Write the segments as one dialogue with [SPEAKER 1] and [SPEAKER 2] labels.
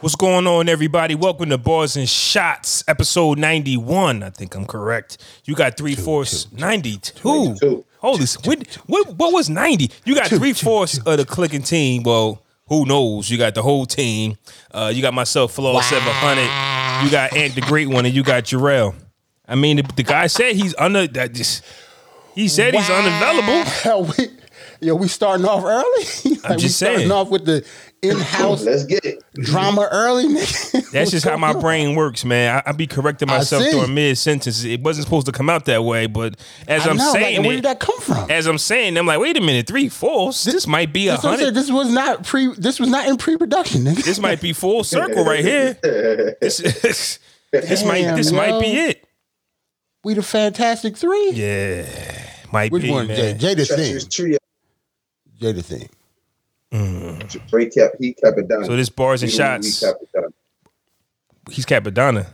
[SPEAKER 1] What's going on, everybody? Welcome to Bars and Shots, episode 91. I think I'm correct. You got three fourths, 92.
[SPEAKER 2] Two.
[SPEAKER 1] Holy, s- when- what, what was 90? You got three fourths of the clicking team. Well, who knows? You got the whole team. Uh, you got myself, Flaw 700. You got Ant the Great One, and you got Jarrell. I mean, the, the guy said he's under that. Just, he said he's unavailable.
[SPEAKER 3] Hell, we, yo, we starting off early. like
[SPEAKER 1] just
[SPEAKER 3] we starting
[SPEAKER 1] saying.
[SPEAKER 3] off with the in-house
[SPEAKER 2] Let's get it.
[SPEAKER 3] drama early, nigga.
[SPEAKER 1] That's just how my brain works, man. I, I be correcting myself
[SPEAKER 3] see.
[SPEAKER 1] during mid sentence. It wasn't supposed to come out that way, but as
[SPEAKER 3] I
[SPEAKER 1] I'm
[SPEAKER 3] know, like,
[SPEAKER 1] saying
[SPEAKER 3] where
[SPEAKER 1] it,
[SPEAKER 3] did that come from?
[SPEAKER 1] as I'm saying, I'm like, wait a minute, three fourths. This, might be a
[SPEAKER 3] That's what I'm saying.
[SPEAKER 1] hundred.
[SPEAKER 3] This was not pre. This was not in pre-production, nigga.
[SPEAKER 1] This might be full circle right here. This, this, might
[SPEAKER 3] Damn,
[SPEAKER 1] this might be
[SPEAKER 3] yo.
[SPEAKER 1] it.
[SPEAKER 3] we the Fantastic Three.
[SPEAKER 1] Yeah, might
[SPEAKER 3] Which
[SPEAKER 1] be
[SPEAKER 3] one?
[SPEAKER 1] man.
[SPEAKER 3] Jay, Jay the thing.
[SPEAKER 2] Treacherous trio.
[SPEAKER 3] Jay the thing.
[SPEAKER 2] Ray kept he kept it down.
[SPEAKER 1] So this bars and
[SPEAKER 2] He- he
[SPEAKER 1] shots.
[SPEAKER 2] kept it down.
[SPEAKER 1] He's Capadonna.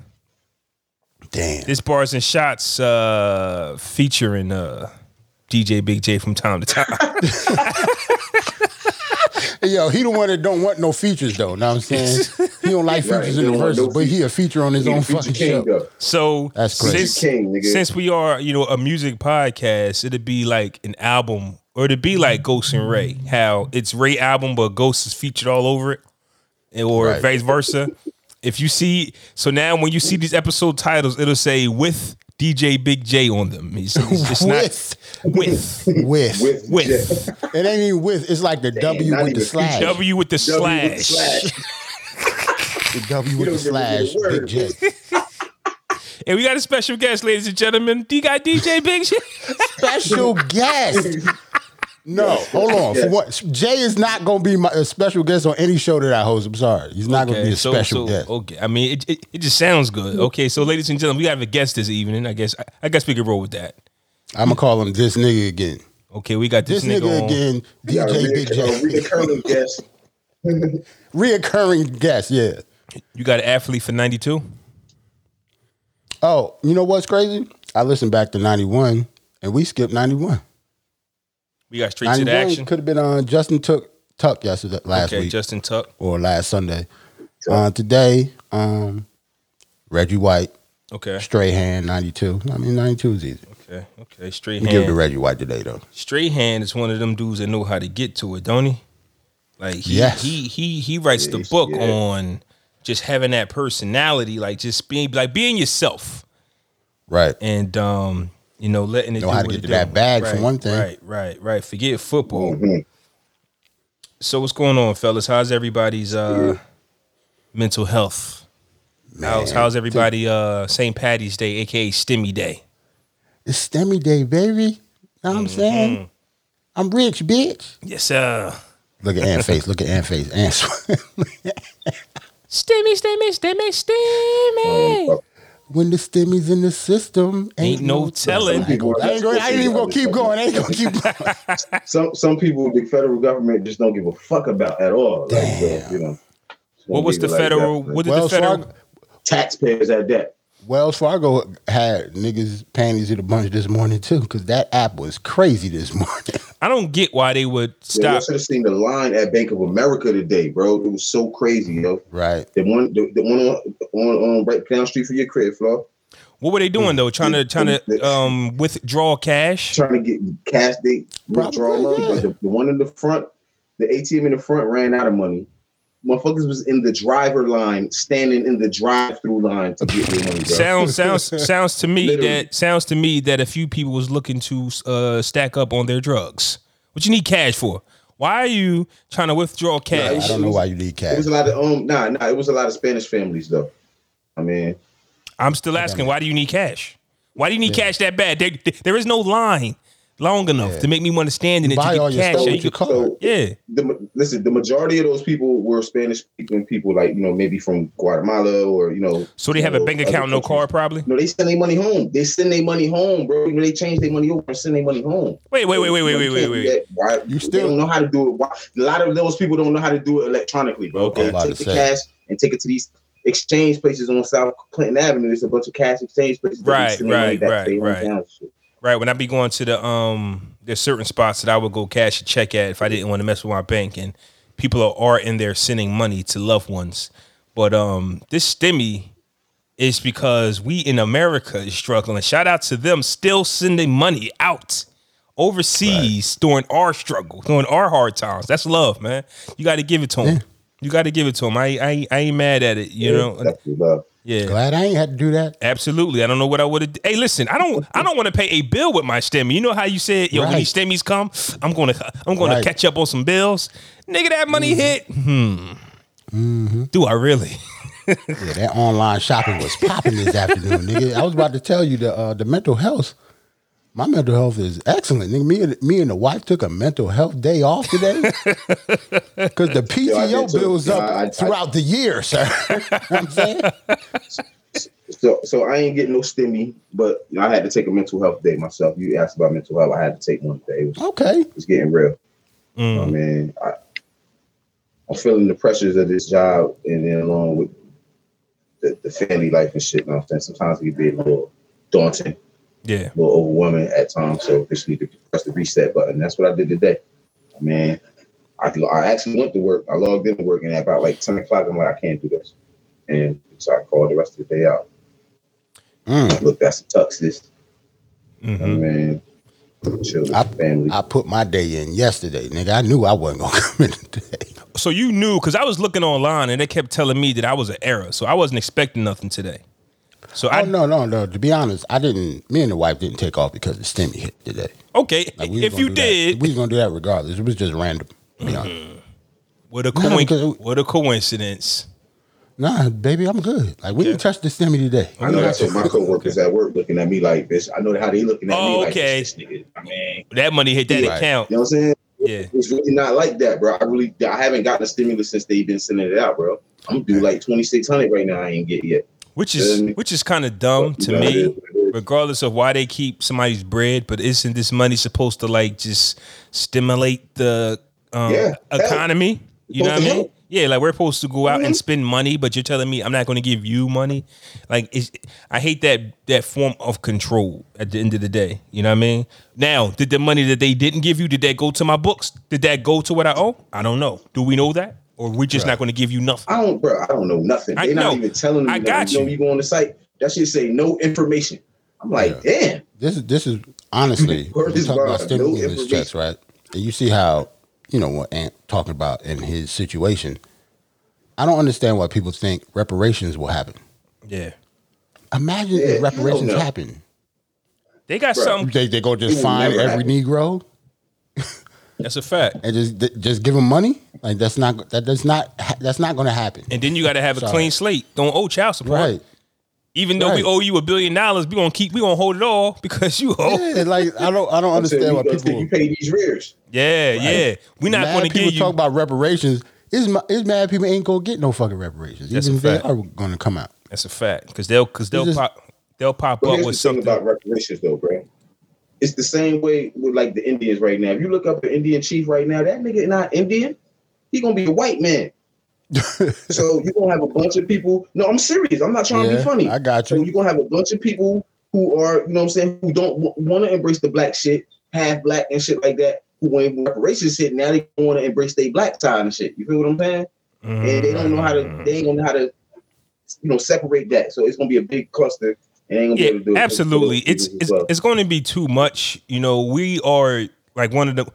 [SPEAKER 3] Damn.
[SPEAKER 1] This bars and shots uh, featuring uh, DJ Big J from time to time.
[SPEAKER 3] Yo, he the one that don't want no features though. Know what I'm saying? he don't like
[SPEAKER 2] Right,
[SPEAKER 3] features
[SPEAKER 2] he
[SPEAKER 3] in the
[SPEAKER 2] don't want
[SPEAKER 3] verses,
[SPEAKER 2] no
[SPEAKER 3] but he a feature on his
[SPEAKER 2] He
[SPEAKER 3] own
[SPEAKER 2] the future
[SPEAKER 3] fucking show.
[SPEAKER 2] king though.
[SPEAKER 1] So
[SPEAKER 3] That's crazy.
[SPEAKER 1] Since,
[SPEAKER 2] King, nigga.
[SPEAKER 1] since we are, you know, a music podcast, it'd be like an album, or it'd be like Ghost and Ray, how it's Ray album, but Ghost is featured all over it, and- or
[SPEAKER 3] Right.
[SPEAKER 1] vice versa. if you see, so now when you see these episode titles, it'll say with DJ Big J on them. It's, it's, it's
[SPEAKER 3] With,
[SPEAKER 1] not with
[SPEAKER 3] with,
[SPEAKER 2] With, J-
[SPEAKER 1] with
[SPEAKER 3] it ain't even with. It's like the W
[SPEAKER 2] not
[SPEAKER 3] with the
[SPEAKER 2] even
[SPEAKER 3] slash.
[SPEAKER 1] W with the
[SPEAKER 2] W with the
[SPEAKER 1] slash.
[SPEAKER 2] slash.
[SPEAKER 3] The W
[SPEAKER 2] You
[SPEAKER 3] with
[SPEAKER 2] don't
[SPEAKER 3] the
[SPEAKER 2] give me
[SPEAKER 3] slash.
[SPEAKER 2] the
[SPEAKER 3] Big
[SPEAKER 2] word.
[SPEAKER 3] J.
[SPEAKER 1] and we got a special guest, ladies and gentlemen. You got DJ Big J.
[SPEAKER 3] special guest. No, hold on. For what? Jay is not going to be my a special guest on any show that I host. I'm sorry, he's not going to be a
[SPEAKER 1] so-
[SPEAKER 3] special
[SPEAKER 1] so,
[SPEAKER 3] guest.
[SPEAKER 1] Okay, I mean, it, it, it just sounds good. Okay, so ladies and gentlemen, we have a guest this evening. I guess I, I guess we could roll with that.
[SPEAKER 3] I'm gonna call him this nigga again.
[SPEAKER 1] Okay, we got this,
[SPEAKER 3] This nigga
[SPEAKER 1] on.
[SPEAKER 3] again.
[SPEAKER 2] Yeah,
[SPEAKER 3] DJ Big
[SPEAKER 2] reoccur-
[SPEAKER 3] J.
[SPEAKER 2] reoccurring guest.
[SPEAKER 3] Reoccurring guest. Yeah.
[SPEAKER 1] You got an athlete for ninety two.
[SPEAKER 3] Oh, you know what's crazy? I listened back to '91, and we skipped '91.
[SPEAKER 1] We got straight to the
[SPEAKER 3] '91
[SPEAKER 1] action.
[SPEAKER 3] could have been on Justin Tuck Tuck yesterday last
[SPEAKER 1] Okay,
[SPEAKER 3] week
[SPEAKER 1] Justin Tuck.
[SPEAKER 3] or last Sunday. Uh, today, um, Reggie White,
[SPEAKER 1] Okay,
[SPEAKER 3] Stray Hand, '92. I mean, '92 is easy.
[SPEAKER 1] okay, okay. Straight
[SPEAKER 3] We give it to
[SPEAKER 1] hand.
[SPEAKER 3] Reggie White today, though.
[SPEAKER 1] Straight hand is one of them dudes that know how to get to it, don't he? Like he
[SPEAKER 3] Yes.
[SPEAKER 1] he, he he writes the
[SPEAKER 2] Yes,
[SPEAKER 1] book
[SPEAKER 2] yeah.
[SPEAKER 1] on just having that personality, like just being like being yourself.
[SPEAKER 3] Right.
[SPEAKER 1] and um, you know, letting it
[SPEAKER 3] Know
[SPEAKER 1] do
[SPEAKER 3] how to
[SPEAKER 1] what
[SPEAKER 3] get
[SPEAKER 1] it
[SPEAKER 3] to
[SPEAKER 1] do.
[SPEAKER 3] that bag for
[SPEAKER 1] right,
[SPEAKER 3] one thing.
[SPEAKER 1] Right, right, right. Forget football.
[SPEAKER 2] Mm-hmm.
[SPEAKER 1] So what's going on, fellas? How's everybody's uh, mental health? How's how's everybody uh St. Patty's Day, aka Stimmy Day?
[SPEAKER 3] It's STEMI day, baby. Know what
[SPEAKER 1] Mm-hmm.
[SPEAKER 3] I'm saying? I'm rich, bitch.
[SPEAKER 1] Yes, sir.
[SPEAKER 3] Look at Ant face. Look at Ant face. Ant sw-
[SPEAKER 1] Stimmy, stimmy, stimmy, stimmy.
[SPEAKER 2] fuck.
[SPEAKER 3] when the STEMI's in the system,
[SPEAKER 1] Ain't no telling.
[SPEAKER 3] I ain't, gonna, I ain't, gonna, I ain't even gonna keep going. I ain't gonna keep going.
[SPEAKER 2] Some some people the federal government just don't give a fuck about at all. Like,
[SPEAKER 3] Damn.
[SPEAKER 2] you know. Just
[SPEAKER 1] What
[SPEAKER 2] won't
[SPEAKER 1] was the
[SPEAKER 2] give it like
[SPEAKER 1] federal?
[SPEAKER 2] that.
[SPEAKER 1] What did the
[SPEAKER 3] Wells
[SPEAKER 1] federal?
[SPEAKER 3] Fargo,
[SPEAKER 2] taxpayers at that?
[SPEAKER 3] Wells Fargo had niggas panties in a bunch this morning too, because that app was crazy this morning.
[SPEAKER 1] I don't get why they would
[SPEAKER 2] Yeah, you
[SPEAKER 1] stop.
[SPEAKER 2] should have seen the line at Bank of America today, bro. It was so crazy, yo.
[SPEAKER 3] Right.
[SPEAKER 2] The one, the, the one on, on on right down the street from your crib, Flo.
[SPEAKER 1] What were they doing though? Trying to trying to
[SPEAKER 2] Yeah.
[SPEAKER 1] um withdraw cash.
[SPEAKER 2] trying to get cash they withdraw
[SPEAKER 3] Probably,
[SPEAKER 2] money,
[SPEAKER 3] yeah.
[SPEAKER 2] but the, the one in the front, the ATM in the front ran out of money. Motherfuckers was in the driver line, standing in the drive-through line to get their money. Bro.
[SPEAKER 1] sounds sounds sounds to me
[SPEAKER 2] Literally.
[SPEAKER 1] that sounds to me that a few people was looking to uh, stack up on their drugs. What you need cash for? Why are you trying to withdraw
[SPEAKER 3] I
[SPEAKER 1] cash?
[SPEAKER 3] don't know why you need
[SPEAKER 2] It
[SPEAKER 3] cash.
[SPEAKER 2] was a lot of um, nah, nah. It was a lot of Spanish families though. I mean,
[SPEAKER 1] I'm still asking. Why do you need cash? Why do you need cash that bad? There, there- there is no line long enough to make me want to stand in it
[SPEAKER 3] Buy
[SPEAKER 1] to
[SPEAKER 3] all
[SPEAKER 1] get
[SPEAKER 3] your
[SPEAKER 1] cash.
[SPEAKER 3] stuff
[SPEAKER 1] Yeah,
[SPEAKER 3] with
[SPEAKER 1] you
[SPEAKER 3] your
[SPEAKER 1] could-
[SPEAKER 3] card.
[SPEAKER 1] yeah,
[SPEAKER 2] the ma- listen, the majority of those people were Spanish-speaking people, like you know, maybe from Guatemala or you know.
[SPEAKER 1] so they have a
[SPEAKER 2] or
[SPEAKER 1] bank
[SPEAKER 2] other
[SPEAKER 1] account, no
[SPEAKER 2] countries.
[SPEAKER 1] card, probably.
[SPEAKER 2] No, they send their money home. They send their money home, bro. You know, they change their money over and send their money home.
[SPEAKER 1] Wait, wait, wait, wait, wait,
[SPEAKER 2] You
[SPEAKER 1] wait,
[SPEAKER 2] can't
[SPEAKER 1] wait,
[SPEAKER 2] do
[SPEAKER 1] wait.
[SPEAKER 2] that. Why
[SPEAKER 3] You
[SPEAKER 2] you
[SPEAKER 3] still-
[SPEAKER 2] still don't know how to do it? Why, a lot of those people don't know how to do it electronically, bro.
[SPEAKER 1] Okay.
[SPEAKER 2] They
[SPEAKER 3] I'm about
[SPEAKER 2] take
[SPEAKER 3] to
[SPEAKER 2] the
[SPEAKER 3] say.
[SPEAKER 2] cash and take it to these exchange places on South Clinton Avenue. There's a bunch of cash exchange places. that they
[SPEAKER 1] Right,
[SPEAKER 2] send their money
[SPEAKER 1] right,
[SPEAKER 2] back to
[SPEAKER 1] right,
[SPEAKER 2] their
[SPEAKER 1] right.
[SPEAKER 2] hometown and shit.
[SPEAKER 1] right? When I be going to the um, there's certain spots that I would go cash a check at if I didn't want to mess with my bank, and people are, are in there sending money to loved ones. But um, this stimmy is because we in America is struggling. Shout out to them still sending money out overseas during our struggle, during our hard times. That's love, man. You got to give it to them. You got to give it to them. I, I ain't- I ain't mad at it. You know,
[SPEAKER 2] That's love.
[SPEAKER 1] yeah.
[SPEAKER 3] Glad I ain't had to do that.
[SPEAKER 1] Absolutely. I don't know what I would have. Hey, listen, I don't. I don't want to pay a bill with my stimmy. You know how you said, yo, when
[SPEAKER 3] Right.
[SPEAKER 1] these stimmies come, I'm gonna, I'm gonna
[SPEAKER 3] Right. Mm-hmm.
[SPEAKER 1] catch up on some bills. Nigga, that money hit. Hmm. Do I really?
[SPEAKER 3] Yeah, that online shopping was popping this afternoon, nigga. I was about to tell you the uh, the mental health. My mental health is excellent, nigga. Me and me and the wife took a mental health day off today because the
[SPEAKER 2] I
[SPEAKER 3] PTO
[SPEAKER 2] did too.
[SPEAKER 3] bills
[SPEAKER 2] Yeah,
[SPEAKER 3] up
[SPEAKER 2] I- I-
[SPEAKER 3] throughout the year, sir. You know what I'm saying?
[SPEAKER 2] So, so I ain't getting no stimmy, but I had to take a mental health day myself. You asked about mental health. I had to take one today. It was,
[SPEAKER 3] Okay,
[SPEAKER 2] it's getting real. I
[SPEAKER 3] Hmm.
[SPEAKER 1] Mm.
[SPEAKER 2] mean, I, I'm feeling the pressures of this job, and then along with the, the family life and shit. You know what I'm saying sometimes it can be a little daunting,
[SPEAKER 1] Yeah.
[SPEAKER 2] a little overwhelming at times. So just need to press the reset button. That's what I did today. I mean, I I actually went to work. I logged in to work, and at about like 10 o'clock, I'm like, I can't do this, and so I called the rest of the day out.
[SPEAKER 3] Mm.
[SPEAKER 2] Look, that's tough, sis. I
[SPEAKER 1] hmm
[SPEAKER 2] mean, chill with
[SPEAKER 3] Mm-hmm. I-
[SPEAKER 2] the family.
[SPEAKER 3] I put my day in yesterday, nigga. I knew I wasn't gonna come in today.
[SPEAKER 1] So you knew because I was looking online and they kept telling me that I was an error, so I wasn't expecting nothing today. So I
[SPEAKER 3] Oh no, no, no. To be honest, I didn't. Me and the wife didn't take off because the stimmy hit today.
[SPEAKER 1] okay.
[SPEAKER 3] Like, we was
[SPEAKER 1] if
[SPEAKER 3] gonna
[SPEAKER 1] you
[SPEAKER 3] do that-
[SPEAKER 1] did,
[SPEAKER 3] we was gonna do that regardless. It was just random. To
[SPEAKER 2] Mm-hmm.
[SPEAKER 3] be honest.
[SPEAKER 1] what a
[SPEAKER 3] No, because
[SPEAKER 1] coinc-
[SPEAKER 3] it-
[SPEAKER 1] what a coincidence.
[SPEAKER 3] Nah, baby, I'm good. Like we didn't touch the stimmy today.
[SPEAKER 2] I know that's what my coworkers at work looking at me like, bitch. I know how they looking at me
[SPEAKER 1] Oh,
[SPEAKER 2] like,
[SPEAKER 1] okay.
[SPEAKER 2] this nigga. I mean,
[SPEAKER 1] That money hit that
[SPEAKER 3] Right.
[SPEAKER 1] account.
[SPEAKER 2] you know what I'm saying?
[SPEAKER 1] Yeah.
[SPEAKER 2] It's really not like that, bro. I really, I haven't gotten a stimulus since they've been sending it out, bro. I'm due like 2600 right now. I ain't get yet.
[SPEAKER 1] which is
[SPEAKER 2] Then-
[SPEAKER 1] which is kind of dumb to
[SPEAKER 2] Yeah, it is
[SPEAKER 1] me
[SPEAKER 2] what it is.
[SPEAKER 1] regardless of why they keep somebody's bread but isn't this money supposed to like just stimulate the um,
[SPEAKER 2] Yeah, help.
[SPEAKER 1] economy you know what i
[SPEAKER 2] Supposed to
[SPEAKER 1] mean
[SPEAKER 2] help.
[SPEAKER 1] yeah like we're supposed to go out and
[SPEAKER 2] Mhm.
[SPEAKER 1] spend money but you're telling me i'm not going to give you money like it's, i hate that that form of control at the end of the day you know what i mean now did the money that they didn't give you did that go to my books did that go to what i owe i don't know do we know that or we're just not going to give you nothing
[SPEAKER 2] I don't, bro. I don't know nothing.
[SPEAKER 1] I
[SPEAKER 2] They're not
[SPEAKER 1] know.
[SPEAKER 2] even telling me.
[SPEAKER 1] I
[SPEAKER 2] nothing.
[SPEAKER 1] got
[SPEAKER 2] you. know,
[SPEAKER 1] you.
[SPEAKER 2] you go on the site, that shit say no information. I'm like, damn.
[SPEAKER 3] This is this is honestly
[SPEAKER 2] Word
[SPEAKER 3] we
[SPEAKER 2] is
[SPEAKER 3] talking about
[SPEAKER 2] bond, no
[SPEAKER 3] stimulus
[SPEAKER 2] information.
[SPEAKER 3] checks, right? And you see how you know what Ant talking about in his situation. I don't understand why people think reparations will happen.
[SPEAKER 1] yeah
[SPEAKER 3] Imagine
[SPEAKER 2] Yeah,
[SPEAKER 3] if
[SPEAKER 2] hell
[SPEAKER 3] reparations
[SPEAKER 2] no.
[SPEAKER 3] happen.
[SPEAKER 1] they got
[SPEAKER 2] Bruh.
[SPEAKER 1] something
[SPEAKER 3] They they go
[SPEAKER 2] It
[SPEAKER 3] just
[SPEAKER 2] will
[SPEAKER 3] find
[SPEAKER 2] never
[SPEAKER 3] every Negro
[SPEAKER 1] that's a fact
[SPEAKER 3] and just th- just give them money. Like that's not that does not ha- that's not going to happen.
[SPEAKER 1] And then you got to have a
[SPEAKER 3] Sorry.
[SPEAKER 1] clean slate. Don't owe child support.
[SPEAKER 3] Right.
[SPEAKER 1] Even though we
[SPEAKER 3] Right.
[SPEAKER 1] owe you a billion dollars, we gonna keep. We gonna hold it all because you owe.
[SPEAKER 3] Yeah, like I don't I don't understand why
[SPEAKER 2] Until you,
[SPEAKER 3] people
[SPEAKER 2] until you pay these rears.
[SPEAKER 1] Yeah, yeah. We're not
[SPEAKER 3] mad
[SPEAKER 1] gonna
[SPEAKER 3] people
[SPEAKER 1] give you.
[SPEAKER 3] talk about reparations. It's, ma- it's mad people ain't gonna get no fucking reparations.
[SPEAKER 1] That's a
[SPEAKER 3] Even if they
[SPEAKER 1] fact.
[SPEAKER 3] are gonna come out.
[SPEAKER 1] That's a fact because they'll because they'll
[SPEAKER 3] It's just-
[SPEAKER 1] pop they'll pop
[SPEAKER 2] But
[SPEAKER 1] up
[SPEAKER 2] here's
[SPEAKER 1] with
[SPEAKER 2] the thing
[SPEAKER 1] something.
[SPEAKER 2] about reparations, though, bro. It's the same way with like the Indians right now. If you look up an Indian chief right now, that nigga not Indian. He gonna be a white man. so you gonna have a bunch of people. No, I'm serious. I'm not trying to
[SPEAKER 3] Yeah,
[SPEAKER 2] be funny.
[SPEAKER 3] I got you.
[SPEAKER 2] So you gonna have a bunch of people who are, you know, what I'm saying, who don't w- want to embrace the black shit, half black and shit like that. Who when reparations hit, now they want to embrace their black side and shit. You feel what I'm saying? and they
[SPEAKER 1] Mm-hmm.
[SPEAKER 2] don't know how to they ain't gonna know how to you know separate that. So it's gonna be a big cluster and they ain't gonna be
[SPEAKER 1] Yeah,
[SPEAKER 2] able to do it.
[SPEAKER 1] absolutely. It's
[SPEAKER 2] as
[SPEAKER 1] it's,
[SPEAKER 2] well.
[SPEAKER 1] it's going to be too much. You know, we are like one of the.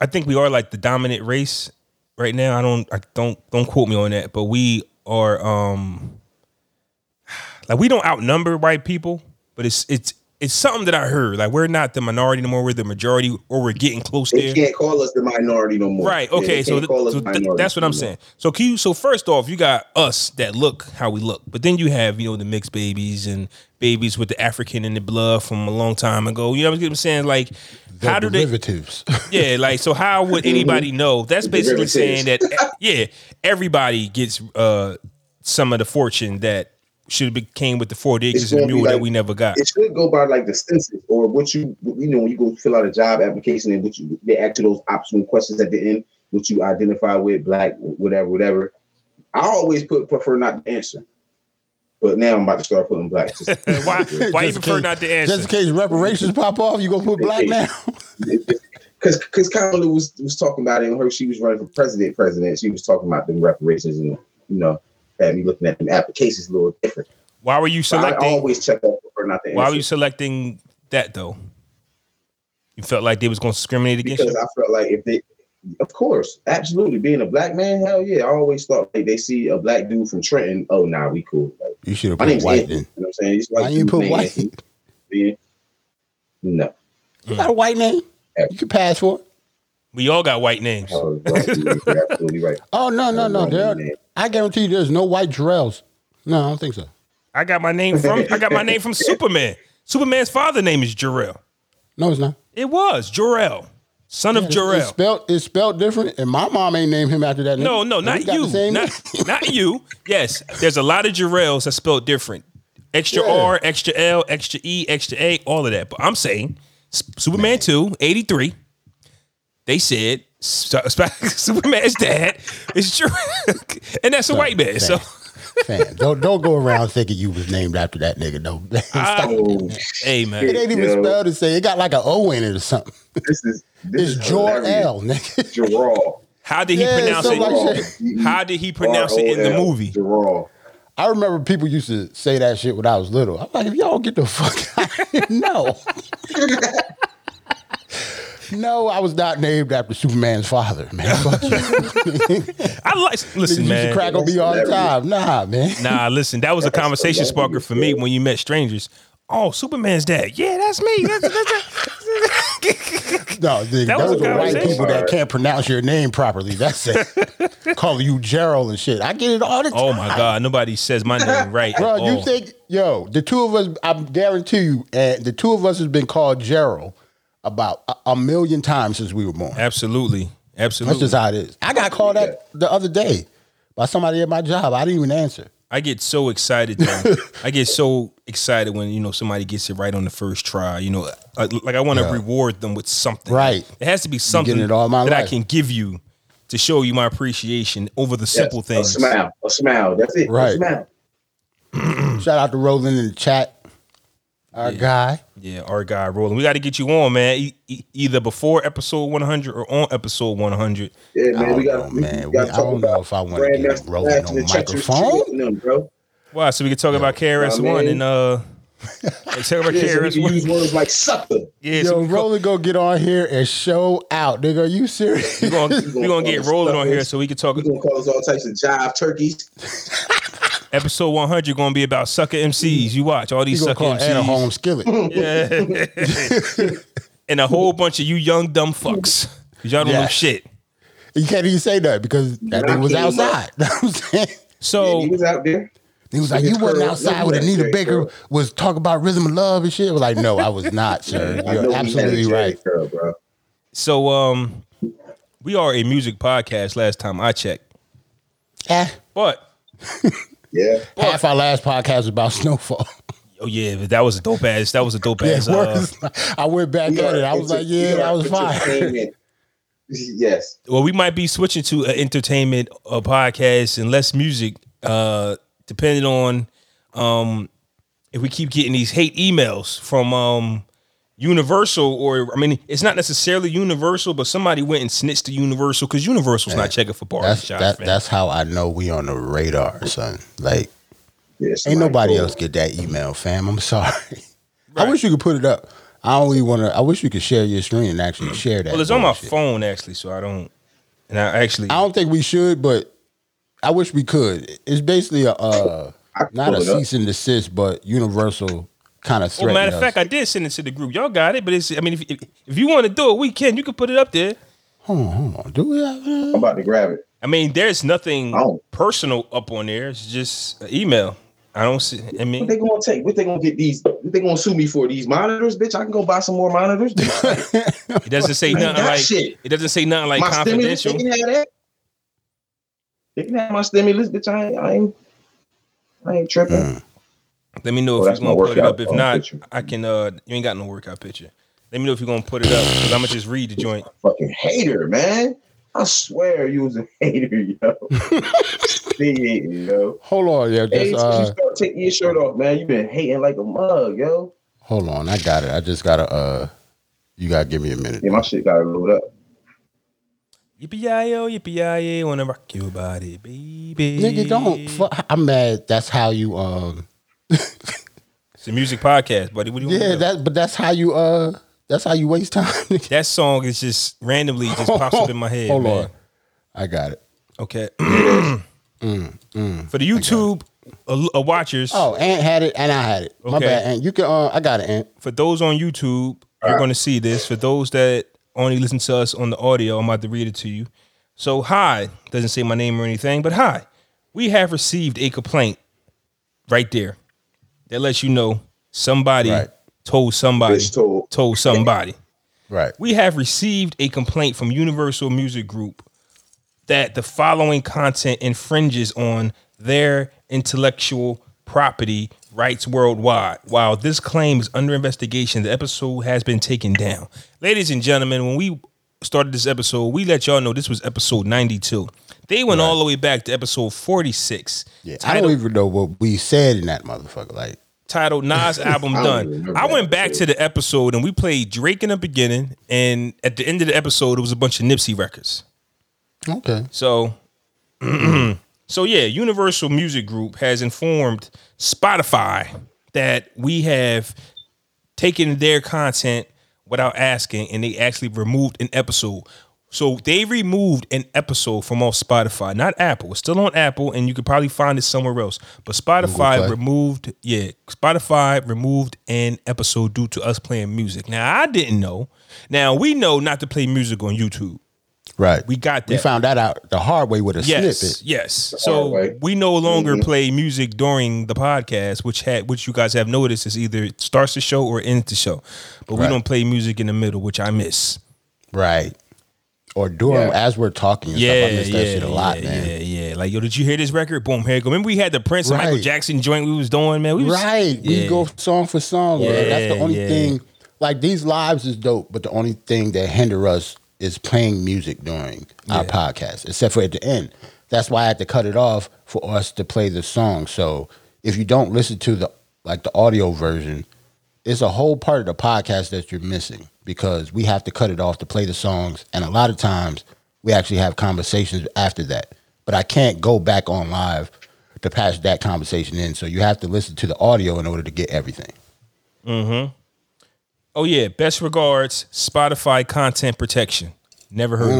[SPEAKER 1] I think we are like the dominant race right now. I don't. I don't. Don't quote me on that. But we are. um Like we don't outnumber white people, but it's it's it's something that I heard. Like we're not the minority anymore. We're the majority, or we're getting close
[SPEAKER 2] they
[SPEAKER 1] there.
[SPEAKER 2] can't call us the minority no more.
[SPEAKER 1] Right.
[SPEAKER 2] Yeah, they
[SPEAKER 1] Okay. so,
[SPEAKER 2] can't
[SPEAKER 1] th-
[SPEAKER 2] call us
[SPEAKER 1] so th-
[SPEAKER 2] minorities
[SPEAKER 1] that's what I'm
[SPEAKER 2] no more.
[SPEAKER 1] saying. So can you? So first off, you got us that look how we look, but then you have you know the mixed babies and babies with the African in the blood from a long time ago. You know what I'm saying? Like,
[SPEAKER 3] They're
[SPEAKER 1] how do they?
[SPEAKER 3] derivatives.
[SPEAKER 1] Yeah. Like, so how would
[SPEAKER 2] Mm-hmm.
[SPEAKER 1] anybody know? That's basically
[SPEAKER 2] Derivatives.
[SPEAKER 1] saying that eh, yeah, everybody gets uh some of the fortune that should have became with the 40 acres and
[SPEAKER 2] gonna
[SPEAKER 1] the
[SPEAKER 2] be
[SPEAKER 1] mule that
[SPEAKER 2] like-
[SPEAKER 1] we never got.
[SPEAKER 2] It should go by like the census or what you you know when you go fill out a job application and what you they ask you those optional questions at the end, what you identify with, black, whatever, whatever. I always put prefer not to answer. But now I'm about to start putting black. Just,
[SPEAKER 1] why? Why you
[SPEAKER 3] Just in
[SPEAKER 1] prefer
[SPEAKER 3] case-
[SPEAKER 1] not to answer?
[SPEAKER 3] Just in case reparations pop off, you gonna put black now?
[SPEAKER 2] Because because Kamala was was talking about it when her she was running for president. President, she was talking about the reparations and you know had me looking at them applications a little different.
[SPEAKER 1] Why were you
[SPEAKER 2] So I
[SPEAKER 1] selecting?
[SPEAKER 2] always check out for not the
[SPEAKER 1] Why were you selecting that though? You felt like they was going to discriminate against
[SPEAKER 2] because
[SPEAKER 1] you.
[SPEAKER 2] I felt like if they, of course, absolutely, being a black man, hell yeah, I always thought like they see a black dude from Trenton, oh nah, we cool. Like,
[SPEAKER 3] You should have
[SPEAKER 2] my
[SPEAKER 3] put
[SPEAKER 2] name's
[SPEAKER 3] white
[SPEAKER 2] Anthony,
[SPEAKER 3] then.
[SPEAKER 2] You know what I'm saying? These
[SPEAKER 3] Why
[SPEAKER 2] white
[SPEAKER 3] you
[SPEAKER 2] dudes
[SPEAKER 3] put
[SPEAKER 2] named
[SPEAKER 3] white?
[SPEAKER 2] Anthony. Yeah. No.
[SPEAKER 3] You got a white name?
[SPEAKER 2] Yeah.
[SPEAKER 3] You can pass for it.
[SPEAKER 1] We all got white names.
[SPEAKER 2] Oh, right, you're absolutely right.
[SPEAKER 3] Oh no, no, no.
[SPEAKER 2] Wrong
[SPEAKER 3] There,
[SPEAKER 2] name.
[SPEAKER 3] I guarantee you, there's no white Drells. No, I don't think so.
[SPEAKER 1] I got my name from. I got my name from Superman. Superman's father name is Jarrell.
[SPEAKER 3] No, it's not.
[SPEAKER 1] It was Jarrell, son of
[SPEAKER 3] It's- It's
[SPEAKER 1] Jarrell.
[SPEAKER 3] spelled, it's spelled different, and my mom ain't named him after that. name.
[SPEAKER 1] No, no,
[SPEAKER 3] And Hmm? we
[SPEAKER 1] not
[SPEAKER 3] got the
[SPEAKER 1] you.
[SPEAKER 3] same
[SPEAKER 1] Not,
[SPEAKER 3] name.
[SPEAKER 1] not you. Yes, there's a lot of Jarrells that spelled different. Extra
[SPEAKER 3] Yeah.
[SPEAKER 1] R, extra L, extra E, extra A, all of that. But I'm saying S- Superman 2, 83, they said S- Superman's dad is Jarrell. and that's a white man. So
[SPEAKER 3] Fam, don't don't go around thinking you was named after that nigga. No, Stop.
[SPEAKER 2] Oh,
[SPEAKER 1] hey
[SPEAKER 3] it
[SPEAKER 1] man.
[SPEAKER 3] ain't even
[SPEAKER 2] yo.
[SPEAKER 3] spelled the same. It got like an O in it or something.
[SPEAKER 2] this is this
[SPEAKER 3] It's
[SPEAKER 2] is
[SPEAKER 3] Jor
[SPEAKER 2] hilarious.
[SPEAKER 3] L, nigga.
[SPEAKER 2] Gerald.
[SPEAKER 1] How did he
[SPEAKER 3] Yeah,
[SPEAKER 1] pronounce
[SPEAKER 3] so
[SPEAKER 1] it?
[SPEAKER 3] like-
[SPEAKER 1] How did he pronounce it in the
[SPEAKER 2] R-O-L,
[SPEAKER 1] movie?
[SPEAKER 2] Gerald.
[SPEAKER 3] I remember people used to say that shit when I was little. I'm like, if y'all don't get the fuck out of here, no. No, I was not named after Superman's father, man. Fuck you.
[SPEAKER 1] I like listen,
[SPEAKER 3] You used to
[SPEAKER 1] man.
[SPEAKER 3] crack on me all the time. Nah, man.
[SPEAKER 1] Nah, listen, that was a conversation
[SPEAKER 2] hilarious,
[SPEAKER 1] sparker for me when you met strangers. Oh, Superman's dad. Yeah, that's me. That's, that's, that's-
[SPEAKER 3] No, nigga,
[SPEAKER 1] That was
[SPEAKER 3] those
[SPEAKER 1] a
[SPEAKER 3] are white
[SPEAKER 1] conversation.
[SPEAKER 3] people that can't pronounce your name properly. That's it. Calling you Gerald and shit. I get it all the time.
[SPEAKER 1] oh my God, nobody says my name right. at
[SPEAKER 3] Bro,
[SPEAKER 1] all.
[SPEAKER 3] you think, yo, the two of us, I guarantee you, uh, the two of us has been called Gerald about a, a million times since we were born.
[SPEAKER 1] absolutely,
[SPEAKER 3] That's
[SPEAKER 1] absolutely.
[SPEAKER 3] just how it is. I got called that the other day by somebody at my job. I didn't even answer.
[SPEAKER 1] I get so excited. Though. I get so excited when you know somebody gets it right on the first try. You know, I, like I want to reward them with something.
[SPEAKER 3] Right.
[SPEAKER 1] It has to be something
[SPEAKER 3] it all my
[SPEAKER 1] that I
[SPEAKER 3] life.
[SPEAKER 1] can give you to show you my appreciation over the
[SPEAKER 2] Yes,
[SPEAKER 1] simple
[SPEAKER 2] A
[SPEAKER 1] things.
[SPEAKER 2] smile. A smile. That's it.
[SPEAKER 3] Right.
[SPEAKER 2] A smile.
[SPEAKER 3] Shout out to Roland in the chat, our guy.
[SPEAKER 1] Yeah, our guy rolling. We got to get you on, man. E- e- either before episode 100 or on episode 100.
[SPEAKER 2] Yeah,
[SPEAKER 3] I
[SPEAKER 2] man. We
[SPEAKER 3] don't
[SPEAKER 2] got
[SPEAKER 3] know, Oh, man. We- I don't know if I want to get Roland on the microphone.
[SPEAKER 2] E. Them, bro.
[SPEAKER 1] Wow, so we can talk about KRS One
[SPEAKER 2] man.
[SPEAKER 1] and uh, let's talk about
[SPEAKER 2] Yeah, so we
[SPEAKER 1] KRS
[SPEAKER 2] can
[SPEAKER 1] One.
[SPEAKER 2] use words like sucker.
[SPEAKER 1] Yeah, so
[SPEAKER 3] Yo,
[SPEAKER 1] we go-
[SPEAKER 3] Roland gonna get on here and show out, nigga. Are you serious?
[SPEAKER 1] we gonna, we gonna get rolling on here, so we can talk.
[SPEAKER 2] You're gonna call us all types of jive turkeys.
[SPEAKER 1] Episode 100 gonna be about sucker MCs. You watch all
[SPEAKER 3] You
[SPEAKER 1] these
[SPEAKER 3] gonna
[SPEAKER 1] sucker
[SPEAKER 3] call Anna
[SPEAKER 1] MCs
[SPEAKER 3] Holmes Skillet?
[SPEAKER 1] and a whole bunch of you young dumb fucks. 'Cause Y'all don't know
[SPEAKER 3] Yeah.
[SPEAKER 1] shit.
[SPEAKER 3] You can't even say that because that
[SPEAKER 2] Nah,
[SPEAKER 3] nigga was
[SPEAKER 2] he was-
[SPEAKER 3] outside. Know what I'm saying?
[SPEAKER 1] So
[SPEAKER 2] he was out there.
[SPEAKER 3] He was like,
[SPEAKER 2] He
[SPEAKER 3] "You wasn't
[SPEAKER 2] curled
[SPEAKER 3] outside
[SPEAKER 2] up
[SPEAKER 3] when
[SPEAKER 2] that
[SPEAKER 3] Anita
[SPEAKER 2] day,
[SPEAKER 3] Baker
[SPEAKER 2] bro.
[SPEAKER 3] was talking about rhythm of love and shit." I was like, "No, I was not, sir.
[SPEAKER 2] I know
[SPEAKER 3] You're
[SPEAKER 2] he had a
[SPEAKER 3] absolutely
[SPEAKER 2] Jerry
[SPEAKER 3] right."
[SPEAKER 2] curl, bro.
[SPEAKER 1] so um, we are a music podcast. Last time I checked,
[SPEAKER 3] Eh,
[SPEAKER 1] but
[SPEAKER 2] Yeah.
[SPEAKER 3] half our last podcast was about snowfall.
[SPEAKER 1] oh yeah, but that was a dope ass. That was a dope
[SPEAKER 3] Yeah,
[SPEAKER 1] ass. Uh,
[SPEAKER 3] worse. I went back
[SPEAKER 2] We
[SPEAKER 3] at
[SPEAKER 2] are
[SPEAKER 3] it. I was
[SPEAKER 2] enter-
[SPEAKER 3] like, yeah,
[SPEAKER 2] we
[SPEAKER 3] that
[SPEAKER 2] are
[SPEAKER 3] was fine.
[SPEAKER 2] entertainment. yes.
[SPEAKER 1] well, we might be switching to an entertainment uh, podcast and less music, uh, depending on um, if we keep getting these hate emails from um, Universal, or I mean, it's not necessarily Universal, but somebody went and snitched to Universal because Universal's not checking for
[SPEAKER 3] That's
[SPEAKER 1] barbershops,
[SPEAKER 3] that,
[SPEAKER 1] man.
[SPEAKER 3] that's how I know we on the radar, son. Like,
[SPEAKER 2] Yes.
[SPEAKER 3] ain't nobody
[SPEAKER 2] Michael.
[SPEAKER 3] else get that email, fam. I'm sorry.
[SPEAKER 1] Right.
[SPEAKER 3] I wish you could put it up. I only want to. I wish you could share your screen and actually share that.
[SPEAKER 1] well, it's on my
[SPEAKER 3] bullshit.
[SPEAKER 1] phone actually, so I don't. And I actually,
[SPEAKER 3] I don't think we should, but I wish we could. It's basically a uh,
[SPEAKER 2] I can
[SPEAKER 3] not a
[SPEAKER 2] pull it up.
[SPEAKER 3] cease and desist, but universal kind of
[SPEAKER 1] well,
[SPEAKER 3] threat.
[SPEAKER 1] matter of fact, I did send it to the group. Y'all got it, but it's. I mean, if if, if you want to do it, we can. You can put it up there.
[SPEAKER 3] hold on, hold on. Do we have?
[SPEAKER 2] I'm about to grab it.
[SPEAKER 1] I mean, there's nothing
[SPEAKER 2] Oh.
[SPEAKER 1] personal up on there. It's just an email. I don't see. I
[SPEAKER 2] What
[SPEAKER 1] mean,
[SPEAKER 2] they gonna take? What they gonna get these? What they gonna sue me for these monitors, bitch? I can go buy some more monitors.
[SPEAKER 1] it doesn't say
[SPEAKER 2] Man,
[SPEAKER 1] nothing
[SPEAKER 2] that
[SPEAKER 1] like.
[SPEAKER 2] shit.
[SPEAKER 1] It doesn't say nothing like
[SPEAKER 2] my stimulus, they
[SPEAKER 1] confidential.
[SPEAKER 2] can have that. They can have my stimulus, bitch. I ain't, I ain't, I ain't tripping.
[SPEAKER 3] Mm.
[SPEAKER 1] Let me know
[SPEAKER 2] Oh,
[SPEAKER 1] if
[SPEAKER 2] that's
[SPEAKER 1] you're gonna
[SPEAKER 2] my
[SPEAKER 1] put it
[SPEAKER 2] workout,
[SPEAKER 1] up. If
[SPEAKER 2] um,
[SPEAKER 1] not,
[SPEAKER 2] picture.
[SPEAKER 1] I can. uh You ain't got no workout picture. Let me know if you're gonna put it up because I'm gonna just read the joint.
[SPEAKER 2] Fucking hater, man. I swear you was a hater, yo. Big hater, yo.
[SPEAKER 3] Hold on, yeah.
[SPEAKER 2] Hey, since you
[SPEAKER 3] Just, uh,
[SPEAKER 2] start taking your shirt off, man, you been hating like a mug, yo.
[SPEAKER 3] hold on. I got it. I just gotta. Uh, you gotta give me a minute.
[SPEAKER 2] Yeah, my shit gotta load up.
[SPEAKER 1] Yippee-yi-yo, yippee-yi-yo, wanna rock your body, baby.
[SPEAKER 3] Nigga, don't. Fu- I'm mad. That's how you. Um.
[SPEAKER 1] It's a music podcast, buddy. What do you want?
[SPEAKER 3] Yeah, that. But that's how you. Uh. That's how you waste time. nigga.
[SPEAKER 1] that song is just randomly just pops up in my head.
[SPEAKER 3] Hold
[SPEAKER 1] man.
[SPEAKER 3] on. I got it.
[SPEAKER 1] Okay.
[SPEAKER 3] Mm,
[SPEAKER 1] For the YouTube uh, uh, watchers,
[SPEAKER 3] Oh, Ant had it and I had it. My
[SPEAKER 1] Okay.
[SPEAKER 3] bad, Ant. You can. Uh, I got it, Ant.
[SPEAKER 1] for those on YouTube, you're going to see this. For those that only listen to us on the audio, I'm about to read it to you. So, hi, doesn't say my name or anything, but hi, we have received a complaint right there that lets you know somebody
[SPEAKER 3] Right.
[SPEAKER 1] told somebody,
[SPEAKER 2] Bitch told.
[SPEAKER 1] told somebody.
[SPEAKER 3] Right.
[SPEAKER 1] We have received a complaint from Universal Music Group that the following content infringes on their intellectual property rights worldwide. While this claim is under investigation, the episode has been taken down. Ladies and gentlemen, when we started this episode, we let y'all know this was episode 92. They went all the way back to episode 46.
[SPEAKER 3] Yeah. I
[SPEAKER 1] titled,
[SPEAKER 3] don't even know what we said in that motherfucker. Like.
[SPEAKER 1] titled Nas album
[SPEAKER 2] I don't
[SPEAKER 1] done.
[SPEAKER 2] remember
[SPEAKER 1] I
[SPEAKER 2] that
[SPEAKER 1] went back to
[SPEAKER 2] episode.
[SPEAKER 1] the episode and we played Drake in the beginning, and at the end of the episode, it was a bunch of Nipsey records.
[SPEAKER 3] Okay.
[SPEAKER 1] So, so yeah, Universal Music Group has informed Spotify that we have taken their content without asking, and they actually removed an episode. So they removed an episode from off Spotify, not Apple. It's still on Apple, and you could probably find it somewhere else. But Spotify
[SPEAKER 3] Play.
[SPEAKER 1] removed, yeah, Spotify removed an episode due to us playing music. Now I didn't know. Now we know not to play music on YouTube.
[SPEAKER 3] Right.
[SPEAKER 1] We got that.
[SPEAKER 3] We found that out the hard way with a
[SPEAKER 1] Yes,
[SPEAKER 3] snippet.
[SPEAKER 1] yes.
[SPEAKER 2] hard way.
[SPEAKER 1] So we no longer
[SPEAKER 2] Mhm.
[SPEAKER 1] play music during the podcast, which had which you guys have noticed is either starts the show or ends the show, but we
[SPEAKER 3] Right.
[SPEAKER 1] don't play music in the middle, which I miss.
[SPEAKER 3] Right. Or during
[SPEAKER 2] Yeah.
[SPEAKER 3] as we're talking and
[SPEAKER 1] Yeah,
[SPEAKER 3] stuff. I miss
[SPEAKER 1] yeah,
[SPEAKER 3] that shit a lot,
[SPEAKER 1] yeah,
[SPEAKER 3] man.
[SPEAKER 1] yeah, yeah. Like, yo, did you hear this record? Boom, here you go. Remember we had the Prince and Michael
[SPEAKER 3] Right.
[SPEAKER 1] Jackson joint we was doing, man. We was,
[SPEAKER 3] Right.
[SPEAKER 1] Yeah.
[SPEAKER 3] We go song for song. bro. That's the
[SPEAKER 1] Yeah,
[SPEAKER 3] only
[SPEAKER 1] yeah.
[SPEAKER 3] thing. Like these lives is dope, but the only thing that hinder us is playing music during our podcast, except for at the end. That's why I had to cut it off for us to play the song. So if you don't listen to the like the audio version, it's a whole part of the podcast that you're missing because we have to cut it off to play the songs, and a lot of times we actually have conversations after that. But I can't go back on live to patch that conversation in. So you have to listen to the audio in order to get everything.
[SPEAKER 1] Oh yeah, best regards, Spotify content protection. Never heard of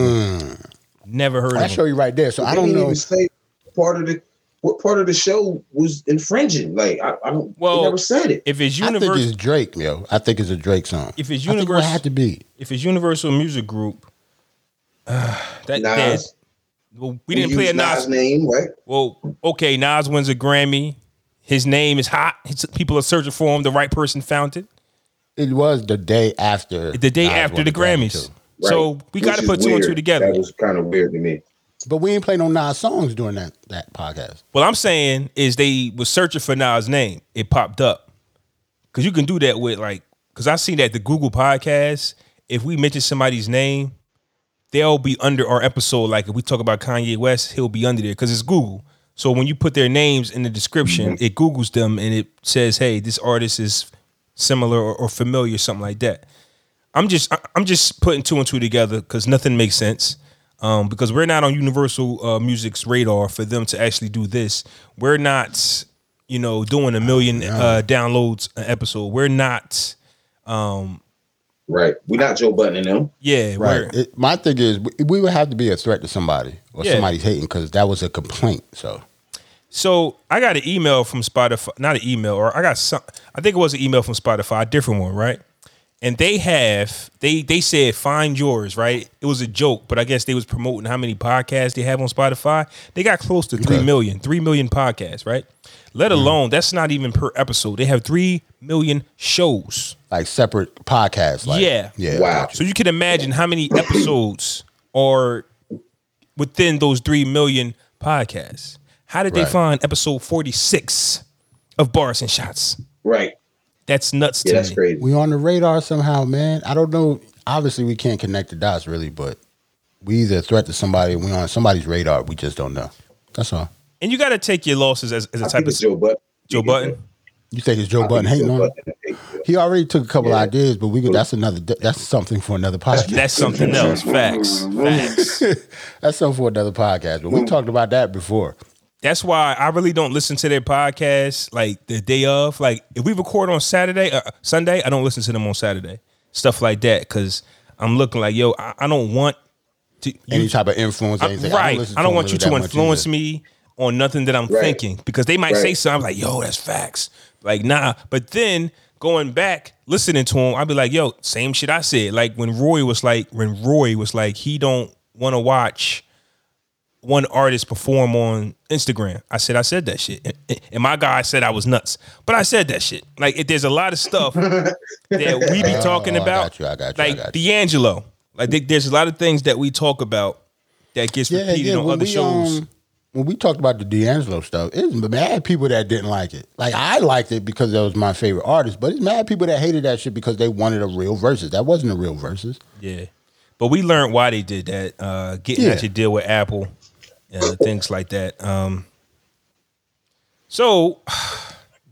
[SPEAKER 3] Mm.
[SPEAKER 1] it. Never heard
[SPEAKER 3] I
[SPEAKER 1] of
[SPEAKER 3] show
[SPEAKER 1] it.
[SPEAKER 3] you right there. So I don't
[SPEAKER 2] They didn't
[SPEAKER 3] know.
[SPEAKER 2] even say part of the what part of the show was infringing. Like I, I don't. Well,
[SPEAKER 1] Well,
[SPEAKER 2] they never said it.
[SPEAKER 1] If it's
[SPEAKER 3] I think
[SPEAKER 1] universal,
[SPEAKER 3] it's Drake, yo. I think it's a Drake song.
[SPEAKER 1] if it's
[SPEAKER 3] I think it would
[SPEAKER 1] universal,
[SPEAKER 3] have to be.
[SPEAKER 1] if it's Universal Music Group, uh, that, that
[SPEAKER 2] Nas,
[SPEAKER 1] well, we didn't play a
[SPEAKER 2] used
[SPEAKER 1] Nas.
[SPEAKER 2] name, right?
[SPEAKER 1] Well, okay, Nas wins a Grammy. His name is hot. His, people are searching for him. The right person found it.
[SPEAKER 3] It was the day after.
[SPEAKER 1] The day
[SPEAKER 3] Nas
[SPEAKER 1] after
[SPEAKER 3] won
[SPEAKER 1] the
[SPEAKER 3] Grammy,
[SPEAKER 1] Grammys.
[SPEAKER 3] too.
[SPEAKER 1] So
[SPEAKER 2] Right.
[SPEAKER 1] we
[SPEAKER 2] Which
[SPEAKER 1] got to
[SPEAKER 2] is
[SPEAKER 1] put two and
[SPEAKER 2] weird.
[SPEAKER 1] two together.
[SPEAKER 2] That was kind of weird to me.
[SPEAKER 3] But we ain't play no Nas songs during that, that podcast.
[SPEAKER 1] what I'm saying is they was searching for Nas' name. It popped up because you can do that with like because I seen that the Google podcast. If we mention somebody's name, they'll be under our episode. Like if we talk about Kanye West, he'll be under there because it's Google. So when you put their names in the description, it Googles them and it says, "Hey, this artist is similar or, or familiar, something like that." I'm just I- I'm just putting two and two together because nothing makes sense. Um, because we're not on Universal uh, Music's radar for them to actually do this. We're not, you know, doing a million uh, downloads an episode. We're not,
[SPEAKER 2] Right. We're not Joe Button and them.
[SPEAKER 1] yeah,
[SPEAKER 3] Right.
[SPEAKER 1] We're,
[SPEAKER 3] It, my thing is, we, we would have to be a threat to somebody or
[SPEAKER 1] Yeah.
[SPEAKER 3] somebody's hating because that was a complaint. So
[SPEAKER 1] So I got an email from Spotify, not an email, or I got some. I think it was an email from Spotify, a different one, right? And they have they they said find yours, right? It was a joke, but I guess they was promoting how many podcasts they have on Spotify. They got close to three
[SPEAKER 3] Okay.
[SPEAKER 1] million, three million podcasts, right? Let alone that's not even per episode. They have three million shows.
[SPEAKER 3] like separate podcasts. Like,
[SPEAKER 1] Yeah.
[SPEAKER 3] Yeah.
[SPEAKER 2] Wow.
[SPEAKER 1] So you can imagine how many episodes are within those three million podcasts. How did they
[SPEAKER 3] Right.
[SPEAKER 1] find episode forty six of Bars and Shots?
[SPEAKER 2] Right.
[SPEAKER 1] That's nuts to
[SPEAKER 2] Yeah, that's
[SPEAKER 1] me.
[SPEAKER 2] crazy.
[SPEAKER 3] We on the radar somehow, man. I don't know. Obviously, we can't connect the dots really, but We either a threat to somebody, we on somebody's radar. We just don't know. That's all.
[SPEAKER 1] And you got to take your losses as, as a
[SPEAKER 2] I
[SPEAKER 1] type
[SPEAKER 2] think
[SPEAKER 1] of
[SPEAKER 2] it's Joe Button.
[SPEAKER 1] Joe Button.
[SPEAKER 3] You think it's
[SPEAKER 2] I
[SPEAKER 3] Joe
[SPEAKER 2] think
[SPEAKER 3] Button
[SPEAKER 2] it's Joe
[SPEAKER 3] hating on? him?
[SPEAKER 2] Button.
[SPEAKER 3] He already took a couple
[SPEAKER 2] Yeah.
[SPEAKER 3] ideas, but we could, that's another. That's something for another podcast.
[SPEAKER 1] That's something else. Facts. Facts.
[SPEAKER 3] That's something for another podcast. But we talked about that before.
[SPEAKER 1] That's why I really don't listen to their podcast like the day of. Like if we record on Saturday, uh, Sunday, I don't listen to them on Saturday. Stuff like that because I'm looking like, yo, I, I don't want to.
[SPEAKER 3] Any
[SPEAKER 1] you-
[SPEAKER 3] type of influence,
[SPEAKER 1] I-
[SPEAKER 3] anything.
[SPEAKER 1] right. I don't,
[SPEAKER 3] listen him
[SPEAKER 1] want you
[SPEAKER 3] really
[SPEAKER 1] to
[SPEAKER 3] that much
[SPEAKER 1] influence
[SPEAKER 3] either.
[SPEAKER 1] me on nothing that I'm
[SPEAKER 2] Right.
[SPEAKER 1] thinking because they might say
[SPEAKER 2] Right.
[SPEAKER 1] something like, yo, that's facts. Like, nah. But then going back, listening to him, I'd be like, yo, same shit I said. Like when Roy was like, when Roy was like, he don't want to watch one artist perform on Instagram. I said, I said that shit. And- And my guy said I was nuts. But I said that shit. Like if there's a lot of stuff that we be
[SPEAKER 3] Oh,
[SPEAKER 1] talking
[SPEAKER 3] I
[SPEAKER 1] about.
[SPEAKER 3] got you, I got you, I
[SPEAKER 1] like
[SPEAKER 3] got
[SPEAKER 1] D'Angelo. Like there- there's a lot of things that we talk about that gets
[SPEAKER 3] Yeah,
[SPEAKER 1] repeated
[SPEAKER 3] yeah.
[SPEAKER 1] on
[SPEAKER 3] When
[SPEAKER 1] other
[SPEAKER 3] we,
[SPEAKER 1] shows.
[SPEAKER 3] um, when we talked about the D'Angelo stuff, it's mad people that didn't like it. Like I liked it because that was my favorite artist, but it's mad people that hated that shit because they wanted a real versus. That wasn't a real versus.
[SPEAKER 1] yeah. But we learned why they did that. Uh getting
[SPEAKER 3] Yeah.
[SPEAKER 1] at your deal with Apple and things like that. Um so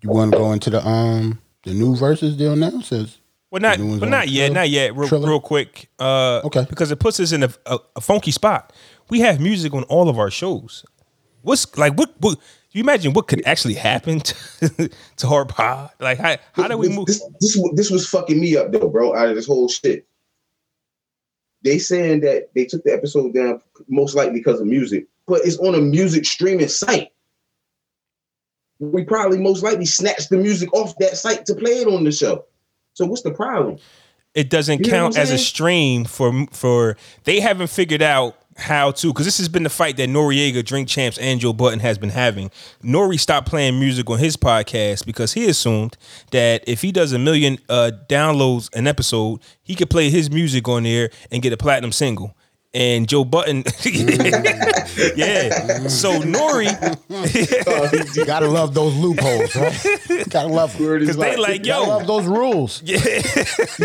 [SPEAKER 3] You want to go into the um the new versus deal now? Says
[SPEAKER 1] Well, not,
[SPEAKER 3] The new one's
[SPEAKER 1] but
[SPEAKER 3] on
[SPEAKER 1] not yet,
[SPEAKER 3] Trill-
[SPEAKER 1] not yet. Real,
[SPEAKER 3] Triller?
[SPEAKER 1] real quick, uh,
[SPEAKER 3] Okay.
[SPEAKER 1] because it puts us in a, a, a funky spot. We have music on all of our shows. What's like? What? what you imagine what could actually happen to, to our pod? Like, how, how do we
[SPEAKER 2] This-
[SPEAKER 1] move?
[SPEAKER 2] This, this, wa- this was fucking me up though, bro. Out of this whole shit, they saying that they took the episode down most likely because of music, but it's on a music streaming site. We probably most likely snatched the music off that site to play it on the show. So what's the problem?
[SPEAKER 1] It doesn't
[SPEAKER 2] You know
[SPEAKER 1] count
[SPEAKER 2] what I'm
[SPEAKER 1] as a
[SPEAKER 2] saying?
[SPEAKER 1] stream for for. They haven't figured out how to because this has been the fight that Noriega, Drink Champs, and Joe Button has been having. Nori stopped playing music on his podcast because he assumed that if he does a million uh, downloads an episode, he could play his music on there and get a platinum single. And Joe Button, yeah. So Nori,
[SPEAKER 3] you gotta love those loopholes, right? gotta love them.
[SPEAKER 2] Because
[SPEAKER 1] they like,
[SPEAKER 3] Gotta
[SPEAKER 1] yo.
[SPEAKER 3] love those rules.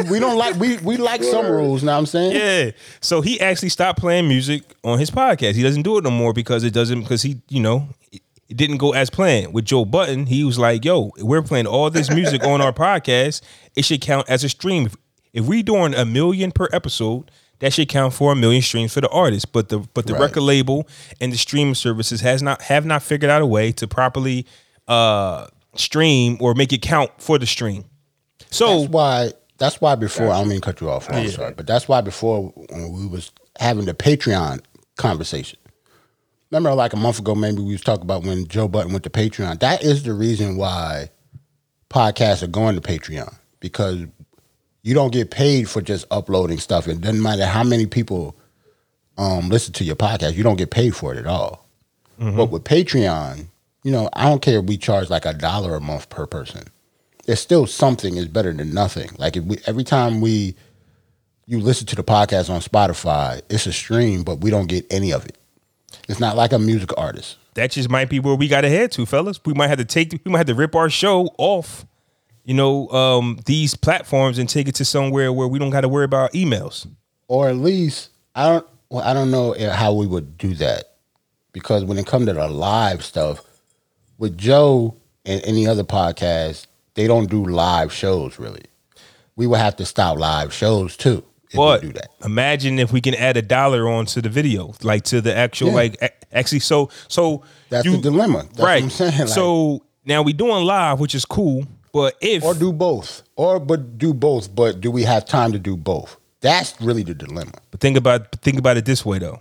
[SPEAKER 3] we don't like we we like some
[SPEAKER 2] Word.
[SPEAKER 3] rules. Now I'm saying.
[SPEAKER 1] Yeah. So he actually stopped playing music on his podcast. He doesn't do it no more because it doesn't because he, you know, it it didn't go as planned. With Joe Button, he was like, "Yo, we're playing all this music on our podcast. It should count as a stream. If, if we doing a million per episode, that should count for a million streams for the artist. But the but the
[SPEAKER 3] Right.
[SPEAKER 1] record label and the streaming services has not have not figured out a way to properly uh stream or make it count for the stream. So
[SPEAKER 3] That's why. That's why before I don't mean to cut you off. I'm sorry, but that's why before when we was having the Patreon conversation. Remember, like a month ago, maybe we was talking about when Joe Button went to Patreon. That is the reason why podcasts are going to Patreon because you don't get paid for just uploading stuff. It doesn't matter how many people um, listen to your podcast, you don't get paid for it at all. But with Patreon, you know, I don't care if we charge like a dollar a month per person. It's still something is better than nothing. Like if we every time we you listen to the podcast on Spotify, it's a stream, but we don't get any of it. It's not like a music artist.
[SPEAKER 1] that just might be where we got to head to, fellas. We might have to take, we might have to rip our show off, you know, um, these platforms and take it to somewhere where we don't got to worry about emails.
[SPEAKER 3] or at least I don't. Well, I don't know how we would do that because when it comes to the live stuff with Joe and any other podcast, they don't do live shows really. We would have to stop live shows too if
[SPEAKER 1] But
[SPEAKER 3] we do that.
[SPEAKER 1] imagine if we can add a dollar onto the video, like to the actual,
[SPEAKER 3] Yeah.
[SPEAKER 1] like a- actually. So, so
[SPEAKER 3] That's
[SPEAKER 1] you-
[SPEAKER 3] the dilemma. That's
[SPEAKER 1] right?
[SPEAKER 3] What I'm saying. Like,
[SPEAKER 1] so now we doing live, which is cool. But if
[SPEAKER 3] or do both, or but do both, but do we have time to do both? That's really the dilemma.
[SPEAKER 1] But think about think about it this way though.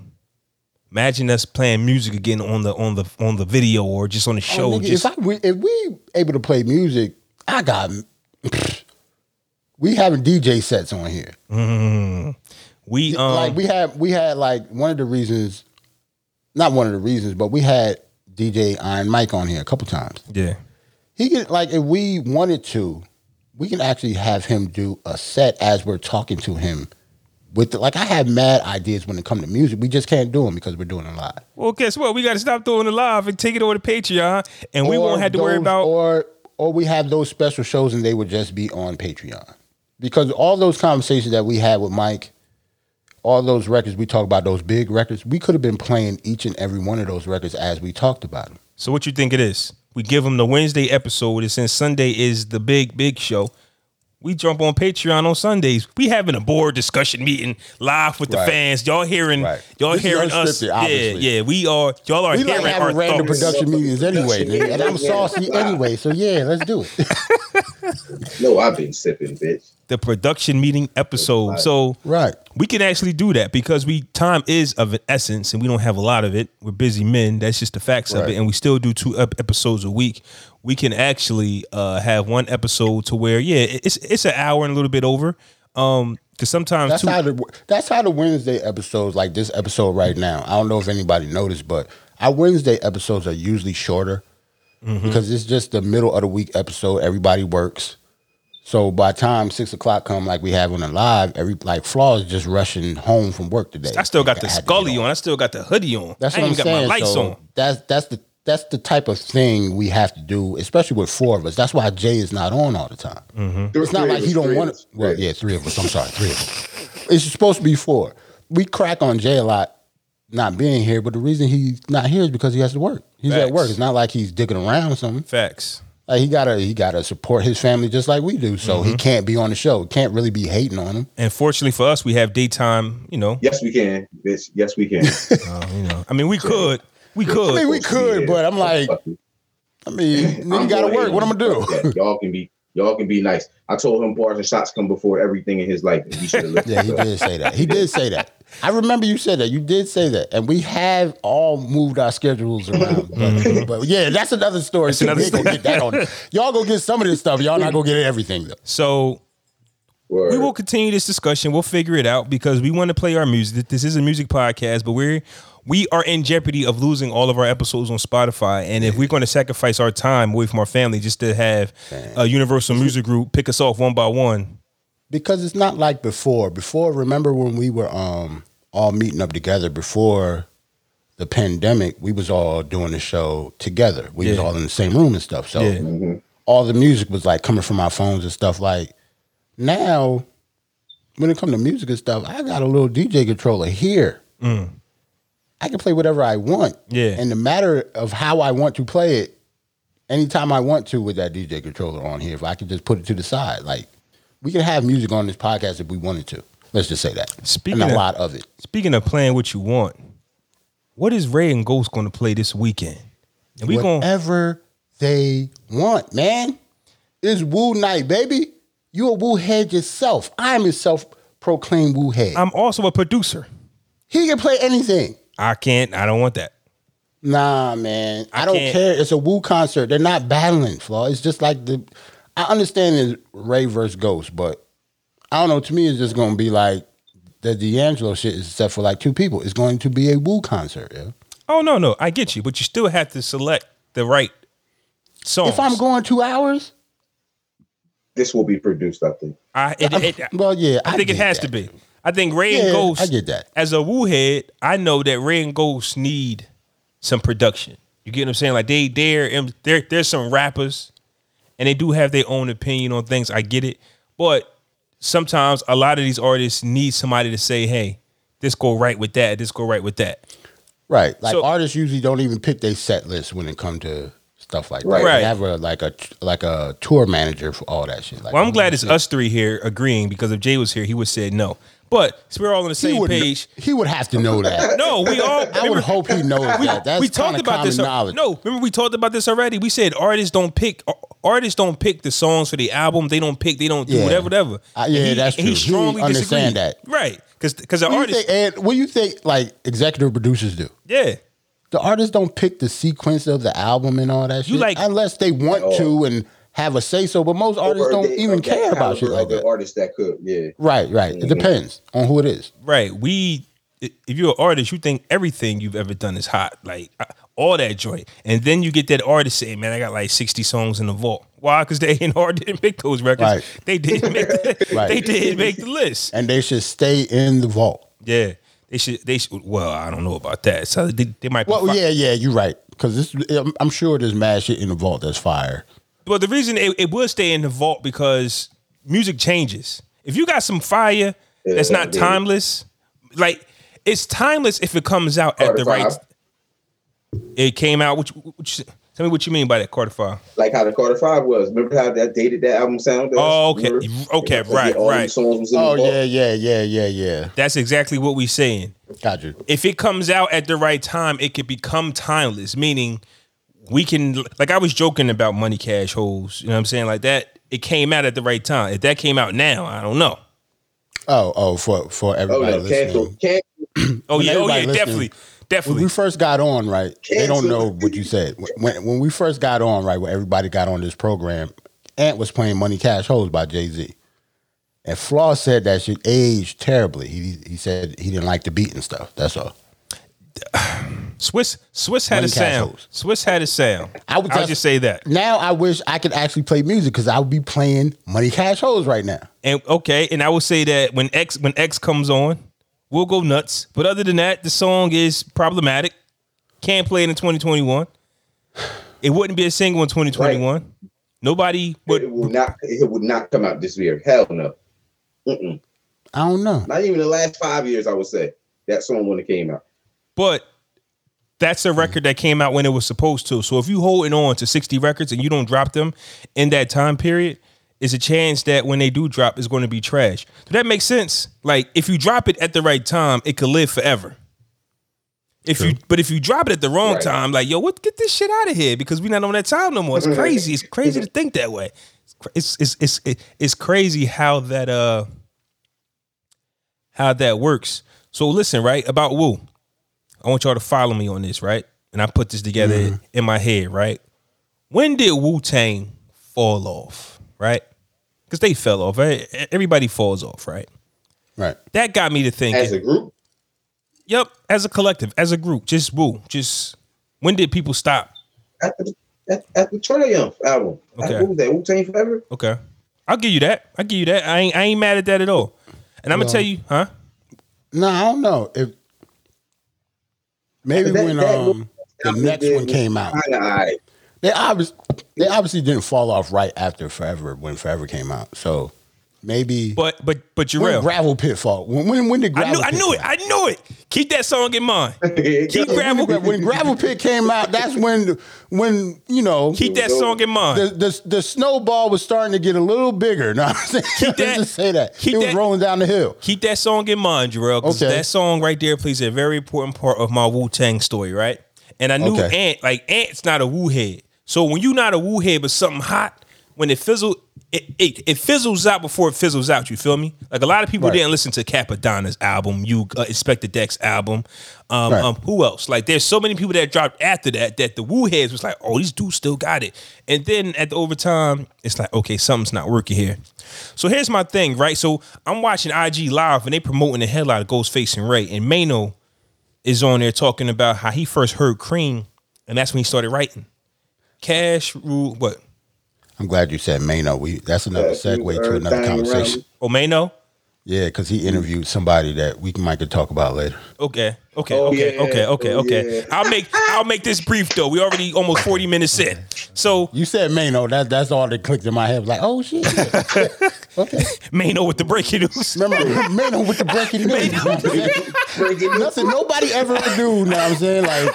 [SPEAKER 1] Imagine us playing music again on the on the on the video or just on the
[SPEAKER 3] Oh,
[SPEAKER 1] show.
[SPEAKER 3] nigga,
[SPEAKER 1] just
[SPEAKER 3] if, I, we, if we able to play music, I got. we having DJ sets on here.
[SPEAKER 1] we um
[SPEAKER 3] like we had we had like one of the reasons not one of the reasons but we had dj iron mike on here a couple times
[SPEAKER 1] yeah.
[SPEAKER 3] he could like if we wanted to we can actually have him do a set as we're talking to him with the, like i have mad ideas when it comes to music we just can't do them because we're doing it live
[SPEAKER 1] Well, guess what? We got to stop doing it live and take it over to Patreon, and we
[SPEAKER 3] Or
[SPEAKER 1] won't have to worry
[SPEAKER 3] those-
[SPEAKER 1] about.
[SPEAKER 3] or or we have those special shows and they would just be on Patreon. Because all those conversations that we had with Mike, all those records we talk about, those big records, we could have been playing each and every one of those records as we talked about them.
[SPEAKER 1] So what you think it is? We give them the Wednesday episode, and since Sunday is the big big show, we jump on Patreon on Sundays. We having a board discussion meeting live with the
[SPEAKER 3] Right.
[SPEAKER 1] fans. Y'all hearing
[SPEAKER 3] Right.
[SPEAKER 1] y'all
[SPEAKER 3] This is
[SPEAKER 1] hearing us?
[SPEAKER 3] unscripted,
[SPEAKER 1] Yeah,
[SPEAKER 3] obviously.
[SPEAKER 1] yeah. We are y'all are
[SPEAKER 3] We like
[SPEAKER 1] hearing our
[SPEAKER 3] having random
[SPEAKER 1] thoughts.
[SPEAKER 3] production meetings anyway,
[SPEAKER 2] Production
[SPEAKER 3] nigga, and I'm
[SPEAKER 2] meetings, yeah.
[SPEAKER 3] saucy anyway, so yeah, let's do it.
[SPEAKER 2] No, I've been sipping, bitch.
[SPEAKER 1] the production meeting episode. So
[SPEAKER 3] right.
[SPEAKER 1] we can actually do that because we time is of an essence and we don't have a lot of it we're busy men that's just the facts of
[SPEAKER 3] Right.
[SPEAKER 1] it and we still do two ep- episodes a week we can actually uh, have one episode to where yeah it- it's it's an hour and a little bit over um because sometimes
[SPEAKER 3] That's
[SPEAKER 1] two,
[SPEAKER 3] how the that's how the Wednesday episodes like this episode right
[SPEAKER 1] Mm-hmm.
[SPEAKER 3] now. I don't know if anybody noticed, but our Wednesday episodes are usually shorter
[SPEAKER 1] Mm-hmm.
[SPEAKER 3] because it's just the middle of the week episode. Everybody works, so by the time six o'clock come, like we have on the live, every like Flaw is just rushing home from work today.
[SPEAKER 1] I still got
[SPEAKER 3] Like,
[SPEAKER 1] the
[SPEAKER 3] I had to
[SPEAKER 1] scully
[SPEAKER 3] get
[SPEAKER 1] on. I still got the hoodie on.
[SPEAKER 3] That's
[SPEAKER 1] I ain't
[SPEAKER 3] what I'm
[SPEAKER 1] even got
[SPEAKER 3] saying.
[SPEAKER 1] my lights
[SPEAKER 3] so
[SPEAKER 1] on.
[SPEAKER 3] That's that's the that's the type of thing we have to do, especially with four of us. That's why Jay is not on all the time. It's not
[SPEAKER 2] Three
[SPEAKER 3] like
[SPEAKER 2] of
[SPEAKER 3] he
[SPEAKER 2] us,
[SPEAKER 3] don't
[SPEAKER 2] three
[SPEAKER 3] want
[SPEAKER 2] of
[SPEAKER 3] to.
[SPEAKER 2] us,
[SPEAKER 3] Well,
[SPEAKER 2] three
[SPEAKER 3] yeah, three of us. I'm sorry, three of us. It's supposed to be four. We crack on Jay a lot not being here, but the reason he's not here is because he has to work. He's at
[SPEAKER 1] Facts.
[SPEAKER 3] work. It's not like he's digging around or something.
[SPEAKER 1] Facts.
[SPEAKER 3] Like he gotta he gotta support his family just like we do. So
[SPEAKER 2] Mm-hmm.
[SPEAKER 3] he can't be on the show. Can't really be hating on him.
[SPEAKER 1] And fortunately for us, we have daytime. You know,
[SPEAKER 2] Yes, we can, bitch. Yes, we can.
[SPEAKER 1] uh, you know. I mean, we could, we
[SPEAKER 3] I mean,
[SPEAKER 1] could.
[SPEAKER 3] we could,
[SPEAKER 2] Yeah.
[SPEAKER 3] but I'm like,
[SPEAKER 2] Fuck you.
[SPEAKER 3] I mean,
[SPEAKER 2] I'm
[SPEAKER 3] nigga gotta
[SPEAKER 2] going
[SPEAKER 3] work. What I'm gonna
[SPEAKER 2] Fuck
[SPEAKER 3] do?
[SPEAKER 2] that. Y'all can be, y'all can be nice. I told him bars and shots come before everything in his life. and He should have listened.
[SPEAKER 3] Yeah, he did say that. He did say that. I remember you said that. You did say that, and we have all moved our schedules around. But, but yeah, Mm-hmm. that's another story. too.
[SPEAKER 1] another
[SPEAKER 3] We ain't gonna get that on. Y'all go get some of this stuff. Y'all not gonna get everything though.
[SPEAKER 1] So
[SPEAKER 2] Word.
[SPEAKER 1] we will continue this discussion. We'll figure it out because we want to play our music. This is a music podcast, but we're we are in jeopardy of losing all of our episodes on Spotify. And if we're going to sacrifice our time away from our family just to have a Universal Music Group pick us off one by one,
[SPEAKER 3] because it's not like before. Before, remember when we were um all meeting up together before the pandemic? We was all doing the show together. We was
[SPEAKER 1] Yeah.
[SPEAKER 3] all in the same room and stuff. So
[SPEAKER 1] Yeah.
[SPEAKER 3] all the music was like coming from our phones and stuff. Like now, when it comes to music and stuff, I got a little DJ controller here. I can play whatever I want.
[SPEAKER 1] Mm. Yeah.
[SPEAKER 3] and the matter of how I want to play it. Anytime I want to with that DJ controller on here, if I could just put it to the side, like we could have music on this podcast if we wanted to. Let's just say that.
[SPEAKER 1] Speaking
[SPEAKER 3] and a
[SPEAKER 1] of-
[SPEAKER 3] lot of it.
[SPEAKER 1] Speaking of playing what you want, what is Ray and Ghost going to play this weekend? And we going to
[SPEAKER 3] Whatever they want, man. It's woo night, baby. You a woo head yourself. I'm a self-proclaimed woo head.
[SPEAKER 1] I'm also a producer.
[SPEAKER 3] he can play anything.
[SPEAKER 1] I can't. I don't want that.
[SPEAKER 3] Nah, man. I, don't
[SPEAKER 1] can't-
[SPEAKER 3] care. It's a woo concert. They're not battling, flaw. It's just like the I understand it's Ray versus Ghost, but I don't know. To me, it's just gonna be like the D'Angelo shit is set for like two people. It's going to be a woo concert, yeah.
[SPEAKER 1] Oh no, no, I get you, but you still have to select the right songs.
[SPEAKER 3] If I'm going two hours,
[SPEAKER 2] This will be produced, I think.
[SPEAKER 1] I, it, it,
[SPEAKER 3] well, yeah,
[SPEAKER 1] I think it
[SPEAKER 3] get
[SPEAKER 1] has
[SPEAKER 3] that.
[SPEAKER 1] to be. I think Ray
[SPEAKER 3] Yeah,
[SPEAKER 1] and Ghost.
[SPEAKER 3] I get that.
[SPEAKER 1] As a woo head, I know that Ray and Ghost need some production. You get what I'm saying? Like they, they're, they're, there's some rappers, and they do have their own opinion on things. I get it, but sometimes a lot of these artists need somebody to say, "Hey, this go right with that. This go right with that."
[SPEAKER 3] Right. Like
[SPEAKER 1] So-
[SPEAKER 3] artists usually don't even pick their set list when it comes to stuff like that.
[SPEAKER 2] Right.
[SPEAKER 1] Right.
[SPEAKER 3] They have a like a like a tour manager for all that shit. Like,
[SPEAKER 1] Well, I'm glad it's us three here agreeing because if Jay was here, he would have said no. But since we're all on the
[SPEAKER 3] he
[SPEAKER 1] same
[SPEAKER 3] would,
[SPEAKER 1] page.
[SPEAKER 3] he would have to know that.
[SPEAKER 1] No, we all.
[SPEAKER 3] I would hope he knows that. That's
[SPEAKER 1] we talked
[SPEAKER 3] kinda
[SPEAKER 1] about
[SPEAKER 3] common
[SPEAKER 1] this.
[SPEAKER 3] knowledge.
[SPEAKER 1] No, remember we talked about this already. We said artists don't pick ar- artists don't pick the songs for the album. They don't pick. They don't do
[SPEAKER 3] Yeah.
[SPEAKER 1] whatever, whatever.
[SPEAKER 3] Uh, yeah,
[SPEAKER 1] And he,
[SPEAKER 3] that's
[SPEAKER 1] and He
[SPEAKER 3] true. He didn't
[SPEAKER 1] strongly
[SPEAKER 3] understand
[SPEAKER 1] disagreed.
[SPEAKER 3] that.
[SPEAKER 1] right? Because because the
[SPEAKER 3] What do, you
[SPEAKER 1] artist,
[SPEAKER 3] think, Ed, what do you think like executive producers do?
[SPEAKER 1] yeah,
[SPEAKER 3] The artists don't pick the sequence of the album and all that
[SPEAKER 1] You
[SPEAKER 3] shit
[SPEAKER 1] like-
[SPEAKER 3] unless they want
[SPEAKER 2] Oh.
[SPEAKER 3] to and have a say so, but most artists
[SPEAKER 2] Or
[SPEAKER 3] don't
[SPEAKER 2] they-
[SPEAKER 3] even
[SPEAKER 2] of that
[SPEAKER 3] care about shit
[SPEAKER 2] caliber
[SPEAKER 3] like
[SPEAKER 2] of the
[SPEAKER 3] that.
[SPEAKER 2] Artists that could, yeah.
[SPEAKER 3] Right, right.
[SPEAKER 2] Mm-hmm.
[SPEAKER 3] It depends on who it is.
[SPEAKER 1] right. We i- if you're an artist, you think everything you've ever done is hot, like uh, all that joint, and then you get that artist saying, "Man, I got like 60 songs in the vault." Why? Because they ain't hard didn't make those records.
[SPEAKER 3] Right.
[SPEAKER 1] They didn't make. The,
[SPEAKER 3] Right.
[SPEAKER 1] They didn't make the list.
[SPEAKER 3] And they should stay in the vault.
[SPEAKER 1] Yeah, they should. They should. Well, I don't know about that. So they, they might. Be
[SPEAKER 3] Well,
[SPEAKER 1] fi-
[SPEAKER 3] yeah, yeah, you're right. Because this, I'm- I'm sure there's mad shit in the vault that's fire.
[SPEAKER 1] Well, the reason it, it will stay in the vault because music changes. If you got some fire that's
[SPEAKER 2] Yeah,
[SPEAKER 1] not
[SPEAKER 2] yeah.
[SPEAKER 1] timeless, like it's timeless if it comes out at the
[SPEAKER 2] Carter
[SPEAKER 1] right.
[SPEAKER 2] Five.
[SPEAKER 1] It came out. Which, which tell me what you mean by that Carter Five.
[SPEAKER 2] like how the Carter Five was. Remember how that dated that album sound? does?
[SPEAKER 1] Oh, okay.
[SPEAKER 2] Remember?
[SPEAKER 1] Okay,
[SPEAKER 2] Like,
[SPEAKER 1] right,
[SPEAKER 2] all these
[SPEAKER 1] right.
[SPEAKER 2] Songs was in the
[SPEAKER 3] Oh
[SPEAKER 2] vault.
[SPEAKER 3] yeah, yeah, yeah, yeah, yeah.
[SPEAKER 1] That's exactly what we're saying.
[SPEAKER 3] Got you.
[SPEAKER 1] if it comes out at the right time, it could become timeless. Meaning, we can like I was joking about money cash holes. You know what I'm saying? Like that, it came out at the right time. If that came out now, I don't know.
[SPEAKER 3] Oh, oh, for for
[SPEAKER 2] Oh
[SPEAKER 3] everybody
[SPEAKER 2] no, cancel,
[SPEAKER 3] listening.
[SPEAKER 2] cancel.
[SPEAKER 1] Oh
[SPEAKER 3] When
[SPEAKER 1] yeah, oh
[SPEAKER 3] everybody
[SPEAKER 1] yeah,
[SPEAKER 3] listening-
[SPEAKER 1] definitely,
[SPEAKER 3] When we
[SPEAKER 1] definitely.
[SPEAKER 3] first got on, right? They don't
[SPEAKER 2] Cancel.
[SPEAKER 3] know what you said. When when we first got on, right? When everybody got on this program, Ant was playing "Money Cash Holes" by Jay Z, and Flaw said that shit aged terribly. He he said he didn't like the beat and stuff. That's all.
[SPEAKER 1] Swiss Swiss had
[SPEAKER 3] Money
[SPEAKER 1] a
[SPEAKER 3] cash
[SPEAKER 1] sound.
[SPEAKER 3] holes.
[SPEAKER 1] Swiss had a sound.
[SPEAKER 3] I would
[SPEAKER 1] I'll
[SPEAKER 3] just-
[SPEAKER 1] just say that.
[SPEAKER 3] Now I wish I could actually play music because I would be playing "Money Cash Holes" right now.
[SPEAKER 1] And okay, and I will say that when X when X comes on, we'll go nuts. But other than that, the song is problematic. Can't play it in 2021. It wouldn't be a single in 2021. Nobody would
[SPEAKER 2] it will not. It would not come out this year. Hell no. Mm-mm.
[SPEAKER 3] I don't know.
[SPEAKER 2] Not even the last five years. I would say that song when it came out.
[SPEAKER 1] but that's a record that came out when it was supposed to. So if you holding on to 60 records and you don't drop them in that time period, it's a chance that when they do drop, it's going to be trash. Does that make sense? Like if you drop it at the right time, it could live forever. If you but if you drop it at the wrong
[SPEAKER 2] Right.
[SPEAKER 1] time, like yo, what get this shit out of here because we're not on that time no more. It's crazy. It's crazy to think that way. It's cra- It's it's it's it- it's crazy how that uh how that works. So listen, right about Woo. I want y'all to follow me on this, right? And I put this together in my head, right? When did Wu Tang fall off, right? Because they fell off. right? E- Everybody falls off, right?
[SPEAKER 3] Right.
[SPEAKER 1] That got me to thinking.
[SPEAKER 2] As a group,
[SPEAKER 1] yep, as a collective, as a group, just Wu, just when did people stop?
[SPEAKER 2] at the, at, at the Triumph album.
[SPEAKER 1] Okay.
[SPEAKER 2] Okay. What was that? Wu Tang Forever.
[SPEAKER 1] Okay, I'll give you that. I'll give you that. I ain't I ain't mad at that at all. And I'm gonna
[SPEAKER 3] No.
[SPEAKER 1] tell you, huh?
[SPEAKER 3] No, I don't know. If maybe
[SPEAKER 2] That-
[SPEAKER 3] when
[SPEAKER 2] that-
[SPEAKER 3] um the next one came out,
[SPEAKER 2] Kinda alright.
[SPEAKER 3] they obviously they obviously didn't fall off right after Forever when Forever came out. So maybe
[SPEAKER 1] But but but
[SPEAKER 3] when
[SPEAKER 1] Jarrell,
[SPEAKER 3] Gravel Pit fall. When when, when did
[SPEAKER 1] I
[SPEAKER 3] Gravel
[SPEAKER 1] knew I
[SPEAKER 3] Pit
[SPEAKER 1] knew it.
[SPEAKER 3] fall?
[SPEAKER 1] I knew it. Keep that song in mind. Keep
[SPEAKER 2] Yeah,
[SPEAKER 1] Gravel.
[SPEAKER 3] When, when Gravel Pit came out, that's when when you know
[SPEAKER 1] Keep that song in mind.
[SPEAKER 3] the, the the snowball was starting to get a little bigger. No, I'm saying keep
[SPEAKER 1] that-
[SPEAKER 3] just say that
[SPEAKER 1] keep
[SPEAKER 3] it was
[SPEAKER 1] that-
[SPEAKER 3] rolling down the hill.
[SPEAKER 1] Keep that song in mind, Jarrell, 'cause
[SPEAKER 3] Okay.
[SPEAKER 1] that song right there plays a very important part of my Wu Tang story, right? And I knew
[SPEAKER 3] Okay.
[SPEAKER 1] Ant, like Ant's not a Wu head. So when you're not a Wu head, but something hot, when it fizzle, it, it, it fizzles out before it fizzles out. You feel me? Like a lot of people
[SPEAKER 3] Right.
[SPEAKER 1] didn't listen to Capadonna's album, you uh, Expect the Dex album. Um,
[SPEAKER 3] Right.
[SPEAKER 1] um, who else? Like there's so many people that dropped after that that the Wu heads was like, oh, these dudes still got it. And then at the overtime, it's like, okay, something's not working here. So here's my thing, right? So I'm watching IG Live and they promoting the headline of Ghostface and Ray. And Mano is on there talking about how he first heard Cream, and that's when he started writing. Cash rule what?
[SPEAKER 3] I'm glad you said Mano. We that's another
[SPEAKER 2] Yeah, uh,
[SPEAKER 3] segue to
[SPEAKER 2] you
[SPEAKER 3] another
[SPEAKER 2] heard Diamond
[SPEAKER 3] conversation.
[SPEAKER 2] Rose.
[SPEAKER 1] Oh Mano?
[SPEAKER 3] Yeah, because he interviewed somebody that we might could talk about later.
[SPEAKER 1] Okay, okay,
[SPEAKER 2] Oh,
[SPEAKER 1] okay,
[SPEAKER 2] yeah.
[SPEAKER 1] okay, okay,
[SPEAKER 2] Oh,
[SPEAKER 1] okay.
[SPEAKER 2] yeah.
[SPEAKER 1] I'll make I'll make this brief though. We already almost 40 minutes in. So
[SPEAKER 3] You said Mano. That that's all that clicked in my head. Like, oh shit. okay.
[SPEAKER 1] Mano with the breaking news.
[SPEAKER 3] Remember Mano with the breaking news.
[SPEAKER 2] Breaking news.
[SPEAKER 3] Nothing nobody ever would do. You know what I'm saying? Like,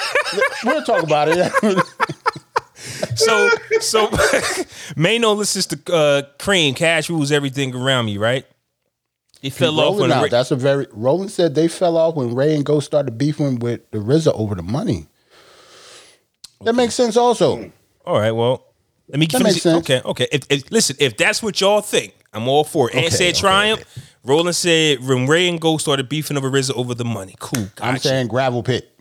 [SPEAKER 3] we'll talk about it.
[SPEAKER 1] so so Mano listens to uh Cream, Cash Rules Everything Around Me, right? He fell off
[SPEAKER 3] Rolling
[SPEAKER 1] when
[SPEAKER 3] out.
[SPEAKER 1] Ray,
[SPEAKER 3] That's a very. Roland said they fell off when Ray and Ghost started beefing with the RZA over the money. That makes sense. Also,
[SPEAKER 1] All right, well, let me
[SPEAKER 3] That
[SPEAKER 1] finish.
[SPEAKER 3] makes sense.
[SPEAKER 1] Okay, okay. If, if, listen, if that's what y'all think, I'm all for it. Ant
[SPEAKER 3] Okay,
[SPEAKER 1] said
[SPEAKER 3] okay,
[SPEAKER 1] Triumph. Roland said when Ray and Ghost started beefing over RZA over the money. Cool. Gotcha.
[SPEAKER 3] I'm saying gravel pit.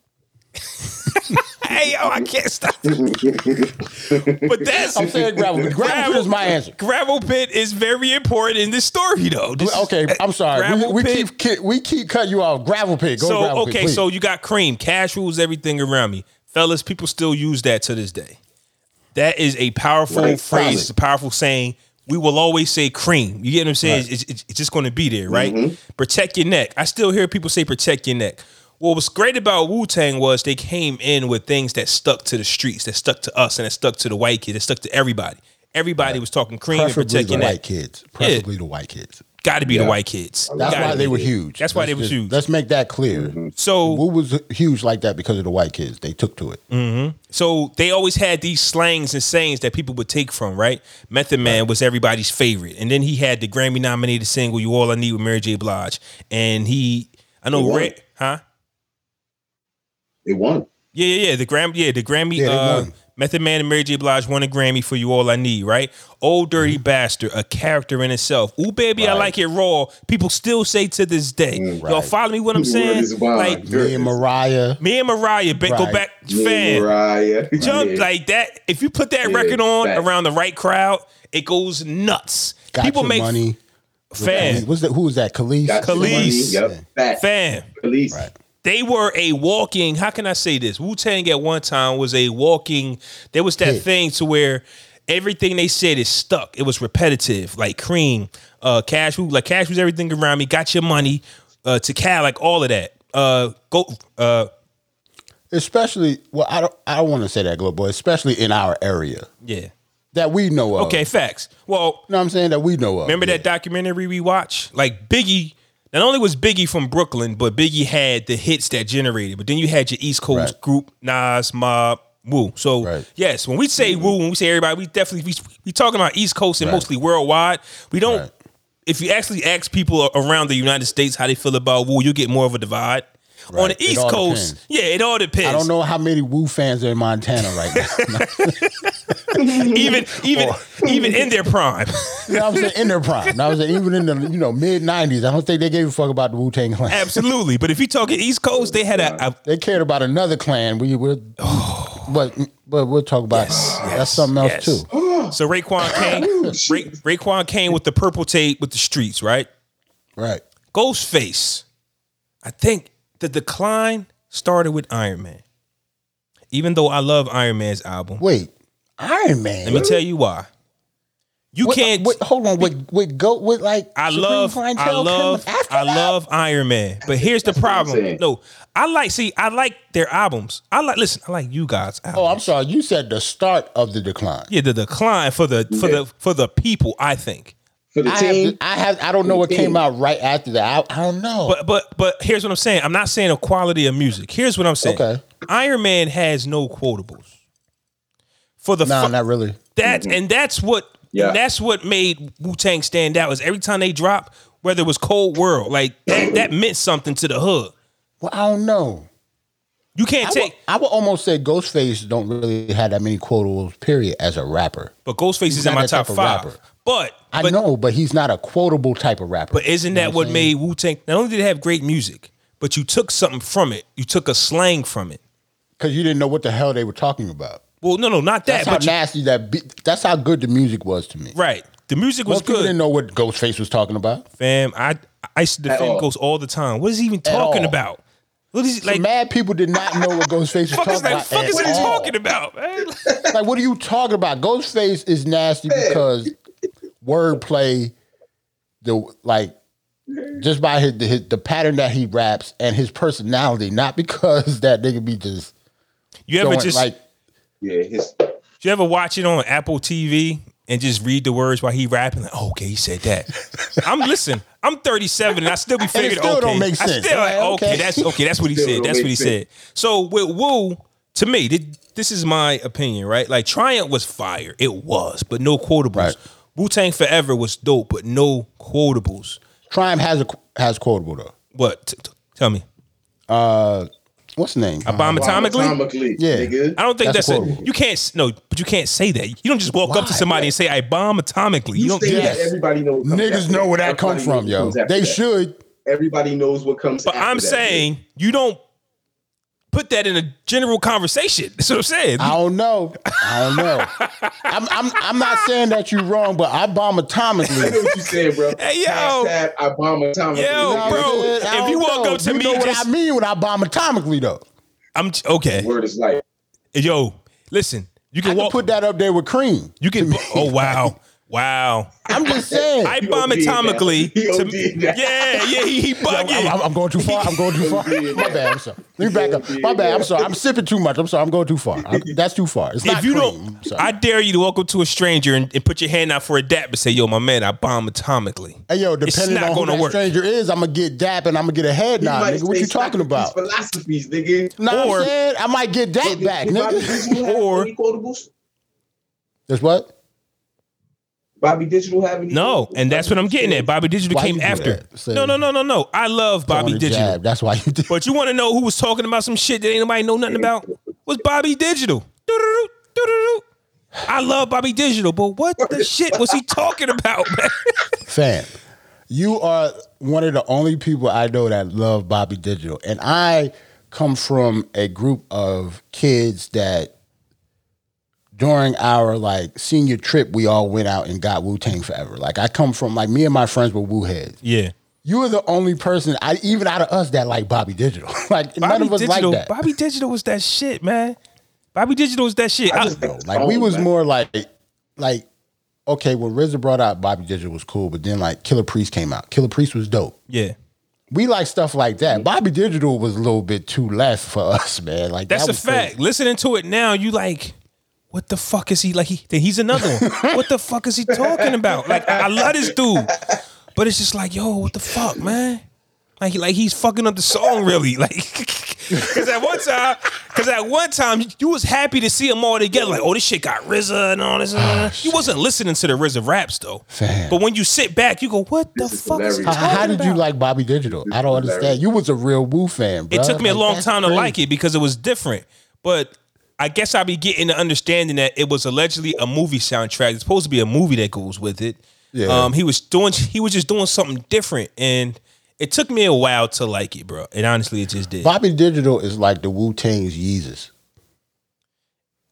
[SPEAKER 1] hey, yo, I can't stop. but that's
[SPEAKER 3] I'm saying gravel. Pit. Gravel pit is my answer.
[SPEAKER 1] gravel pit is very important in this story, though. This is-
[SPEAKER 3] Okay, I'm sorry. We,
[SPEAKER 1] Gravel
[SPEAKER 3] we
[SPEAKER 1] pit.
[SPEAKER 3] keep ki- we keep cutting you off. Gravel pit. Go
[SPEAKER 1] so
[SPEAKER 3] gravel
[SPEAKER 1] okay,
[SPEAKER 3] pit. please.
[SPEAKER 1] so you got cream, cash rules everything around me, fellas. People still use that to this day. That is a powerful phrase.
[SPEAKER 2] Right, solid.
[SPEAKER 1] It's a powerful saying. We will always say cream. You get what I'm saying? It's, it's, it's just going to be there, right?
[SPEAKER 3] Mm-hmm.
[SPEAKER 1] Protect your neck. I still hear people say protect your neck. What was great about Wu Tang was they came in with things that stuck to the streets, that stuck to us, and that stuck to the white kid, that stuck to everybody. Everybody was talking cream and
[SPEAKER 3] preferably
[SPEAKER 1] protect
[SPEAKER 3] the
[SPEAKER 1] your neck.
[SPEAKER 3] white kids. Preferably the white kids.
[SPEAKER 1] Got to be the white kids.
[SPEAKER 3] That's
[SPEAKER 1] Gotta
[SPEAKER 3] why
[SPEAKER 1] be.
[SPEAKER 3] they were huge.
[SPEAKER 1] That's why
[SPEAKER 3] Let's
[SPEAKER 1] they were
[SPEAKER 3] just-
[SPEAKER 1] huge.
[SPEAKER 3] Let's make that clear.
[SPEAKER 1] Mm-hmm.
[SPEAKER 3] Who
[SPEAKER 1] So
[SPEAKER 3] was huge like that because of the white kids? They took to it.
[SPEAKER 2] Mm-hmm.
[SPEAKER 1] so they always had these slangs and sayings that people would take from, right? Method Man was everybody's favorite. And then he had the Grammy nominated single You All I Need with Mary J. Blige. And he I
[SPEAKER 2] He
[SPEAKER 1] know
[SPEAKER 2] won.
[SPEAKER 1] Red huh?
[SPEAKER 2] They won.
[SPEAKER 1] Yeah, yeah, yeah. The Grammy, yeah, the Grammy.
[SPEAKER 3] Yeah, they
[SPEAKER 1] uh,
[SPEAKER 3] won.
[SPEAKER 1] Method Man and Mary J. Blige won a Grammy for "You All I Need," right? Old Dirty Bastard, a character in itself. Ooh, baby, I
[SPEAKER 3] Right.
[SPEAKER 1] like it raw. People still say to this day,
[SPEAKER 2] Mm,
[SPEAKER 1] y'all
[SPEAKER 3] right.
[SPEAKER 1] follow me? What I'm
[SPEAKER 2] Word
[SPEAKER 1] saying?
[SPEAKER 2] is wild.
[SPEAKER 1] Like
[SPEAKER 3] Me and Mariah.
[SPEAKER 1] me and Mariah, ba- go
[SPEAKER 3] Right.
[SPEAKER 1] back,
[SPEAKER 2] Yeah,
[SPEAKER 1] fan.
[SPEAKER 2] Mariah.
[SPEAKER 1] Jump
[SPEAKER 2] Yeah.
[SPEAKER 1] like that. If you put that
[SPEAKER 2] Yeah,
[SPEAKER 1] record on
[SPEAKER 2] facts.
[SPEAKER 1] around the right crowd, it goes nuts.
[SPEAKER 3] Got
[SPEAKER 1] People
[SPEAKER 3] your
[SPEAKER 1] make
[SPEAKER 3] money.
[SPEAKER 1] fan,
[SPEAKER 3] What's that? Who was that? Khalees.
[SPEAKER 2] Got your money.
[SPEAKER 1] Khalees.
[SPEAKER 2] Yep. Fact.
[SPEAKER 1] fan.
[SPEAKER 2] Khalees.
[SPEAKER 3] Right.
[SPEAKER 1] they were a walking how can i say this wu-tang at one time was a walking there was that
[SPEAKER 3] Hit.
[SPEAKER 1] thing to where everything they said is stuck it was repetitive like cream uh cash who like cash was everything around me got your money uh to cal like all of that uh go uh
[SPEAKER 3] Especially, well, I don't, I don't want to say that, Globo, especially in our area
[SPEAKER 1] yeah
[SPEAKER 3] that we know
[SPEAKER 2] Oh.
[SPEAKER 3] of.
[SPEAKER 1] okay facts well
[SPEAKER 3] You know what I'm saying? That we know of.
[SPEAKER 1] Remember that documentary we watched? Like Biggie, not only was Biggie from Brooklyn, but Biggie had the hits that generated. But then you had your East Coast
[SPEAKER 3] Right.
[SPEAKER 1] group, Nas, Mob, Woo. So
[SPEAKER 3] Right.
[SPEAKER 1] yes, when we say Woo, when we say everybody, we definitely we, we talking about East Coast and
[SPEAKER 3] Right.
[SPEAKER 1] mostly worldwide. We don't.
[SPEAKER 3] Right.
[SPEAKER 1] If you actually ask people a- around the United States how they feel about Woo, you get more of a divide. On
[SPEAKER 3] Right.
[SPEAKER 1] the
[SPEAKER 3] It
[SPEAKER 1] East
[SPEAKER 3] all
[SPEAKER 1] Coast,
[SPEAKER 3] depends.
[SPEAKER 1] yeah, it all depends.
[SPEAKER 3] I don't know how many Wu fans are in Montana right now.
[SPEAKER 1] Even even even in their prime.
[SPEAKER 3] you know what I'm saying? In their prime. You know what I'm saying? Even in the you know mid 90s, I don't think they gave a fuck about the Wu Tang Clan.
[SPEAKER 1] Absolutely. But if you talking East Coast, they had a, a
[SPEAKER 3] They cared about another clan. We were, but but we'll talk about
[SPEAKER 1] Yes,
[SPEAKER 3] that's
[SPEAKER 1] yes,
[SPEAKER 3] something else
[SPEAKER 1] yes.
[SPEAKER 3] too.
[SPEAKER 1] So Raekwon came. Ra- Raekwon came with the purple tape with the streets, right?
[SPEAKER 3] Right.
[SPEAKER 1] Ghostface. I think the decline started with Iron Man. Even though I love Iron Man's album,
[SPEAKER 3] Wait, Iron Man.
[SPEAKER 1] let me tell you why. You
[SPEAKER 3] What-
[SPEAKER 1] can't.
[SPEAKER 3] what- hold on. With with go with like
[SPEAKER 1] I
[SPEAKER 3] Supreme
[SPEAKER 1] love, I
[SPEAKER 3] Clientele coming
[SPEAKER 1] love,
[SPEAKER 3] after
[SPEAKER 1] I
[SPEAKER 3] that?
[SPEAKER 1] love Iron Man. But here's the problem.
[SPEAKER 2] saying.
[SPEAKER 1] No, I like. See, I like their albums. I like. Listen, I like you guys. Albums.
[SPEAKER 3] Oh, I'm sorry. You said the start of the decline.
[SPEAKER 1] yeah, the decline for the for
[SPEAKER 2] Yeah.
[SPEAKER 1] the for the people. I think.
[SPEAKER 2] For the
[SPEAKER 3] I
[SPEAKER 2] team.
[SPEAKER 3] have, to- I have. I don't know what came
[SPEAKER 2] Team.
[SPEAKER 3] out right after that. I, I don't know.
[SPEAKER 1] But but but here's what I'm saying. I'm not saying a quality of music. Here's what I'm saying.
[SPEAKER 3] Okay.
[SPEAKER 1] Iron Man has no quotables. For the
[SPEAKER 3] no,
[SPEAKER 1] fu-
[SPEAKER 3] not really.
[SPEAKER 1] that and that's what
[SPEAKER 2] Yeah.
[SPEAKER 1] that's what made Wu Tang stand out is every time they drop, whether it was Cold World, like that, that meant something to the hood.
[SPEAKER 3] Well, I don't know.
[SPEAKER 1] You can't
[SPEAKER 3] I would,
[SPEAKER 1] take
[SPEAKER 3] I would almost say Ghostface don't really have that many quotables. Period. As a rapper,
[SPEAKER 1] but Ghostface is in
[SPEAKER 3] not
[SPEAKER 1] my
[SPEAKER 3] that
[SPEAKER 1] top
[SPEAKER 3] type of
[SPEAKER 1] five.
[SPEAKER 3] rapper.
[SPEAKER 1] But
[SPEAKER 3] I
[SPEAKER 1] but,
[SPEAKER 3] know, but he's not a quotable type of rapper.
[SPEAKER 1] but isn't that what made Wu Tang not only did they have great music, but you took something from it. You took a slang from it.
[SPEAKER 3] because you didn't know what the hell they were talking about.
[SPEAKER 1] Well, no, no, not that,
[SPEAKER 3] That's how
[SPEAKER 1] but you-
[SPEAKER 3] nasty that. Be- that's how good the music was to me.
[SPEAKER 1] right. The music was
[SPEAKER 3] Most people
[SPEAKER 1] good.
[SPEAKER 3] didn't know what Ghostface was talking about.
[SPEAKER 1] Fam, I I used to defend
[SPEAKER 2] all.
[SPEAKER 1] Ghost all the time. What is he even talking
[SPEAKER 3] all.
[SPEAKER 1] about? What is he like?
[SPEAKER 3] Mad people did not know what Ghostface was
[SPEAKER 1] fuck
[SPEAKER 3] talking
[SPEAKER 1] is like
[SPEAKER 3] about.
[SPEAKER 1] fuck
[SPEAKER 3] at
[SPEAKER 1] is he
[SPEAKER 3] all.
[SPEAKER 1] talking about? man?
[SPEAKER 3] Like, what are you talking about? Ghostface is nasty because wordplay, the like, just by his, his the pattern that he raps and his personality, not because that nigga be just
[SPEAKER 1] You ever
[SPEAKER 3] going
[SPEAKER 1] just
[SPEAKER 3] like
[SPEAKER 2] yeah, his
[SPEAKER 1] you ever watch it on Apple TV and just read the words while he rapping? Like, oh, okay, he said that. I'm listen. I'm 37 and I still be figuring.
[SPEAKER 3] still
[SPEAKER 1] okay,
[SPEAKER 3] don't make
[SPEAKER 1] I
[SPEAKER 3] sense.
[SPEAKER 1] still like,
[SPEAKER 3] Like,
[SPEAKER 1] okay,
[SPEAKER 3] okay.
[SPEAKER 1] that's okay. That's what he
[SPEAKER 2] Still
[SPEAKER 1] said.
[SPEAKER 2] don't
[SPEAKER 1] That's what
[SPEAKER 2] make
[SPEAKER 1] he said.
[SPEAKER 2] sense.
[SPEAKER 1] So with Wu, to me, thi- this is my opinion, right? Like Triumph was fire. It was, but no quotables.
[SPEAKER 3] Right.
[SPEAKER 1] Wu Tang Forever was dope, but no quotables.
[SPEAKER 3] Triumph has a has quotable though.
[SPEAKER 1] What? T- t- tell me.
[SPEAKER 3] Uh, What's the name?
[SPEAKER 1] Bomb atomically?
[SPEAKER 2] atomically.
[SPEAKER 3] Yeah.
[SPEAKER 1] I
[SPEAKER 2] Nigga.
[SPEAKER 1] don't think that's,
[SPEAKER 3] Uh-huh. That's
[SPEAKER 1] a,
[SPEAKER 3] horrible.
[SPEAKER 1] you can't s- no, but you can't say that. You don't just walk up to
[SPEAKER 3] Why?
[SPEAKER 1] somebody and say I bomb atomically. You,
[SPEAKER 2] You
[SPEAKER 1] don't
[SPEAKER 2] say
[SPEAKER 1] do
[SPEAKER 2] that,
[SPEAKER 1] that.
[SPEAKER 2] everybody knows. what comes
[SPEAKER 3] Niggas
[SPEAKER 2] after
[SPEAKER 3] know where that
[SPEAKER 2] Everybody
[SPEAKER 3] comes from,
[SPEAKER 2] knows
[SPEAKER 3] yo.
[SPEAKER 2] what comes after
[SPEAKER 3] They
[SPEAKER 2] that.
[SPEAKER 3] should.
[SPEAKER 2] Everybody knows what comes.
[SPEAKER 1] But
[SPEAKER 2] after
[SPEAKER 1] I'm
[SPEAKER 2] that,
[SPEAKER 1] saying you don't put that in a general conversation. That's what I'm saying.
[SPEAKER 3] I don't know. I don't know. I'm, I'm I'm not saying that you're wrong, but I bomb
[SPEAKER 2] nigga. I know
[SPEAKER 3] atomically.
[SPEAKER 2] what you said, bro.
[SPEAKER 1] Hey, yo.
[SPEAKER 2] Hashtag I bomb atomically.
[SPEAKER 1] Yo,
[SPEAKER 2] nigga.
[SPEAKER 1] bro.
[SPEAKER 3] I
[SPEAKER 1] if
[SPEAKER 3] don't
[SPEAKER 1] you walk
[SPEAKER 3] know.
[SPEAKER 1] up to
[SPEAKER 3] you
[SPEAKER 1] me,
[SPEAKER 3] know what
[SPEAKER 1] just-
[SPEAKER 3] I mean when I bomb atomically though.
[SPEAKER 1] I'm j- okay.
[SPEAKER 2] Word is life.
[SPEAKER 1] Yo, listen. You
[SPEAKER 3] I
[SPEAKER 1] can
[SPEAKER 3] can
[SPEAKER 1] walk.
[SPEAKER 3] put that up there with cream.
[SPEAKER 1] you can. Oh wow. Wow.
[SPEAKER 3] I'm just saying.
[SPEAKER 1] I
[SPEAKER 2] He
[SPEAKER 1] bomb
[SPEAKER 2] OD'd now.
[SPEAKER 1] atomically.
[SPEAKER 2] He
[SPEAKER 1] to-
[SPEAKER 2] OD'd now.
[SPEAKER 1] yeah, yeah, he, he
[SPEAKER 3] I'm,
[SPEAKER 1] bugging.
[SPEAKER 3] I'm- I'm going too far. I'm going too far. My bad. I'm sorry. Let me back up. My bad. I'm sorry. I'm sipping too much. I'm sorry. I'm going too far. I'm- that's too far. It's not
[SPEAKER 1] if you
[SPEAKER 3] cream.
[SPEAKER 1] don't, I dare you to walk up to a stranger and, and put your hand out for a dap and say, "Yo, my man, I bomb atomically."
[SPEAKER 3] Hey yo,
[SPEAKER 1] It's
[SPEAKER 3] depending
[SPEAKER 1] not
[SPEAKER 3] on who
[SPEAKER 1] gonna
[SPEAKER 3] that
[SPEAKER 1] work.
[SPEAKER 3] stranger is, I'm gonna get dap and I'm gonna get a head nod,
[SPEAKER 2] might
[SPEAKER 3] nigga. What
[SPEAKER 2] say
[SPEAKER 3] you talking
[SPEAKER 2] Socrates'
[SPEAKER 3] about?
[SPEAKER 2] Philosophies, nigga.
[SPEAKER 3] Nah,
[SPEAKER 1] Or-
[SPEAKER 3] I'm saying I might get dap back,
[SPEAKER 2] Did Bobby
[SPEAKER 3] nigga.
[SPEAKER 2] Digital have
[SPEAKER 1] Or-
[SPEAKER 2] any quotables?
[SPEAKER 3] That's what?
[SPEAKER 2] Bobby Digital have any?
[SPEAKER 1] No,
[SPEAKER 2] quotables?
[SPEAKER 1] and that's what I'm getting at. Bobby Digital
[SPEAKER 3] Why
[SPEAKER 1] came
[SPEAKER 3] you do
[SPEAKER 1] after.
[SPEAKER 3] that? Say-
[SPEAKER 1] No, no, no, no, no. I love
[SPEAKER 3] I
[SPEAKER 1] Bobby
[SPEAKER 3] wanna
[SPEAKER 1] Digital,
[SPEAKER 3] jab. That's why you did.
[SPEAKER 1] but you want to know who was talking about some shit that ain't nobody know nothing about? Was Bobby Digital. Doo-doo-doo, doo-doo-doo. I love Bobby Digital, but what the shit was he talking about, man?
[SPEAKER 3] Fam, you are one of the only people I know that love Bobby Digital. And I come from a group of kids that during our like senior trip, we all went out and got Wu Tang forever. Like I come from like me and my friends were Wu heads.
[SPEAKER 1] Yeah,
[SPEAKER 3] You are the only person I even out of us that like Bobby Digital. like none
[SPEAKER 1] Bobby
[SPEAKER 3] of us
[SPEAKER 1] Digital.
[SPEAKER 3] like that.
[SPEAKER 1] Bobby Digital was that shit, man. Bobby Digital was that shit. I-
[SPEAKER 2] just-
[SPEAKER 3] though. Like we
[SPEAKER 2] Oh,
[SPEAKER 3] was
[SPEAKER 2] man.
[SPEAKER 3] more like like okay, when RZA brought out Bobby Digital was cool, but then like Killer Priest came out. Killer Priest was dope.
[SPEAKER 1] yeah,
[SPEAKER 3] We like stuff like that. Bobby Digital was a little bit too left for us, man. Like
[SPEAKER 1] that's
[SPEAKER 3] that
[SPEAKER 1] a
[SPEAKER 3] was
[SPEAKER 1] fact.
[SPEAKER 3] crazy.
[SPEAKER 1] Listening to it now, you like, what the fuck is he like? He then he's another one. what the fuck is he talking about? Like, I, I love this dude, but it's just like, yo, what the fuck, man? Like, he, like he's fucking up the song, really. Like, because at one time, because at one time you was happy to see them all together. Like, oh, this shit got RZA and all this. and all that. you wasn't listening to the RZA raps though.
[SPEAKER 3] Oh, Fam.
[SPEAKER 1] But when you sit back, you go, what the
[SPEAKER 2] This is
[SPEAKER 1] fuck? Is he
[SPEAKER 2] hilarious.
[SPEAKER 3] How,
[SPEAKER 1] talking
[SPEAKER 3] how did you
[SPEAKER 1] about?
[SPEAKER 3] like Bobby Digital? I don't understand. You was a real Wu fan, bro.
[SPEAKER 1] It took me a long time to like it because it was different. But I guess I be getting the understanding that it was allegedly a movie soundtrack. It's supposed to be a movie that goes with it.
[SPEAKER 3] Yeah.
[SPEAKER 1] Um, he was doing he was just doing something different and it took me a while to like it, bro. And honestly it just did.
[SPEAKER 3] Bobby Digital is like the Wu Tang's Yeezus.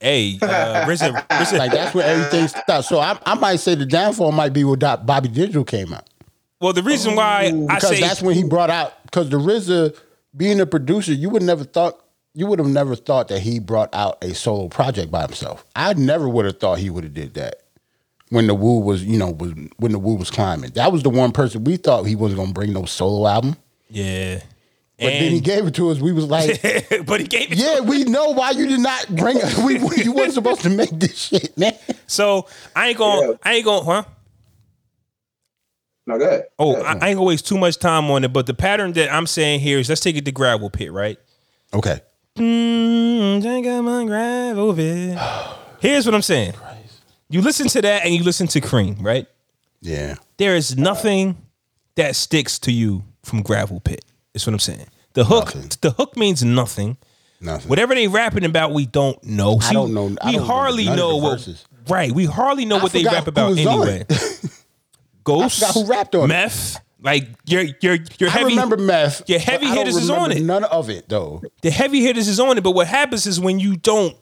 [SPEAKER 1] Hey, uh RZA, RZA,
[SPEAKER 3] Like that's where everything stopped. So I, I might say the downfall might be when Doc- Bobby Digital came out.
[SPEAKER 1] well the reason why I
[SPEAKER 3] because
[SPEAKER 1] say
[SPEAKER 3] that's when he brought out because the RZA being a producer, you would never thought you would have never thought that he brought out a solo project by himself. I never would have thought he would have did that when the Woo was you know was when the Woo was climbing. That was the one person we thought he wasn't gonna bring no solo album,
[SPEAKER 1] Yeah.
[SPEAKER 3] but then he
[SPEAKER 1] And-
[SPEAKER 3] gave it to us. We was like.
[SPEAKER 1] but he gave it
[SPEAKER 3] Yeah, we know why you did not bring it. We, we- you weren't supposed to make this shit, man.
[SPEAKER 1] so I ain't gonna
[SPEAKER 2] Yeah.
[SPEAKER 1] I ain't gonna huh?
[SPEAKER 2] No, go ahead.
[SPEAKER 1] Oh,
[SPEAKER 2] Yeah.
[SPEAKER 1] I, I ain't gonna waste too much time on it, but the pattern that I'm saying here is let's take it to gravel pit, right?
[SPEAKER 3] Okay.
[SPEAKER 1] Mm, Drink up my gravel pit. Here's what I'm saying. You listen to that and you listen to Cream, right?
[SPEAKER 3] Yeah.
[SPEAKER 1] There is nothing that sticks to you from gravel pit. That's what I'm saying. The hook,
[SPEAKER 3] Nothing.
[SPEAKER 1] the hook means nothing.
[SPEAKER 3] Nothing.
[SPEAKER 1] Whatever they rapping about, we don't know. See,
[SPEAKER 3] don't know- I
[SPEAKER 1] we
[SPEAKER 3] don't know
[SPEAKER 1] hardly
[SPEAKER 3] none of
[SPEAKER 1] know
[SPEAKER 3] the
[SPEAKER 1] what.
[SPEAKER 3] verses.
[SPEAKER 1] Right, we hardly know what they
[SPEAKER 3] forgot
[SPEAKER 1] rap
[SPEAKER 3] who
[SPEAKER 1] about
[SPEAKER 3] was on
[SPEAKER 1] anyway.
[SPEAKER 3] it.
[SPEAKER 1] Ghosts,
[SPEAKER 3] I forgot who rapped on it.
[SPEAKER 1] meth, like your your your
[SPEAKER 3] I
[SPEAKER 1] heavy.
[SPEAKER 3] remember meth.
[SPEAKER 1] Yeah,
[SPEAKER 3] but
[SPEAKER 1] heavy
[SPEAKER 3] I don't
[SPEAKER 1] hitters is on
[SPEAKER 3] remember
[SPEAKER 1] it.
[SPEAKER 3] None of it though.
[SPEAKER 1] the heavy hitters is on it, but what happens is when you don't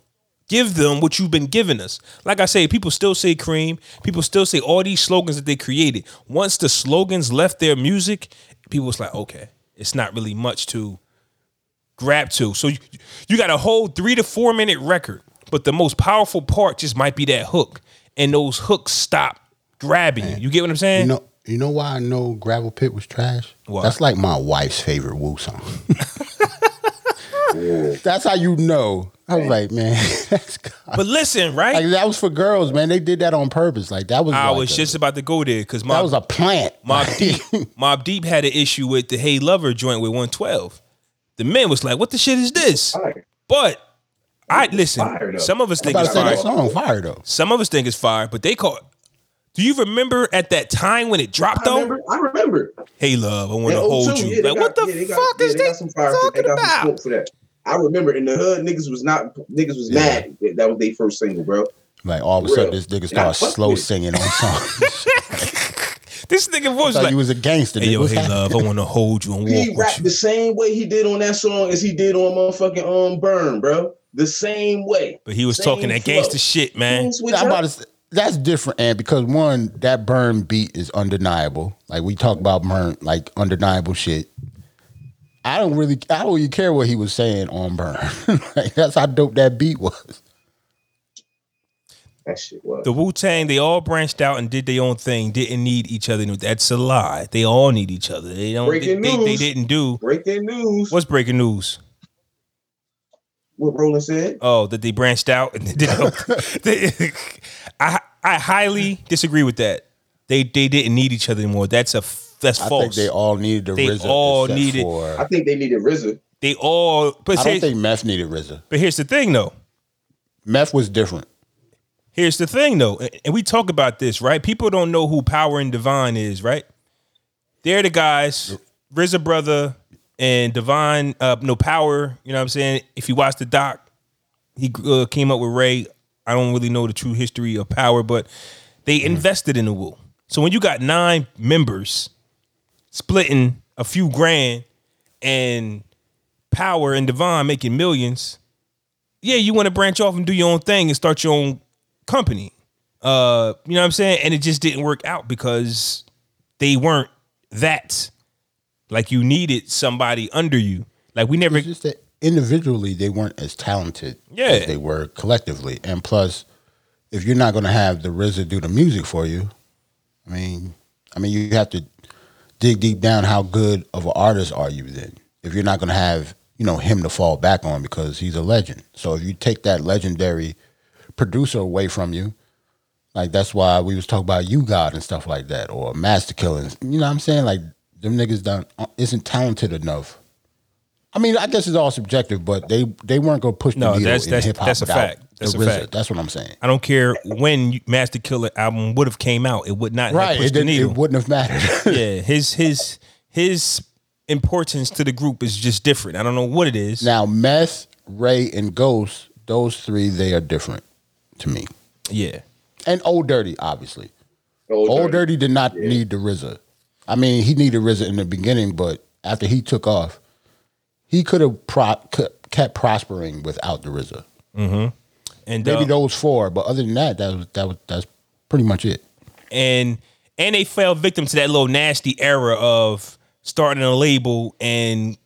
[SPEAKER 1] give them what you've been giving us. Like I say, people still say cream, people still say all these slogans that they created. Once the slogans left their music, people was like, okay, it's not really much to grab to. So you, you got a whole three to four minute record, but the most powerful part just might be that hook. And those hooks stop grabbing you. You get what I'm saying?
[SPEAKER 3] You know, you know why I know Gravel Pit was trash?
[SPEAKER 1] Why?
[SPEAKER 3] That's like my wife's favorite Wu song. That's how you know. I was like, man, that's God.
[SPEAKER 1] But listen, right?
[SPEAKER 3] like that was for girls, man. They did that on purpose. Like that was
[SPEAKER 1] I
[SPEAKER 3] like
[SPEAKER 1] was
[SPEAKER 3] a-
[SPEAKER 1] just about to go there because my
[SPEAKER 3] that was a plant.
[SPEAKER 1] Mob Deep, Mob Deep had an issue with the Hey Lover joint with 112. The men was like, "What the shit is this?"
[SPEAKER 2] Fire.
[SPEAKER 1] But I listen.
[SPEAKER 2] Fired up.
[SPEAKER 1] Some of us
[SPEAKER 3] I'm
[SPEAKER 1] think
[SPEAKER 3] about to
[SPEAKER 1] it's
[SPEAKER 3] say
[SPEAKER 1] fire.
[SPEAKER 3] that song fire though.
[SPEAKER 1] Some of us think it's fire, but they call. Do you remember at that time when it dropped
[SPEAKER 2] I
[SPEAKER 1] though?
[SPEAKER 2] remember. I remember.
[SPEAKER 1] Hey love, I want
[SPEAKER 2] And
[SPEAKER 1] to
[SPEAKER 2] oh,
[SPEAKER 1] hold
[SPEAKER 2] too,
[SPEAKER 1] you.
[SPEAKER 2] yeah, they
[SPEAKER 1] like
[SPEAKER 2] got-
[SPEAKER 1] what the
[SPEAKER 2] yeah, they got-
[SPEAKER 1] fuck
[SPEAKER 2] yeah,
[SPEAKER 1] is
[SPEAKER 2] they
[SPEAKER 1] they
[SPEAKER 2] got some fire shit.
[SPEAKER 1] talking
[SPEAKER 2] They got some
[SPEAKER 1] about?
[SPEAKER 2] smoke for that. I remember in the hood, niggas was not niggas was mad. that That was their first single, bro.
[SPEAKER 3] Like all of a sudden,
[SPEAKER 2] Real.
[SPEAKER 3] this nigga
[SPEAKER 2] And I
[SPEAKER 3] started
[SPEAKER 2] fuck
[SPEAKER 3] slow
[SPEAKER 2] with it.
[SPEAKER 3] singing on songs.
[SPEAKER 1] This nigga voice
[SPEAKER 3] Thought
[SPEAKER 1] like,
[SPEAKER 3] you was a gangster.
[SPEAKER 1] "Hey
[SPEAKER 3] nigga.
[SPEAKER 1] yo,
[SPEAKER 3] What's
[SPEAKER 1] hey
[SPEAKER 3] happening?
[SPEAKER 1] love, I want to hold you and walk
[SPEAKER 2] He
[SPEAKER 1] with
[SPEAKER 2] rapped
[SPEAKER 1] you."
[SPEAKER 2] the same way he did on that song as he did on motherfucking um burn, bro. The same way.
[SPEAKER 1] But he was
[SPEAKER 2] Same
[SPEAKER 1] talking that gangster
[SPEAKER 2] flow.
[SPEAKER 1] shit, man.
[SPEAKER 2] Things with
[SPEAKER 3] I'm
[SPEAKER 2] y'all-
[SPEAKER 3] about to say, that's different, and because one, that burn beat is undeniable. Like we talk about burn, like undeniable shit. I don't really, I don't even care what he was saying on burn. like that's how dope that beat was.
[SPEAKER 2] That shit was.
[SPEAKER 1] The Wu Tang, they all branched out and did their own thing. Didn't need each other. That's a lie. They all need each other. They don't. They,
[SPEAKER 2] Breaking
[SPEAKER 1] they, they
[SPEAKER 2] news.
[SPEAKER 1] didn't do.
[SPEAKER 2] Breaking news.
[SPEAKER 1] What's breaking news?
[SPEAKER 2] what Roland said.
[SPEAKER 1] Oh, that they branched out and they did. they- I I highly disagree with that. They they didn't need each other anymore. That's a f- that's
[SPEAKER 3] I
[SPEAKER 1] false.
[SPEAKER 3] think they all needed the
[SPEAKER 1] They
[SPEAKER 3] RZA.
[SPEAKER 1] all
[SPEAKER 3] except
[SPEAKER 1] needed-
[SPEAKER 3] For,
[SPEAKER 2] I think they needed RZA.
[SPEAKER 1] They all. But,
[SPEAKER 3] I
[SPEAKER 1] here-
[SPEAKER 3] don't think Meth needed RZA.
[SPEAKER 1] but here's the thing, though.
[SPEAKER 3] Meth was different.
[SPEAKER 1] Here's the thing, though, and- and we talk about this, right? People don't know who Power and Divine is, right? They're the guys, RZA brother and Divine, uh, no Power. You know what I'm saying? If you watch the doc, he uh, came up with Ray. I don't really know the true history of Power, but they invested in the Wu. So when you got nine members splitting a few grand and Power and Divine making millions, yeah, you want to branch off and do your own thing and start your own company. Uh, you know what I'm saying? And it just didn't work out because they weren't that. Like you needed somebody under you. Like we never
[SPEAKER 3] It's just that individually they weren't as talented
[SPEAKER 1] Yeah.
[SPEAKER 3] as they were collectively. And plus, if you're not going to have the RZA do the music for you, I mean, I mean, you have to dig deep down. How good of an artist are you then? If you're not going to have you know him to fall back on because he's a legend. So if you take that legendary producer away from you, like that's why we was talking about you God and stuff like that, or Master Killers. You know what I'm saying? Like them niggas done uh, isn't talented enough. I mean, I guess it's all subjective, but they they weren't gonna push the
[SPEAKER 1] No,
[SPEAKER 3] needle
[SPEAKER 1] that's-
[SPEAKER 3] in
[SPEAKER 1] that's-
[SPEAKER 3] hip hop.
[SPEAKER 1] that's a
[SPEAKER 3] without
[SPEAKER 1] fact.
[SPEAKER 3] the
[SPEAKER 1] That's a
[SPEAKER 3] RZA.
[SPEAKER 1] fact.
[SPEAKER 3] That's what I'm saying.
[SPEAKER 1] I don't care when Master Killer album would have came out, it would not have
[SPEAKER 3] Right?
[SPEAKER 1] pushed
[SPEAKER 3] It,
[SPEAKER 1] the
[SPEAKER 3] didn't, it
[SPEAKER 1] needle.
[SPEAKER 3] wouldn't have mattered.
[SPEAKER 1] yeah, his his his importance to the group is just different. I don't know what it is.
[SPEAKER 3] now, Meth, Ray, and Ghost, those three, they are different to me.
[SPEAKER 1] yeah,
[SPEAKER 3] And Old Dirty, obviously.
[SPEAKER 2] Old,
[SPEAKER 3] Old Dirty did not need the RZA. I mean, he needed RZA in the beginning, but after he took off, he could have pro- c- kept prospering without the RZA.
[SPEAKER 1] mm-hmm. and
[SPEAKER 3] Maybe
[SPEAKER 1] uh,
[SPEAKER 3] those four, but other than that, that was that was that's pretty much it.
[SPEAKER 1] and and they fell victim to that little nasty era of starting a label and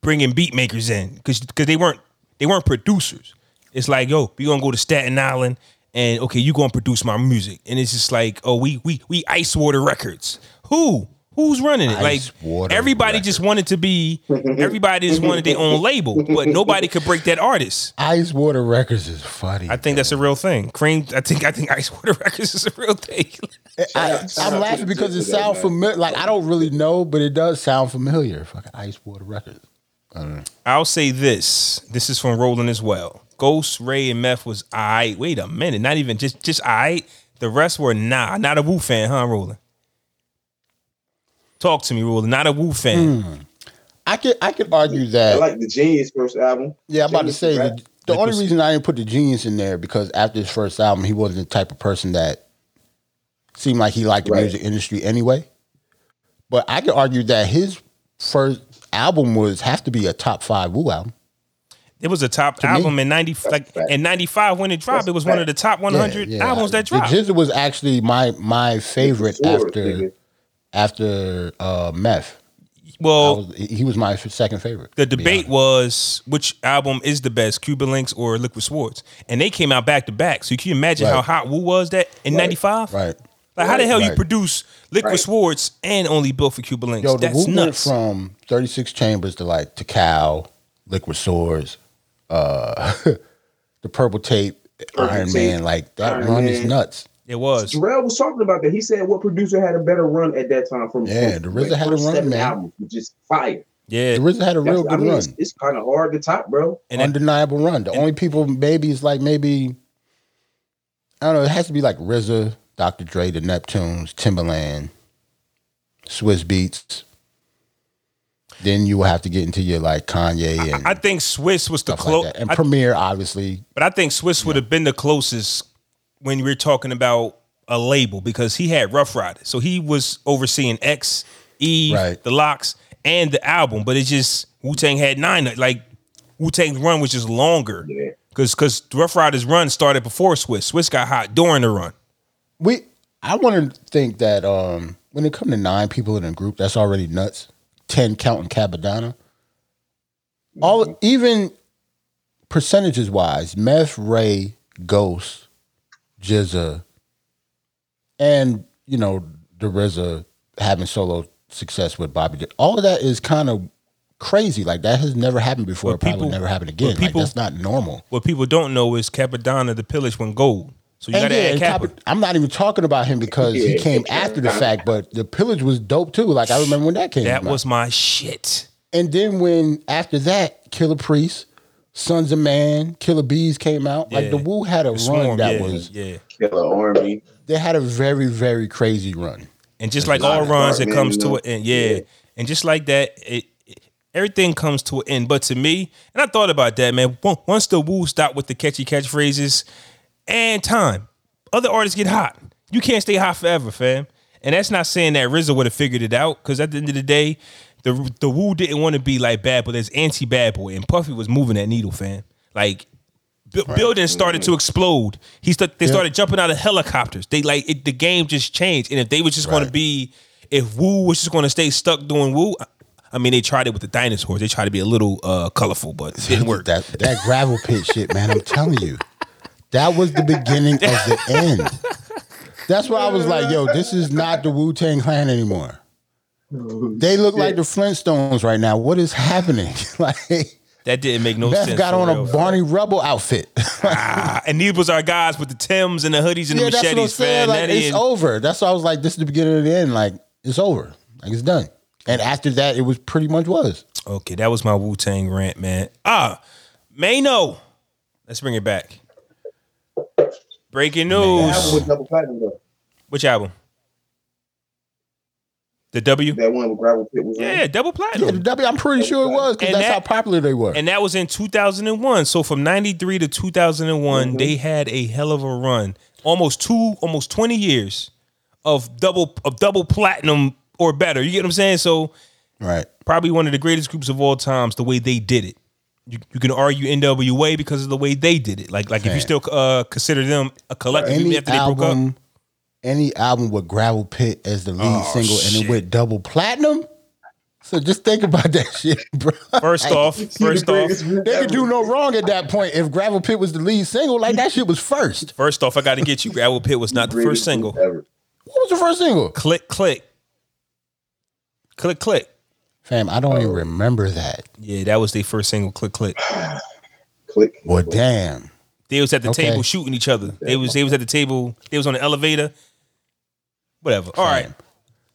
[SPEAKER 1] bringing beat makers in because they weren't they weren't producers. It's like yo, we gonna go to Staten Island and okay, you gonna produce my music, and it's just like oh, we we we Ice Water Records. Who who's running it?
[SPEAKER 3] Ice
[SPEAKER 1] like
[SPEAKER 3] Water
[SPEAKER 1] everybody just wanted to be everybody just wanted their own label, but nobody could break that artist.
[SPEAKER 3] Ice Water Records is funny.
[SPEAKER 1] I think that's a real thing. Cream, I think I think Ice Water Records is a real thing.
[SPEAKER 3] I, I'm laughing because it sounds familiar. Like I don't really know, but it does sound familiar. Fucking Ice Water Records.
[SPEAKER 1] I'll say this. This is from Roland as well. Ghost, Ray, and Meth was I. Wait a minute. Not even just just I. The rest were nah. Not a Wu fan, huh, Roland? Talk to me, Roland. Not a Wu fan.
[SPEAKER 3] Hmm. I could I could argue
[SPEAKER 2] I
[SPEAKER 3] that.
[SPEAKER 2] like the Genius first album.
[SPEAKER 3] yeah, I'm about to
[SPEAKER 2] Genius
[SPEAKER 3] say
[SPEAKER 2] is
[SPEAKER 3] that
[SPEAKER 2] rap.
[SPEAKER 3] the
[SPEAKER 1] Like
[SPEAKER 3] only
[SPEAKER 1] this-
[SPEAKER 3] reason I didn't put the genius in there because after his first album, he wasn't the type of person that seemed like he liked the
[SPEAKER 2] Right.
[SPEAKER 3] music industry anyway. But I could argue that his first album was have to be a top five Wu album.
[SPEAKER 1] It was a top album in ninety like
[SPEAKER 2] fact.
[SPEAKER 1] in ninety five when it dropped.
[SPEAKER 2] That's
[SPEAKER 1] it was one of
[SPEAKER 2] fact.
[SPEAKER 1] the top one hundred
[SPEAKER 3] Yeah, yeah.
[SPEAKER 1] albums that dropped.
[SPEAKER 3] The Jizzle was actually my my favorite
[SPEAKER 2] Sure,
[SPEAKER 3] after
[SPEAKER 2] nigga.
[SPEAKER 3] after uh, Meth. I
[SPEAKER 1] well,
[SPEAKER 3] was, he was my second favorite.
[SPEAKER 1] Oh. the
[SPEAKER 3] to be
[SPEAKER 1] debate was which album is the best, Cuban Links or Liquid Swords, and they came out back to back. So you can imagine
[SPEAKER 3] Right.
[SPEAKER 1] how hot Wu was that in ninety five.
[SPEAKER 3] honest. right?
[SPEAKER 1] Like, how the hell you
[SPEAKER 3] Right.
[SPEAKER 1] produce Liquid
[SPEAKER 2] Right.
[SPEAKER 1] Swords and only built for Cuba Links?
[SPEAKER 3] Yo, the
[SPEAKER 1] That's
[SPEAKER 3] Wu went
[SPEAKER 1] nuts.
[SPEAKER 3] from thirty six chambers to like to cow, liquid swords, uh, the purple tape,
[SPEAKER 2] Purple
[SPEAKER 3] Iron
[SPEAKER 2] Tape,
[SPEAKER 3] Man. Like that
[SPEAKER 2] Iron
[SPEAKER 3] run is
[SPEAKER 2] Man.
[SPEAKER 3] nuts.
[SPEAKER 1] it was.
[SPEAKER 2] Jarrell was talking about that. He said what producer had a better run at that time from
[SPEAKER 3] Yeah, the
[SPEAKER 2] from
[SPEAKER 3] RZA had a
[SPEAKER 2] first
[SPEAKER 3] run,
[SPEAKER 2] seven
[SPEAKER 3] man.
[SPEAKER 2] albums, which is fire.
[SPEAKER 1] Yeah.
[SPEAKER 3] The RZA had a
[SPEAKER 2] That's-
[SPEAKER 3] real good
[SPEAKER 2] I mean,
[SPEAKER 3] run,
[SPEAKER 2] it's, it's kind of hard to top, bro.
[SPEAKER 1] And then-
[SPEAKER 3] undeniable run. The
[SPEAKER 1] and-
[SPEAKER 3] only people maybe is like maybe I don't know. It has to be like RZA, Dr. Dre, the Neptunes, Timbaland, Swiss Beats. Then you will have to get into your like Kanye and
[SPEAKER 1] I think Swiss was the
[SPEAKER 3] stuff like
[SPEAKER 1] close,
[SPEAKER 3] that. and Premier, obviously.
[SPEAKER 1] but I think Swiss would have been the closest when we're talking about a label because he had Rough Riders, so he was overseeing X, E,
[SPEAKER 3] Right.
[SPEAKER 1] the Locks, and the album. But it's just Wu Tang had nine. Like Wu Tang's run was just longer
[SPEAKER 2] Yeah.
[SPEAKER 1] because because Rough Riders run started before Swiss. Swiss got hot during the run.
[SPEAKER 3] we I want to think that um when it come to nine people in a group, that's already nuts. Ten counting Cabadana.
[SPEAKER 1] Mm-hmm.
[SPEAKER 3] All even percentages wise, Meth, Ray, Ghost, Jizza, and you know the RZA having solo success with Bobby. J- All of that is kind of crazy. Like that has never happened before.
[SPEAKER 1] But
[SPEAKER 3] it probably
[SPEAKER 1] people-
[SPEAKER 3] never happened again.
[SPEAKER 1] but people-
[SPEAKER 3] like that's not normal.
[SPEAKER 1] What people don't know is Capadonna the pillage went gold. So you
[SPEAKER 3] And
[SPEAKER 1] gotta
[SPEAKER 3] yeah,
[SPEAKER 1] add
[SPEAKER 3] and
[SPEAKER 1] Kappa.
[SPEAKER 3] Copper- I'm not even talking about him because he
[SPEAKER 2] Yeah.
[SPEAKER 3] came after the fact, but the pillage was dope too. Like I remember when that came
[SPEAKER 1] That
[SPEAKER 3] out.
[SPEAKER 1] was my shit.
[SPEAKER 3] And then when after that, Killer Priest, Sons of Man, Killer Bees came out. Like the
[SPEAKER 1] Yeah.
[SPEAKER 3] Wu had a run
[SPEAKER 1] Swarm,
[SPEAKER 3] that
[SPEAKER 1] yeah,
[SPEAKER 3] was
[SPEAKER 1] yeah.
[SPEAKER 2] Killer Army.
[SPEAKER 3] they had a very very crazy run.
[SPEAKER 1] And just like all
[SPEAKER 2] Like
[SPEAKER 1] runs, it
[SPEAKER 2] Darkman,
[SPEAKER 1] comes
[SPEAKER 2] you
[SPEAKER 1] to
[SPEAKER 2] know?
[SPEAKER 1] an end. Yeah. And just like that, it, it- everything comes to an end. But to me, and I thought about that, man. on- Once the woo stop with the catchy catchphrases and time, other artists get hot. You can't stay hot forever, fam. And that's not saying that RZA would have figured it out, because at the end of the day, the the woo didn't want to be like Bad Boy. There's anti Bad Boy, and Puffy was moving that needle, fam. Like bu- buildings started to explode. He st- they started jumping out of helicopters. They like it, the game just changed. And if they was just going to
[SPEAKER 3] Right.
[SPEAKER 1] be, if Woo was just going to stay stuck doing Woo, I, I mean, they tried it with the dinosaurs. They tried to be a little uh, colorful, but it didn't work.
[SPEAKER 3] That that gravel pit shit, man. I'm telling you, that was the beginning of the end. That's why I was like, yo, this is not the Wu Tang Clan anymore. They look like the Flintstones right now. What is happening? like
[SPEAKER 1] That didn't make no
[SPEAKER 3] Beth
[SPEAKER 1] sense.
[SPEAKER 3] got
[SPEAKER 1] for
[SPEAKER 3] on
[SPEAKER 1] real.
[SPEAKER 3] a Barney Rubble outfit.
[SPEAKER 1] Ah, and these was our guys with the Tims and the hoodies and the machetes, man.
[SPEAKER 3] Like,
[SPEAKER 1] That
[SPEAKER 3] it's
[SPEAKER 1] is-
[SPEAKER 3] over. That's why I was like, this is the beginning of the end. Like, it's over. Like, it's done. And after that, it was pretty much was.
[SPEAKER 1] Okay, that was my Wu Tang rant, man. Ah, Mano, let's bring it back. Breaking
[SPEAKER 2] That
[SPEAKER 1] news.
[SPEAKER 2] one was double platinum though.
[SPEAKER 1] Which album? The W.
[SPEAKER 2] That one with gravel pit was on.
[SPEAKER 1] Yeah, double
[SPEAKER 3] Yeah, the
[SPEAKER 1] platinum.
[SPEAKER 3] W, I'm pretty sure it was because
[SPEAKER 1] And
[SPEAKER 3] that's
[SPEAKER 1] that-
[SPEAKER 3] how popular they were.
[SPEAKER 1] And that was in 2001. So from 93 to 2001,
[SPEAKER 3] Mm-hmm.
[SPEAKER 1] they had a hell of a run. Almost two, almost 20 years of double of double platinum or better. You get what I'm saying? So
[SPEAKER 3] right.
[SPEAKER 1] probably one of the greatest groups of all times, the way they did it. You, you can argue NWA because of the way they did it. Like like if you
[SPEAKER 3] Man.
[SPEAKER 1] still uh, consider them a collective even
[SPEAKER 3] Any
[SPEAKER 1] after they broke up.
[SPEAKER 3] album, any album with Gravel Pit as the lead
[SPEAKER 1] Oh,
[SPEAKER 3] single and
[SPEAKER 1] shit.
[SPEAKER 3] it went double platinum. So just think about that shit, bro.
[SPEAKER 1] First off, first off,
[SPEAKER 3] They could do no wrong at that point if Gravel Pit was the lead single. Like that shit was first.
[SPEAKER 1] first off, I got to get you. Gravel Pit was not the first single.
[SPEAKER 2] Ever.
[SPEAKER 3] What was the first single?
[SPEAKER 1] click click click click
[SPEAKER 3] Fam, I don't even remember that.
[SPEAKER 1] yeah that was their first single click click
[SPEAKER 2] Click.
[SPEAKER 3] Well, damn.
[SPEAKER 1] they was at the
[SPEAKER 3] Okay.
[SPEAKER 1] table shooting each other they was they was at the table they was on the elevator whatever all right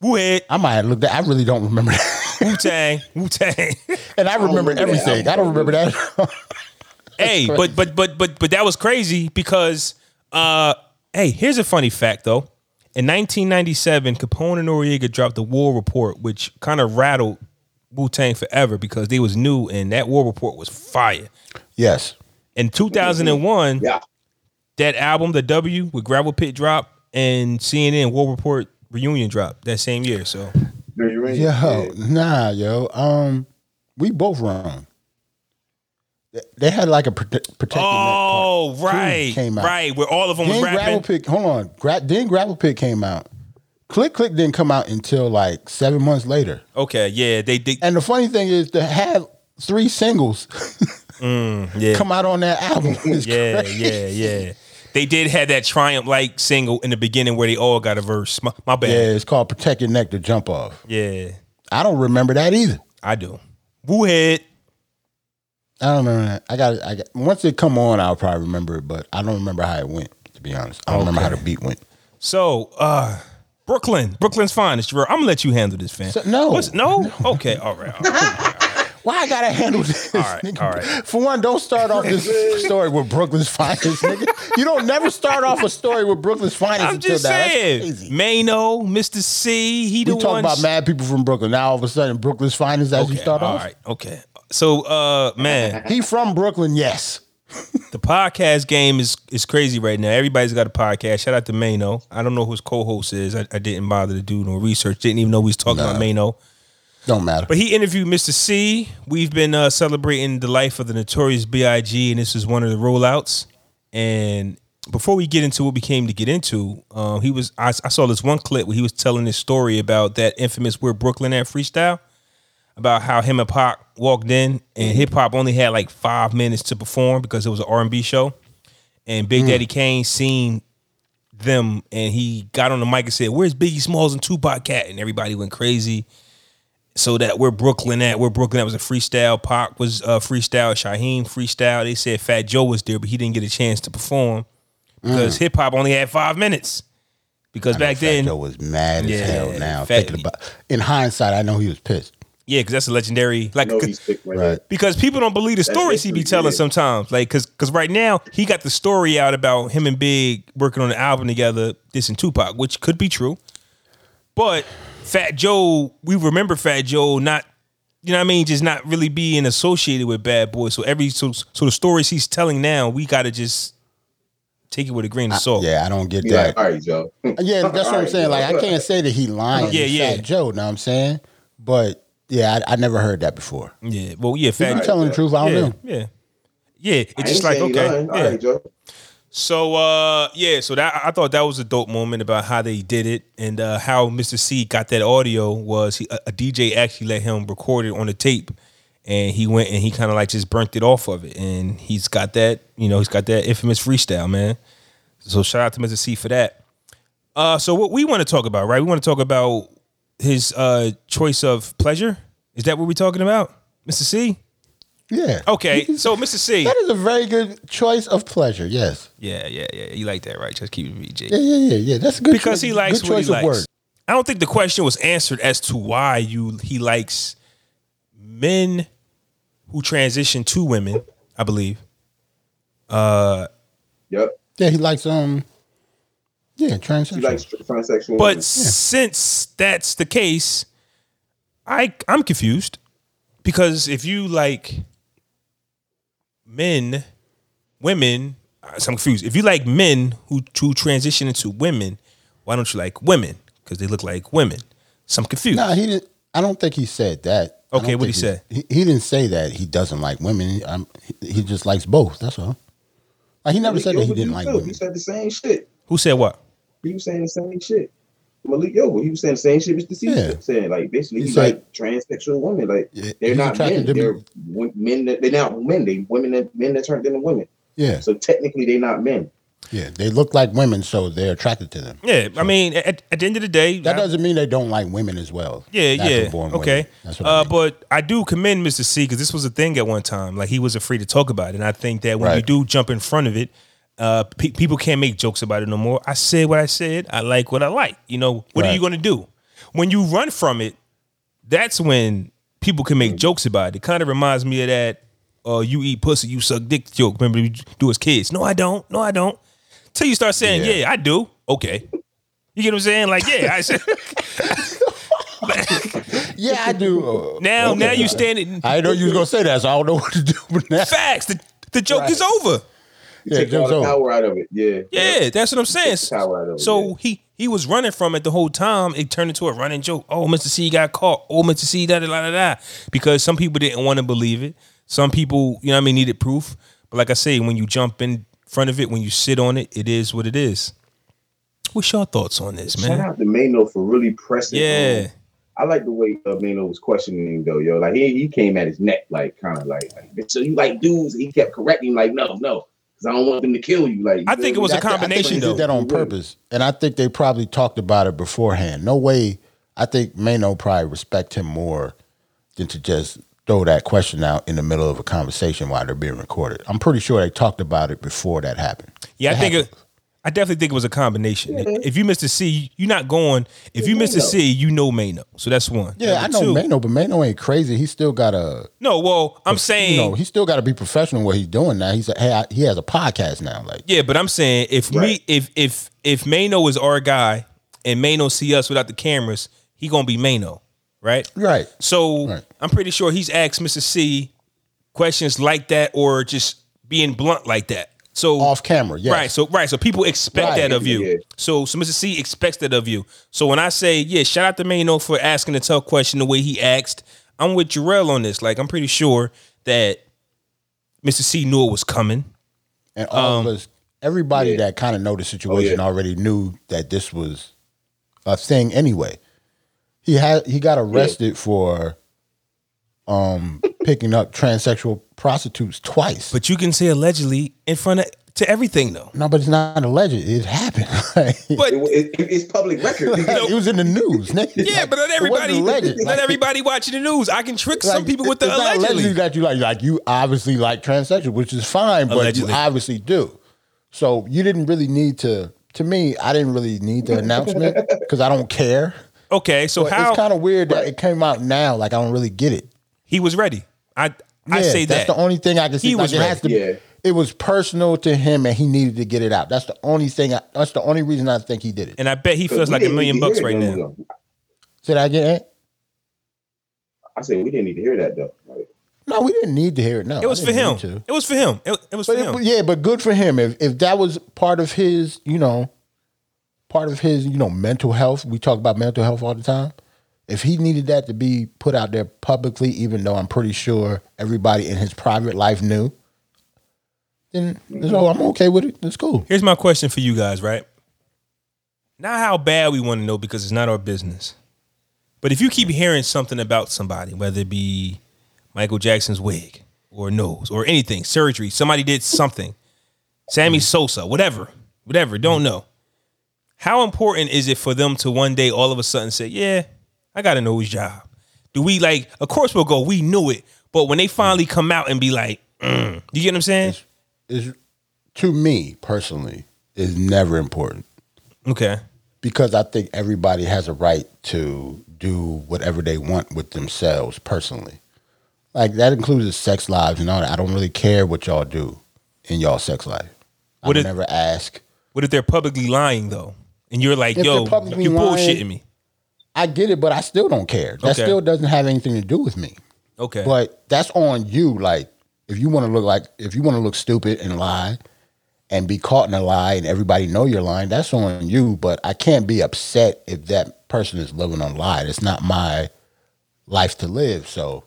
[SPEAKER 1] Wu head
[SPEAKER 3] I might have looked at I really don't remember that.
[SPEAKER 1] Wu Tang Wu Tang
[SPEAKER 3] And I remember
[SPEAKER 2] remember that
[SPEAKER 3] everything. I don't remember that.
[SPEAKER 1] hey but but but but but that was crazy because uh hey here's a funny fact though in 1997 Capone and Noriega dropped the War Report which kind of rattled Wu Tang forever because they was new and that War Report was fire
[SPEAKER 3] yes.
[SPEAKER 1] in 2001
[SPEAKER 2] Yeah.
[SPEAKER 1] that album, the W with Gravel Pit drop and CNN War Report reunion drop that same year. So
[SPEAKER 2] Dirty Rain.
[SPEAKER 3] Yo, nah, yo. Um, we both wrong. They- They had like a prote- protecting.
[SPEAKER 1] oh
[SPEAKER 3] Two
[SPEAKER 1] right,
[SPEAKER 3] came out.
[SPEAKER 1] right, where all of them
[SPEAKER 3] that part.
[SPEAKER 1] was
[SPEAKER 3] Then gravel
[SPEAKER 1] rapping.
[SPEAKER 3] pick. Hold on. Gra- then gravel pick came out. Click click didn't come out until like seven months later.
[SPEAKER 1] Okay, yeah, they did.
[SPEAKER 3] And the funny thing is to have three singles
[SPEAKER 1] mm, Yeah,
[SPEAKER 3] come out on that album. Is
[SPEAKER 1] yeah,
[SPEAKER 3] crazy.
[SPEAKER 1] yeah, yeah. They did have that triumph like single in the beginning where they all got a verse. My, my
[SPEAKER 3] Yeah,
[SPEAKER 1] bad.
[SPEAKER 3] it's called Protect Your Neck to Jump Off.
[SPEAKER 1] Yeah.
[SPEAKER 3] I don't remember that either.
[SPEAKER 1] I do. Woo head.
[SPEAKER 3] I don't remember that. I got. I got. Once it come on, I'll probably remember it. But I don't remember how it went. To be honest, I don't remember how the beat went.
[SPEAKER 1] So, uh, Brooklyn, Brooklyn's finest. Gerard. I'm gonna let you handle this, fam.
[SPEAKER 3] So- no.
[SPEAKER 1] What's, no, okay, all right, all right.
[SPEAKER 3] Why I gotta handle this?
[SPEAKER 1] All right,
[SPEAKER 3] nigga?
[SPEAKER 1] all right.
[SPEAKER 3] For one, don't start off this story with Brooklyn's finest, nigga. You don't never start off a story with Brooklyn's finest
[SPEAKER 1] I'm
[SPEAKER 3] until
[SPEAKER 1] just
[SPEAKER 3] now. That's
[SPEAKER 1] saying,
[SPEAKER 3] crazy.
[SPEAKER 1] Mano, Mr. C, he the
[SPEAKER 3] We talk
[SPEAKER 1] one.
[SPEAKER 3] about mad people from Brooklyn. Now all of a sudden, Brooklyn's finest as
[SPEAKER 1] Okay,
[SPEAKER 3] you start
[SPEAKER 1] all
[SPEAKER 3] off.
[SPEAKER 1] right, okay. So, uh, man,
[SPEAKER 3] He from Brooklyn, yes.
[SPEAKER 1] the podcast game is is crazy right now. Everybody's got a podcast. Shout out to Mano. I don't know who his co-host is. I, I didn't bother to do no research. Didn't even know we was talking about Mano.
[SPEAKER 3] Don't matter.
[SPEAKER 1] But he interviewed Mr. C. We've been uh, celebrating the life of the notorious B.I.G. and this is one of the rollouts. And before we get into what we came to get into, um, he was I, I saw this one clip where he was telling his story about that infamous "We're Brooklyn" at freestyle, about how him and Pac walked in and hip hop only had like five minutes to perform because it was an R and B show, and Big Daddy Kane seen them, and he got on the mic and said, "Where's Biggie Smalls and Tupac Cat?" And everybody went crazy. So that where Brooklyn at? Where Brooklyn at was a freestyle. Pac was uh, freestyle. Shaheem freestyle. They said Fat Joe was there, but he didn't get a chance to perform because hip hop only had five minutes. Because back
[SPEAKER 3] Mm. Fat
[SPEAKER 1] then,
[SPEAKER 3] Joe was mad as
[SPEAKER 1] Yeah,
[SPEAKER 3] hell. Now
[SPEAKER 1] Fat-
[SPEAKER 3] thinking about in hindsight, I know he was pissed.
[SPEAKER 1] yeah, because that's a legendary. Like,
[SPEAKER 2] No, he's sick right,
[SPEAKER 3] Right.
[SPEAKER 2] now.
[SPEAKER 1] because people don't believe the stories he be
[SPEAKER 2] history,
[SPEAKER 1] telling
[SPEAKER 2] yeah.
[SPEAKER 1] sometimes. Like, cause, cause right now he got the story out about him and Big working on the album together, this and Tupac, which could be true. But Fat Joe, we remember Fat Joe not, you know what I mean, just not really being associated with Bad Boy. So every so so the stories he's telling now, we gotta just take it with a grain of salt.
[SPEAKER 3] Yeah, I don't get
[SPEAKER 2] He like,
[SPEAKER 3] that.
[SPEAKER 2] all right, Joe.
[SPEAKER 3] Yeah, that's what I'm
[SPEAKER 2] Alright,
[SPEAKER 3] saying.
[SPEAKER 2] bro.
[SPEAKER 3] Like I can't say that he lying.
[SPEAKER 1] Yeah,
[SPEAKER 3] Yeah, yeah.
[SPEAKER 1] yeah.
[SPEAKER 3] Fat Joe, know what I'm saying? But yeah, I, I never heard that before.
[SPEAKER 1] Yeah. Well, yeah,
[SPEAKER 3] If you
[SPEAKER 1] Fat Joe.
[SPEAKER 3] telling the truth, I don't
[SPEAKER 1] Yeah,
[SPEAKER 3] know.
[SPEAKER 1] yeah. Yeah,
[SPEAKER 2] I
[SPEAKER 1] it's just
[SPEAKER 2] ain't
[SPEAKER 1] like
[SPEAKER 2] saying he
[SPEAKER 1] okay,
[SPEAKER 2] lying.
[SPEAKER 1] yeah.
[SPEAKER 2] All right, Joe.
[SPEAKER 1] So uh yeah, so that I thought that was a dope moment about how they did it and uh how Mr. C got that audio was he, a, a DJ actually let him record it on a tape and he went and he kind of like just burnt it off of it and he's got that, you know, he's got that infamous freestyle, man. So shout out to Mr. C for that. Uh so what we want to talk about, right? We want to talk about his uh choice of pleasure. Is that what we're talking about? Mr. C?
[SPEAKER 3] Yeah.
[SPEAKER 1] Okay. So Mr. C.
[SPEAKER 3] That is a very good choice of pleasure. Yes.
[SPEAKER 1] Yeah, yeah, yeah. You like that, right? Just keep it VJ.
[SPEAKER 3] Yeah, yeah, yeah, yeah. That's a good
[SPEAKER 1] because
[SPEAKER 3] choice-
[SPEAKER 1] he likes
[SPEAKER 3] good
[SPEAKER 1] what he
[SPEAKER 3] choice of
[SPEAKER 1] likes.
[SPEAKER 3] word.
[SPEAKER 1] I don't think the question was answered as to why you he likes men who transition to women. I believe.
[SPEAKER 2] Yep.
[SPEAKER 3] Yeah, he likes um. Yeah, transsexual.
[SPEAKER 2] He likes transsexual.
[SPEAKER 1] But
[SPEAKER 2] women.
[SPEAKER 1] since that's the case, I I'm confused because if you like men, women, uh, so I'm confused. If you like men who who transition into women, why don't you like women? Because they look like women. So I'm confused.
[SPEAKER 3] No, he didn't. I don't think he said that. I
[SPEAKER 1] Okay,
[SPEAKER 3] don't
[SPEAKER 1] what'd
[SPEAKER 3] think
[SPEAKER 1] he say?
[SPEAKER 3] He, he didn't say that he doesn't like women. Um, he, he just likes both. That's all. Like, he never
[SPEAKER 2] Malik
[SPEAKER 3] said that he
[SPEAKER 2] Yoba,
[SPEAKER 3] didn't
[SPEAKER 2] you
[SPEAKER 3] like
[SPEAKER 2] too.
[SPEAKER 3] women.
[SPEAKER 2] He said the same shit.
[SPEAKER 1] Who said what?
[SPEAKER 2] He was saying the same shit. Malik Yoba, he was saying the same shit Mr. C
[SPEAKER 3] Yeah.
[SPEAKER 2] was saying. Like basically,
[SPEAKER 3] He
[SPEAKER 2] he's
[SPEAKER 3] said-
[SPEAKER 2] like transsexual women. Like
[SPEAKER 3] Yeah,
[SPEAKER 2] they're
[SPEAKER 3] he's
[SPEAKER 2] not men.
[SPEAKER 3] attracted to
[SPEAKER 2] They're
[SPEAKER 3] me.
[SPEAKER 2] wo- men. That, they're not men. They women that men that turned into women.
[SPEAKER 3] Yeah,
[SPEAKER 2] So technically, they're not men.
[SPEAKER 3] yeah. They look like women, so they're attracted to them.
[SPEAKER 1] Yeah, I mean, at, at the end of the day,
[SPEAKER 3] That
[SPEAKER 1] I-
[SPEAKER 3] doesn't mean they don't like women as well.
[SPEAKER 1] yeah,
[SPEAKER 3] Natural
[SPEAKER 1] yeah,
[SPEAKER 3] born
[SPEAKER 1] okay.
[SPEAKER 3] women. That's what I
[SPEAKER 1] Uh,
[SPEAKER 3] mean.
[SPEAKER 1] but I do commend Mr. C because this was a thing at one time. Like he was afraid to talk about it, and I think that when you
[SPEAKER 3] Right.
[SPEAKER 1] do jump in front of it, uh, pe- people can't make jokes about it no more. I said what I said. I like what I like. You know, what are
[SPEAKER 3] Right.
[SPEAKER 1] you going to do when you run from it? That's when people can make jokes about it. It kind of reminds me of that. Uh, you eat pussy, you suck dick joke. Remember we do as kids? No, I don't. No, I don't. Till you start saying,
[SPEAKER 3] Yeah.
[SPEAKER 1] yeah, I do. Okay. You get what I'm saying? Like, yeah, I said.
[SPEAKER 3] yeah, I do. Uh,
[SPEAKER 1] Now,
[SPEAKER 3] okay.
[SPEAKER 1] now you standing.
[SPEAKER 3] I didn't know you was gonna say that, so I don't know what to do. But now,
[SPEAKER 1] Facts. The, the joke is over.
[SPEAKER 2] You
[SPEAKER 3] Yeah,
[SPEAKER 2] take all
[SPEAKER 3] Jim's
[SPEAKER 2] the
[SPEAKER 3] over.
[SPEAKER 2] power out of it. Yeah.
[SPEAKER 1] Yeah, that's what I'm saying.
[SPEAKER 2] That's how I know,
[SPEAKER 1] So
[SPEAKER 2] yeah.
[SPEAKER 1] he he was running from it the whole time. It turned into a running joke. Oh, Mr. C got caught. Oh, Mr. C da da da da. da. Because some people didn't want to believe it. Some people, you know, what I mean, needed proof. But like I say, when you jump in front of it, when you sit on it, it is what it is. What's your thoughts on this,
[SPEAKER 2] Shout
[SPEAKER 1] man?
[SPEAKER 2] out to Mano for really pressing.
[SPEAKER 1] Yeah,
[SPEAKER 2] on. I like the way uh, Mano was questioning him though, yo. Like he, he came at his neck, like kind of like, like, so you like dudes? He kept correcting, like no, no, because I don't want them to kill you. Like
[SPEAKER 1] I think it was a
[SPEAKER 3] I thi- I think
[SPEAKER 1] combination,
[SPEAKER 3] they
[SPEAKER 1] though.
[SPEAKER 3] did that on purpose, and I think they probably talked about it beforehand. No way. I think Mano probably respect him more than to just throw that question out in the middle of a conversation while they're being recorded. I'm pretty sure they talked about it before that happened.
[SPEAKER 1] Yeah, I
[SPEAKER 3] It
[SPEAKER 1] think it,
[SPEAKER 3] happens.
[SPEAKER 1] I definitely think it was a combination. If you Mr. C, you're not going. If you Mr. C, you know Mano. So that's one.
[SPEAKER 3] Yeah, I
[SPEAKER 1] Number
[SPEAKER 3] know
[SPEAKER 1] two-
[SPEAKER 3] Mano, but Mano ain't crazy. He still got a,
[SPEAKER 1] No, well, I'm
[SPEAKER 3] you
[SPEAKER 1] saying
[SPEAKER 3] know, he still got to be professional in what he's doing now. He's a, hey, I, he has a podcast now. Like,
[SPEAKER 1] Yeah, but I'm saying if
[SPEAKER 2] Right.
[SPEAKER 1] me if if if Mano is our guy and Mano see us without the cameras, he gonna be Mano, right?
[SPEAKER 3] right?
[SPEAKER 1] So
[SPEAKER 3] Right.
[SPEAKER 1] I'm pretty sure he's asked Mr. C questions like that or just being blunt like that. So
[SPEAKER 3] Off camera, yes.
[SPEAKER 1] right, so right, so people expect
[SPEAKER 3] Right.
[SPEAKER 1] that of you.
[SPEAKER 2] Yeah.
[SPEAKER 1] So so Mr. C expects that of you. So when I say yeah, shout out to Mano for asking the tough question the way he asked, I'm with Jarrell on this. Like I'm pretty sure that Mr. C knew it was coming.
[SPEAKER 3] And all
[SPEAKER 1] Um,
[SPEAKER 3] of us, everybody
[SPEAKER 2] yeah.
[SPEAKER 3] that kind of know the
[SPEAKER 1] Oh,
[SPEAKER 3] situation already knew that this was a thing anyway. He had he got arrested for um picking up transsexual prostitutes twice.
[SPEAKER 1] But you can say allegedly in front of to everything though.
[SPEAKER 3] No, but it's not a legend. It happened. Like,
[SPEAKER 1] But
[SPEAKER 2] It, it, it's public record.
[SPEAKER 3] it was in the news. nigga.
[SPEAKER 1] yeah,
[SPEAKER 3] Like,
[SPEAKER 1] but not
[SPEAKER 3] it wasn't
[SPEAKER 1] everybody,
[SPEAKER 3] a legend.
[SPEAKER 1] not
[SPEAKER 3] Like,
[SPEAKER 1] everybody watching the news. I can trick some
[SPEAKER 3] like,
[SPEAKER 1] people with the
[SPEAKER 3] it's not
[SPEAKER 1] allegedly.
[SPEAKER 3] allegedly that you like. Like you obviously like transsexual, which is fine, but
[SPEAKER 1] Allegedly.
[SPEAKER 3] you obviously do. So you didn't really need to. To me, I didn't really need the announcement because I don't care.
[SPEAKER 1] Okay, so
[SPEAKER 3] But
[SPEAKER 1] how
[SPEAKER 3] it's kind of weird that it came out now. Like I don't really get it.
[SPEAKER 1] he was ready? I I
[SPEAKER 3] Yeah,
[SPEAKER 1] say that.
[SPEAKER 3] that's the only thing I can see.
[SPEAKER 1] He
[SPEAKER 3] Like,
[SPEAKER 1] was
[SPEAKER 3] it
[SPEAKER 1] ready.
[SPEAKER 3] has to be-
[SPEAKER 2] Yeah.
[SPEAKER 3] It was personal to him, and he needed to get it out. That's the only thing. I, that's the only reason I think he did it.
[SPEAKER 1] and I bet he feels
[SPEAKER 2] We
[SPEAKER 1] like a
[SPEAKER 2] didn't
[SPEAKER 1] million
[SPEAKER 2] need to
[SPEAKER 1] bucks
[SPEAKER 2] hear
[SPEAKER 1] right
[SPEAKER 2] it,
[SPEAKER 1] now.
[SPEAKER 2] though.
[SPEAKER 3] Did I get it?
[SPEAKER 2] I said we didn't need to hear that though. Like,
[SPEAKER 3] No, we didn't need to hear it. No,
[SPEAKER 1] It was
[SPEAKER 3] I
[SPEAKER 1] for
[SPEAKER 3] didn't
[SPEAKER 1] him.
[SPEAKER 3] need to.
[SPEAKER 1] It was for him. It, it was for
[SPEAKER 3] But it-
[SPEAKER 1] him.
[SPEAKER 3] yeah, but good for him. If if that was part of his, you know, part of his, you know, mental health. We talk about mental health all the time. If he needed that to be put out there publicly, even though I'm pretty sure everybody in his private life knew, then so I'm okay with it. It's cool.
[SPEAKER 1] Here's my question for you guys, right? Not how bad we want to know because it's not our business. But if you keep hearing something about somebody, whether it be Michael Jackson's wig or nose or anything, surgery, somebody did something, Sammy Sosa, whatever, whatever, don't know. How important is it for them to one day all of a sudden say, Yeah, I got a nose job? Do we like, of course we'll go, we knew it. But when they finally come out and be like, mm, you get what I'm saying?
[SPEAKER 3] Is to me personally is never important
[SPEAKER 1] Okay.
[SPEAKER 3] because I think everybody has a right to do whatever they want with themselves personally. Like that includes the sex lives and all that. I don't really care what y'all do in y'all sex life.
[SPEAKER 1] What
[SPEAKER 3] I
[SPEAKER 1] it-
[SPEAKER 3] would never ask.
[SPEAKER 1] What if they're publicly lying though? And you're like,
[SPEAKER 3] If
[SPEAKER 1] yo,
[SPEAKER 3] they're publicly
[SPEAKER 1] you
[SPEAKER 3] lying-
[SPEAKER 1] bullshitting me.
[SPEAKER 3] I get it, but I still don't care. That
[SPEAKER 1] Okay.
[SPEAKER 3] still doesn't have anything to do with me.
[SPEAKER 1] Okay.
[SPEAKER 3] But that's on you. Like if you want to look like if you want to look stupid and lie and be caught in a lie and everybody know you're lying, that's on you. But I can't be upset if that person is living on a lie. It's not my life to live. So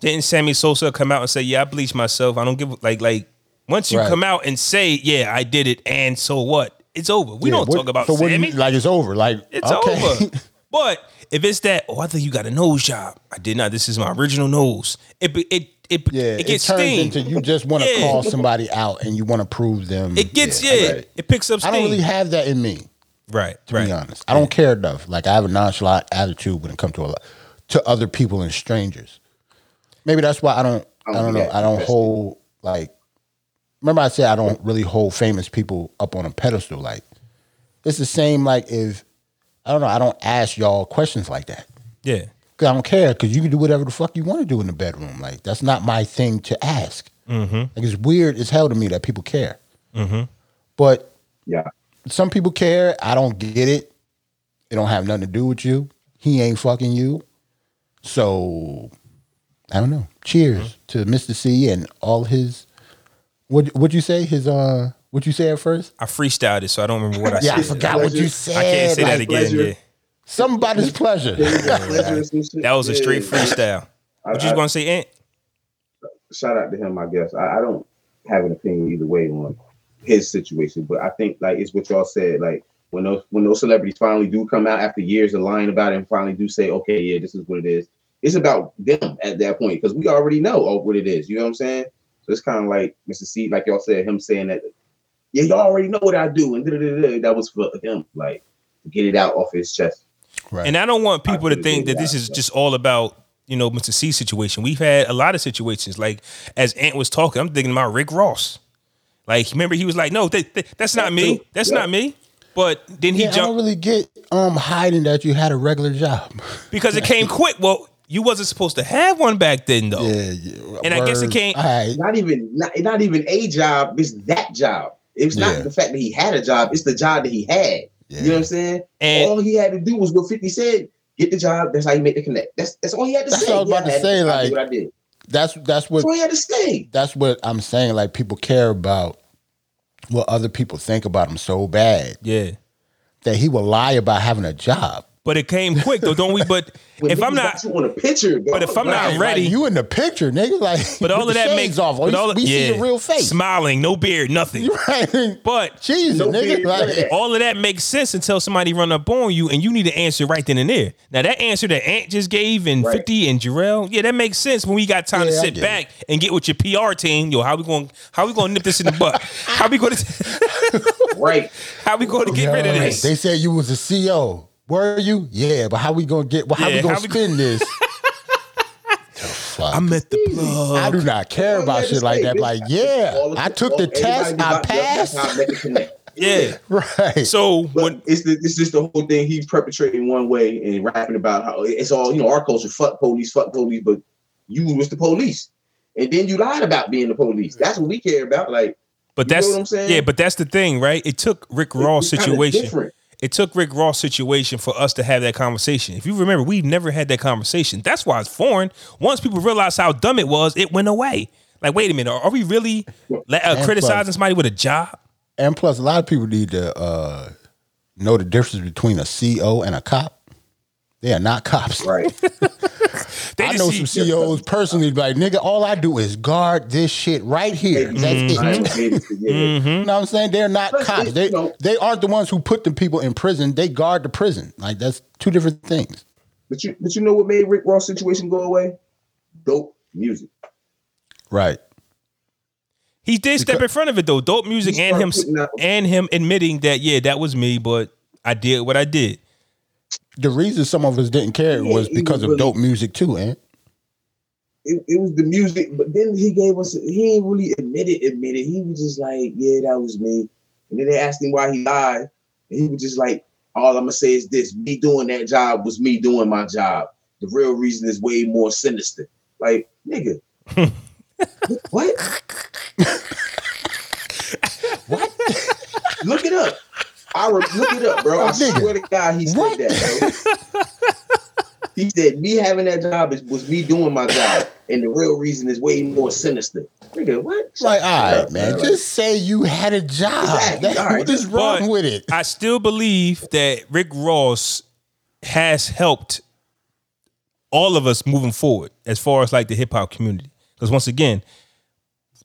[SPEAKER 1] Didn't Sammy Sosa come out and say, Yeah, I bleached myself. I don't give a-" like like once you
[SPEAKER 3] Right.
[SPEAKER 1] come out and say, Yeah, I did it, and so what? It's over. We
[SPEAKER 3] Yeah,
[SPEAKER 1] don't
[SPEAKER 3] what-
[SPEAKER 1] talk about
[SPEAKER 3] so what do you-
[SPEAKER 1] Sammy.
[SPEAKER 3] like it's over. Like
[SPEAKER 1] it's
[SPEAKER 3] okay.
[SPEAKER 1] over. But if it's that, oh, I think you got a nose job. I did not. This is my original nose. It be- it it
[SPEAKER 3] yeah,
[SPEAKER 1] it gets
[SPEAKER 3] turns
[SPEAKER 1] steamed.
[SPEAKER 3] into you just want to
[SPEAKER 1] Yeah.
[SPEAKER 3] call somebody out and you want to prove them.
[SPEAKER 1] it gets
[SPEAKER 3] I
[SPEAKER 1] yeah.
[SPEAKER 3] get
[SPEAKER 1] it.
[SPEAKER 3] it.
[SPEAKER 1] picks up
[SPEAKER 3] I
[SPEAKER 1] steam.
[SPEAKER 3] don't really have that in me.
[SPEAKER 1] right.
[SPEAKER 3] to
[SPEAKER 1] Right.
[SPEAKER 3] be honest. I don't care enough. Like I have a nonchalant attitude when it comes to a lot, to other people and strangers. Maybe that's why I don't. I don't know. I don't hold like. Remember, I said I don't really hold famous people up on a pedestal. Like it's the same. Like if I don't know, I don't ask y'all questions like that.
[SPEAKER 1] Yeah.
[SPEAKER 3] Cause I don't care. Cause you can do whatever the fuck you want to do in the bedroom. Like that's not my thing to ask. Like it's weird as hell to me that people care. But
[SPEAKER 2] yeah,
[SPEAKER 3] some people care. I don't get it. It don't have nothing to do with you. He ain't fucking you. So I don't know. Cheers
[SPEAKER 1] Mm-hmm.
[SPEAKER 3] to Mr. C and all his what would you say? His uh what you say at first?
[SPEAKER 1] I freestyled it, so I don't remember what I
[SPEAKER 3] Yeah, I
[SPEAKER 1] said.
[SPEAKER 3] forgot what you said.
[SPEAKER 1] I can't say that
[SPEAKER 3] Like,
[SPEAKER 1] again.
[SPEAKER 2] pleasure.
[SPEAKER 1] Yeah.
[SPEAKER 3] Somebody's pleasure.
[SPEAKER 1] That
[SPEAKER 2] that
[SPEAKER 1] was a straight freestyle.
[SPEAKER 2] I,
[SPEAKER 1] What you
[SPEAKER 2] I-
[SPEAKER 1] gonna say, Ant?
[SPEAKER 2] shout out to him, I guess. I, I don't have an opinion either way on his situation, but I think like it's what y'all said, like when those when those celebrities finally do come out after years of lying about it and finally do say, okay, yeah, this is what it is. It's about them at that point because we already know oh, what it is. You know what I'm saying? So it's kind of like Mr. C, like y'all said, him saying that, yeah, y'all already know what I do, and da-da-da-da. that was for him, like to get it out off his chest.
[SPEAKER 3] Right.
[SPEAKER 1] And I don't want people to
[SPEAKER 2] Absolutely,
[SPEAKER 1] think that
[SPEAKER 2] yeah,
[SPEAKER 1] this is
[SPEAKER 2] yeah.
[SPEAKER 1] just all about, you know, Mr. C situation. We've had a lot of situations. Like as Ant was talking, I'm thinking about Rick Ross. Like, remember he was like, No, th- th- that's not me.
[SPEAKER 2] too.
[SPEAKER 1] That's
[SPEAKER 2] Yeah.
[SPEAKER 1] not me. But then he
[SPEAKER 3] yeah, I don't
[SPEAKER 1] jumped
[SPEAKER 3] really get um hiding that you had a regular job.
[SPEAKER 1] because it came quick. Well, you wasn't supposed to have one back then though.
[SPEAKER 3] Yeah, yeah.
[SPEAKER 1] And I guess it
[SPEAKER 3] Word.
[SPEAKER 1] can't-
[SPEAKER 3] All right.
[SPEAKER 2] not even not, not even a job it's that job it's not
[SPEAKER 3] Yeah.
[SPEAKER 2] the fact that he had a job it's the job that he had you know what
[SPEAKER 3] Yeah.
[SPEAKER 2] i'm saying
[SPEAKER 1] And-
[SPEAKER 3] Oh.
[SPEAKER 2] all he had to do was what 50 said get the job that's how you make the connect that's that's all he had to
[SPEAKER 3] That's
[SPEAKER 2] say
[SPEAKER 3] what I was
[SPEAKER 2] Yeah,
[SPEAKER 3] about to
[SPEAKER 2] had
[SPEAKER 3] say,
[SPEAKER 2] I did
[SPEAKER 3] like-
[SPEAKER 2] what i did
[SPEAKER 3] That's that's what
[SPEAKER 2] that's all he had to say
[SPEAKER 3] that's what I'm saying. Like people care about what other people think about him so bad
[SPEAKER 1] Yeah.
[SPEAKER 3] that he will lie about having a job.
[SPEAKER 1] But it came quick though, don't we? But
[SPEAKER 2] When
[SPEAKER 1] if I'm
[SPEAKER 2] niggas
[SPEAKER 1] not,
[SPEAKER 2] got you on a picture, bro,
[SPEAKER 1] But if I'm not
[SPEAKER 2] like,
[SPEAKER 3] Like,
[SPEAKER 1] ready.
[SPEAKER 3] you in the picture, nigga. Like,
[SPEAKER 1] but all of
[SPEAKER 3] with the
[SPEAKER 1] that
[SPEAKER 3] shades
[SPEAKER 1] makes
[SPEAKER 3] off.
[SPEAKER 1] but
[SPEAKER 3] We-
[SPEAKER 1] all-
[SPEAKER 3] we see
[SPEAKER 1] yeah.
[SPEAKER 3] your real face.
[SPEAKER 1] smiling, no beard, nothing.
[SPEAKER 3] Right.
[SPEAKER 1] But
[SPEAKER 3] Jesus,
[SPEAKER 2] No
[SPEAKER 3] nigga.
[SPEAKER 2] beard, none of
[SPEAKER 3] Like,
[SPEAKER 2] that.
[SPEAKER 1] all of that makes sense until somebody run up on you and you need to answer right then and there. Now that answer that Ant just gave and
[SPEAKER 2] Right.
[SPEAKER 1] 50 and Jarrell, yeah, that makes sense when we got time to
[SPEAKER 3] Yeah, I
[SPEAKER 1] sit
[SPEAKER 3] get
[SPEAKER 1] back and get with your PR team. Yo, how we going to how we going to nip this in the butt? how we going to
[SPEAKER 2] right?
[SPEAKER 1] how we going to get rid of
[SPEAKER 3] Yo,
[SPEAKER 1] this?
[SPEAKER 3] They said you was a CEO. Were you? Yeah, but how we gonna get? Well, how
[SPEAKER 1] Yeah,
[SPEAKER 3] we gonna
[SPEAKER 1] how we-
[SPEAKER 3] spin this? The fuck?
[SPEAKER 1] I'm at the plug.
[SPEAKER 3] I do not care
[SPEAKER 2] All
[SPEAKER 3] about
[SPEAKER 2] that
[SPEAKER 3] shit
[SPEAKER 2] to
[SPEAKER 3] like
[SPEAKER 2] say,
[SPEAKER 3] that.
[SPEAKER 2] bitch,
[SPEAKER 3] Like,
[SPEAKER 2] all
[SPEAKER 3] yeah,
[SPEAKER 2] of-
[SPEAKER 3] I took the
[SPEAKER 2] all-
[SPEAKER 3] test,
[SPEAKER 2] everybody
[SPEAKER 3] I
[SPEAKER 2] about- yep, that's
[SPEAKER 3] passed.
[SPEAKER 2] how I made the connect.
[SPEAKER 1] Yeah.
[SPEAKER 3] Right.
[SPEAKER 1] So
[SPEAKER 2] But
[SPEAKER 1] when
[SPEAKER 2] it's the, it's just the whole thing. He's perpetrating one way and rapping about how it's all you know. Our culture, fuck police, fuck police. But you was the police, and then you lied about being the police. That's what we care about. Like,
[SPEAKER 1] but
[SPEAKER 2] you know
[SPEAKER 1] that's
[SPEAKER 2] what I'm saying?
[SPEAKER 1] yeah, but that's the thing, right? It took Rick Ross
[SPEAKER 2] it's kinda
[SPEAKER 1] situation.
[SPEAKER 2] different.
[SPEAKER 1] it took Rick Ross situation for us to have that conversation. If you remember, we've never had that conversation. That's why it's foreign. Once people realized how dumb it was, it went away. Like, wait a minute, are, are we really la- uh,
[SPEAKER 3] plus-
[SPEAKER 1] criticizing somebody with a job?
[SPEAKER 3] And plus, a lot of people need to uh, know the difference between a CO and a cop. They are not cops.
[SPEAKER 2] Right.
[SPEAKER 1] They
[SPEAKER 3] I
[SPEAKER 1] just
[SPEAKER 3] know
[SPEAKER 1] see-
[SPEAKER 3] some CEOs personally, be like, nigga, all I do is guard this shit right here.
[SPEAKER 1] Mm-hmm.
[SPEAKER 3] That's
[SPEAKER 2] I
[SPEAKER 3] it.
[SPEAKER 2] ain't made it to- yeah.
[SPEAKER 3] You know what I'm saying? They're not
[SPEAKER 2] Plus,
[SPEAKER 3] cops.
[SPEAKER 2] it-
[SPEAKER 3] They
[SPEAKER 2] you know-
[SPEAKER 3] they aren't the ones who put the people in prison. They guard the prison. Like that's two different things.
[SPEAKER 2] But you, but you know what made Rick Ross situation go away? Dope music.
[SPEAKER 3] Right.
[SPEAKER 1] He did step in front of it though. Dope music
[SPEAKER 2] He
[SPEAKER 1] and him
[SPEAKER 2] started putting out-
[SPEAKER 1] and him admitting that yeah, that was me, but I did what I did.
[SPEAKER 3] The reason some of us didn't care
[SPEAKER 2] Yeah,
[SPEAKER 3] was
[SPEAKER 2] he
[SPEAKER 3] because
[SPEAKER 2] was
[SPEAKER 3] of
[SPEAKER 2] really-
[SPEAKER 3] dope music too, and
[SPEAKER 2] It, it was the music, but then he gave us. He ain't really admitted admitted. He was just like, yeah, that was me. And then they asked him why he lied, and he was just like, all I'm gonna say is this: me doing that job was me doing my job. The real reason is way more sinister. Like, nigga, what?
[SPEAKER 3] What?
[SPEAKER 2] Look it up. I re- look it up, bro. I
[SPEAKER 3] Nigga.
[SPEAKER 2] swear to God, he said
[SPEAKER 3] What?
[SPEAKER 2] that. Bro. He said me having that job is, was me doing my job, and the real reason is way more sinister. Nigga, what?
[SPEAKER 3] Like, all
[SPEAKER 2] Yeah,
[SPEAKER 3] right, man,
[SPEAKER 2] like-
[SPEAKER 3] just say you had a job.
[SPEAKER 2] Exactly. All right.
[SPEAKER 3] what is wrong
[SPEAKER 1] But-
[SPEAKER 3] with it?
[SPEAKER 1] I still believe that Rick Ross has helped all of us moving forward as far as like the hip hop community. Because once again,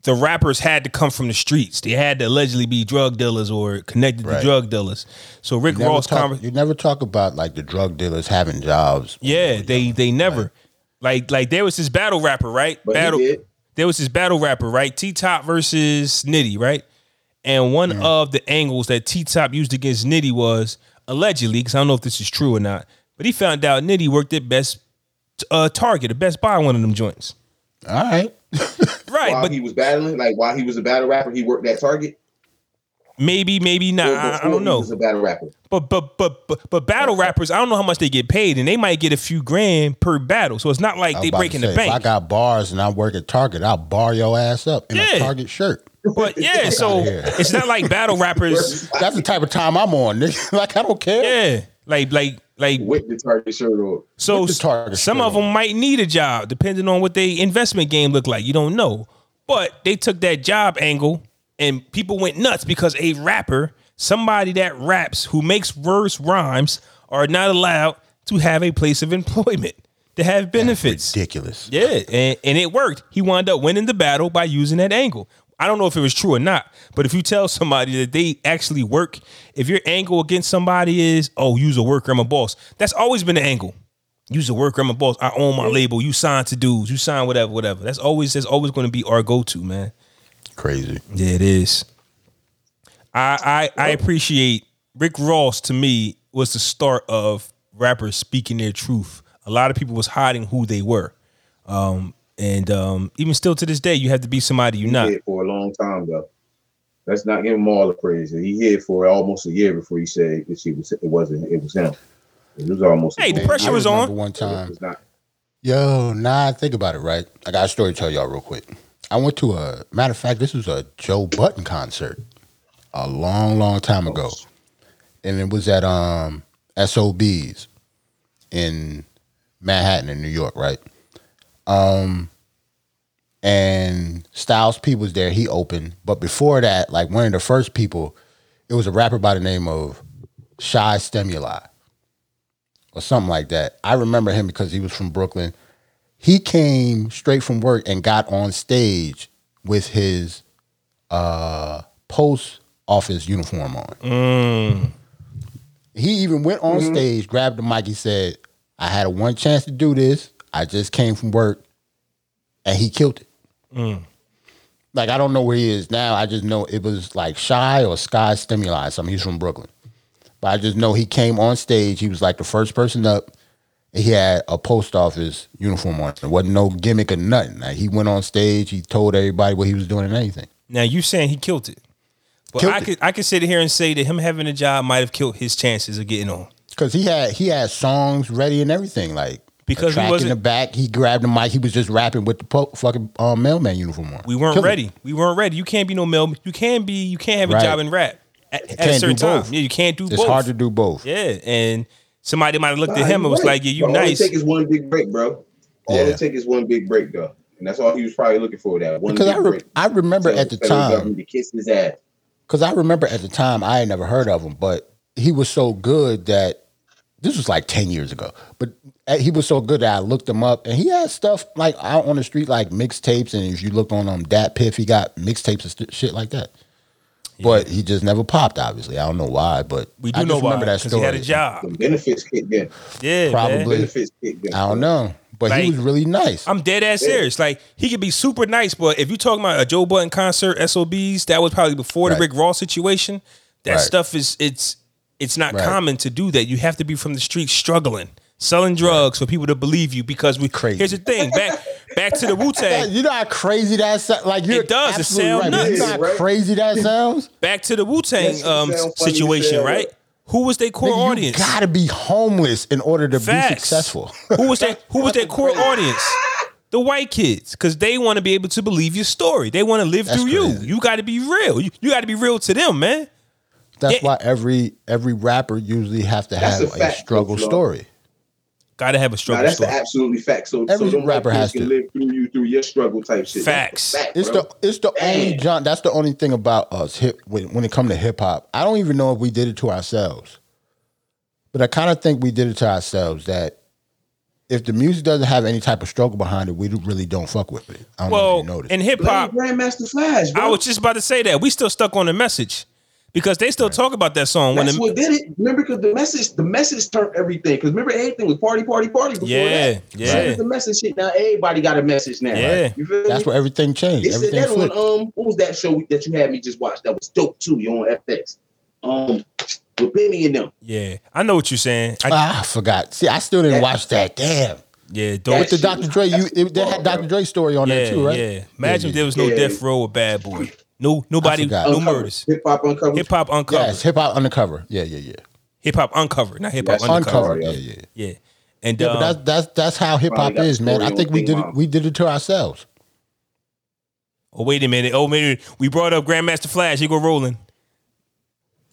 [SPEAKER 1] the rappers had to come from the streets. They had to allegedly be drug dealers or connected to
[SPEAKER 3] Right.
[SPEAKER 1] drug dealers. So Rick
[SPEAKER 3] Never
[SPEAKER 1] Ross,
[SPEAKER 3] talk-
[SPEAKER 1] conver-
[SPEAKER 3] you never talk about like the drug dealers having jobs.
[SPEAKER 1] yeah, they they never like like there was this battle rapper right
[SPEAKER 2] But he
[SPEAKER 1] battle.
[SPEAKER 2] did.
[SPEAKER 1] There was this battle rapper right T Top versus Nitty right, and one of the angles that T Top used against Nitty was allegedly because I don't know if this is true or not, but he found out Nitty worked at Best uh, Target, or Best Buy, one of them joints.
[SPEAKER 3] All right.
[SPEAKER 1] Right,
[SPEAKER 2] while
[SPEAKER 1] but
[SPEAKER 2] he was battling, like while he was a battle rapper, he worked at Target.
[SPEAKER 1] maybe maybe not.
[SPEAKER 2] or
[SPEAKER 1] I, I
[SPEAKER 2] before
[SPEAKER 1] don't
[SPEAKER 2] He
[SPEAKER 1] know.
[SPEAKER 2] was a battle rapper.
[SPEAKER 1] But but but but but battle rappers, I don't know how much they get paid, and they might get a few grand per battle. So it's not like
[SPEAKER 3] I was
[SPEAKER 1] they
[SPEAKER 3] about to
[SPEAKER 1] breaking the
[SPEAKER 3] say, If I
[SPEAKER 1] bank.
[SPEAKER 3] got bars and I work at Target, I'll bar your ass up in
[SPEAKER 1] Yeah.
[SPEAKER 3] a Target shirt.
[SPEAKER 1] But yeah, so
[SPEAKER 3] here.
[SPEAKER 1] it's not like battle rappers.
[SPEAKER 3] That's the type of time I'm on, nigga. Like I don't care.
[SPEAKER 1] Yeah, like like like
[SPEAKER 2] With the Target shirt on.
[SPEAKER 1] so.
[SPEAKER 3] With the target
[SPEAKER 1] Some of
[SPEAKER 3] still.
[SPEAKER 1] them might need a job depending on what they investment game look like. You don't know, but they took that job angle, and people went nuts because a rapper, somebody that raps who makes verse rhymes, are not allowed to have a place of employment to have benefits.
[SPEAKER 3] Ridiculous.
[SPEAKER 1] Yeah, and, and it worked. He wound up winning the battle by using that angle. I don't know if it was true or not, but if you tell somebody that they actually work, if your angle against somebody is, oh, you's a worker, I'm a boss, that's always been the angle. You's a worker, I'm a boss. I own my label. You sign to dudes. You sign whatever, whatever. That's always that's always going to be our go to, man.
[SPEAKER 3] Crazy.
[SPEAKER 1] Yeah, it is. I I, I appreciate Rick Ross. To me, was the start of rappers speaking their truth. A lot of people was hiding who they were, um, and um, even still to this day, you have to be somebody you're not.
[SPEAKER 2] He did for a long time though. Let's not give him all the praise. He hid for almost a year before he said that she was. It wasn't. It was him. It was almost. a
[SPEAKER 1] Hey, the
[SPEAKER 2] year.
[SPEAKER 1] pressure
[SPEAKER 3] I
[SPEAKER 1] was
[SPEAKER 3] remember
[SPEAKER 1] on.
[SPEAKER 3] One
[SPEAKER 2] It
[SPEAKER 3] time,
[SPEAKER 2] was not.
[SPEAKER 3] yo, nah. Think about it, right? I got a story to tell y'all real quick. I went to a matter of fact. This was a Joe Button concert a long, long time ago, and it was at um SOBs in Manhattan in New York, right? Um, and Styles P was there. He opened, but before that, like one of the first people, it was a rapper by the name of Shy Stimuli. or something like that. I remember him because he was from Brooklyn. He came straight from work and got on stage with his uh, post office uniform on. He even went on stage, grabbed the mic, he said, I had a one chance to do this. I just came from work and he killed it. Like I don't know where he is now. I just know it was like Shy or Sky Stimuli. Something. He's from Brooklyn, but I just know he came on stage. He was like the first person up. and He had a post office uniform on. There wasn't no gimmick or nothing. Like he went on stage. He told everybody what he was doing and anything.
[SPEAKER 1] Now you saying he killed it, but
[SPEAKER 3] Killed
[SPEAKER 1] I
[SPEAKER 3] it.
[SPEAKER 1] could I could sit here and say that him having a job might have killed his chances of getting on.
[SPEAKER 3] Cause he had he had songs ready and everything. Like
[SPEAKER 1] Because he
[SPEAKER 3] a track in
[SPEAKER 1] wasn't-
[SPEAKER 3] the back. He grabbed the mic. He was just rapping with the po- fucking uh, mailman uniform on.
[SPEAKER 1] We weren't
[SPEAKER 3] Killed it.
[SPEAKER 1] ready. We weren't ready. You can't be no mel. You can be. You can't have a
[SPEAKER 3] Right.
[SPEAKER 1] job in rap at, at a
[SPEAKER 3] can't
[SPEAKER 1] certain
[SPEAKER 3] do
[SPEAKER 1] time.
[SPEAKER 3] both.
[SPEAKER 1] Yeah, you can't do
[SPEAKER 3] It's
[SPEAKER 1] both.
[SPEAKER 3] hard to do both.
[SPEAKER 1] yeah, and somebody might have looked
[SPEAKER 2] Nah,
[SPEAKER 1] at him
[SPEAKER 2] you
[SPEAKER 1] and was
[SPEAKER 2] right.
[SPEAKER 1] like, "Yeah, you
[SPEAKER 2] But
[SPEAKER 1] nice."
[SPEAKER 2] All it take is one big break, bro. All
[SPEAKER 3] Yeah.
[SPEAKER 2] it take is one big break, though, and that's all he was probably looking for. That one
[SPEAKER 3] Because
[SPEAKER 2] big
[SPEAKER 3] I re-
[SPEAKER 2] break.
[SPEAKER 3] I remember
[SPEAKER 2] So
[SPEAKER 3] at the
[SPEAKER 2] federal
[SPEAKER 3] time.
[SPEAKER 2] government to kiss his ass.
[SPEAKER 3] Because I remember at the time I had never heard of him, but he was so good that this was like 10 years ago. But uh, he was so good that I looked him up and he had stuff like out on the street, like mixtapes. And if you look on um, Dat Piff, he got mixtapes and st- shit like that. But he just never popped, obviously. I don't know why, but
[SPEAKER 1] we do
[SPEAKER 3] I just
[SPEAKER 1] know why
[SPEAKER 3] remember that
[SPEAKER 1] because he
[SPEAKER 3] story.
[SPEAKER 1] had a job.
[SPEAKER 2] The benefits kicked in.
[SPEAKER 1] Yeah, man.
[SPEAKER 3] Probably.
[SPEAKER 2] Benefits kicked in.
[SPEAKER 3] I don't know. But
[SPEAKER 1] Like-
[SPEAKER 3] he was really nice.
[SPEAKER 1] I'm dead ass serious. Like he could be super nice, but if you're talking about a Joe Button concert, SOBs, that was probably before the
[SPEAKER 3] Right.
[SPEAKER 1] Rick Ross situation. That
[SPEAKER 3] Right.
[SPEAKER 1] stuff is it's it's not
[SPEAKER 3] Right.
[SPEAKER 1] common to do that. You have to be from the streets struggling, selling drugs for people to believe you. Because we
[SPEAKER 3] Crazy.
[SPEAKER 1] here's the thing back back to the Wu Tang.
[SPEAKER 3] you know how crazy that sounds? Like you're
[SPEAKER 1] does. It
[SPEAKER 3] absolutely
[SPEAKER 1] sound
[SPEAKER 3] right, but You know
[SPEAKER 2] nuts.
[SPEAKER 3] how
[SPEAKER 2] Right.
[SPEAKER 3] crazy that sounds?
[SPEAKER 1] back to the Wu Tang
[SPEAKER 2] That shit
[SPEAKER 1] um,
[SPEAKER 2] sound funny as
[SPEAKER 1] situation,
[SPEAKER 2] hell.
[SPEAKER 1] right? Who was their core
[SPEAKER 3] Nigga,
[SPEAKER 1] audience?
[SPEAKER 3] You gotta be homeless in order to be
[SPEAKER 1] Facts.
[SPEAKER 3] successful.
[SPEAKER 1] who was that? Who was their core audience? The white kids, because they want to be able to believe your story. They want to live
[SPEAKER 3] That's
[SPEAKER 1] through
[SPEAKER 3] crazy.
[SPEAKER 1] you. You got to be real. You, you got to be real to them, man.
[SPEAKER 3] That's
[SPEAKER 1] Yeah.
[SPEAKER 3] why every every rapper usually have to
[SPEAKER 2] That's a
[SPEAKER 3] have a,
[SPEAKER 2] fact,
[SPEAKER 3] struggle
[SPEAKER 2] Flo.
[SPEAKER 3] story.
[SPEAKER 1] Got to have a
[SPEAKER 2] Nah,
[SPEAKER 1] struggle
[SPEAKER 2] that's the
[SPEAKER 1] story.
[SPEAKER 2] absolutely fact. So,
[SPEAKER 3] Every
[SPEAKER 2] so them
[SPEAKER 3] rapper
[SPEAKER 2] white
[SPEAKER 3] has
[SPEAKER 2] kids can
[SPEAKER 3] to.
[SPEAKER 2] live through you through your struggle type shit.
[SPEAKER 1] Facts.
[SPEAKER 2] That's a fact,
[SPEAKER 3] It's
[SPEAKER 2] bro.
[SPEAKER 3] the it's the only
[SPEAKER 2] Damn.
[SPEAKER 3] John. That's the only thing about us hip when, when it comes to hip hop. I don't even know if we did it to ourselves, but I kind of think we did it to ourselves. That if the music doesn't have any type of struggle behind it, we really don't fuck with it. I don't know if you
[SPEAKER 1] well,
[SPEAKER 3] noticed.
[SPEAKER 1] in hip
[SPEAKER 2] Blame
[SPEAKER 1] hop,
[SPEAKER 2] Grandmaster Flash, bro.
[SPEAKER 1] I was just about to say that we still stuck on the message because they still talk about that song when
[SPEAKER 2] That's
[SPEAKER 1] the
[SPEAKER 2] what did it. Remember, because the message, the message turned everything. Because remember, everything was party, party, party. Before
[SPEAKER 1] Yeah,
[SPEAKER 2] that.
[SPEAKER 1] yeah.
[SPEAKER 2] So it was the message shit. Now everybody got a message now.
[SPEAKER 1] Yeah.
[SPEAKER 2] you feel
[SPEAKER 3] that's
[SPEAKER 2] me?
[SPEAKER 3] where everything changed.
[SPEAKER 2] They said
[SPEAKER 3] Everything
[SPEAKER 2] that on
[SPEAKER 3] flipped.
[SPEAKER 2] um, what was that show that you had me just watch? That was dope too. You on FX? Um, with Benny and them.
[SPEAKER 1] yeah, I know what you're saying. I,
[SPEAKER 3] ah, I forgot. See, I still didn't
[SPEAKER 2] That-
[SPEAKER 3] watch that. Damn.
[SPEAKER 1] yeah, don't,
[SPEAKER 3] With the Dr. Dre, you it, they had Dr. Dre story on
[SPEAKER 1] yeah,
[SPEAKER 3] there too, right?
[SPEAKER 1] yeah. Imagine if there was no
[SPEAKER 2] Yeah.
[SPEAKER 1] death row or bad boy. No, nobody,
[SPEAKER 3] forgot.
[SPEAKER 1] no
[SPEAKER 2] Uncovered.
[SPEAKER 1] murders.
[SPEAKER 2] Hip hop uncovered.
[SPEAKER 1] Hip hop uncovered.
[SPEAKER 3] Yes, hip hop undercover. Yeah, yeah, yeah.
[SPEAKER 1] Hip hop uncovered, not hip hop
[SPEAKER 2] Yes.
[SPEAKER 1] undercovered.
[SPEAKER 3] Uncovered.
[SPEAKER 2] yeah.
[SPEAKER 3] Yeah, yeah.
[SPEAKER 1] Yeah, and
[SPEAKER 3] Yeah,
[SPEAKER 1] um,
[SPEAKER 3] but that's that's that's how hip hop
[SPEAKER 2] got
[SPEAKER 3] is, man. I
[SPEAKER 2] story
[SPEAKER 3] think
[SPEAKER 2] on
[SPEAKER 3] we
[SPEAKER 2] Big
[SPEAKER 3] did it,
[SPEAKER 2] Mom.
[SPEAKER 3] we did it to ourselves.
[SPEAKER 1] oh wait a minute, oh minute, we brought up Grandmaster Flash. You go rolling.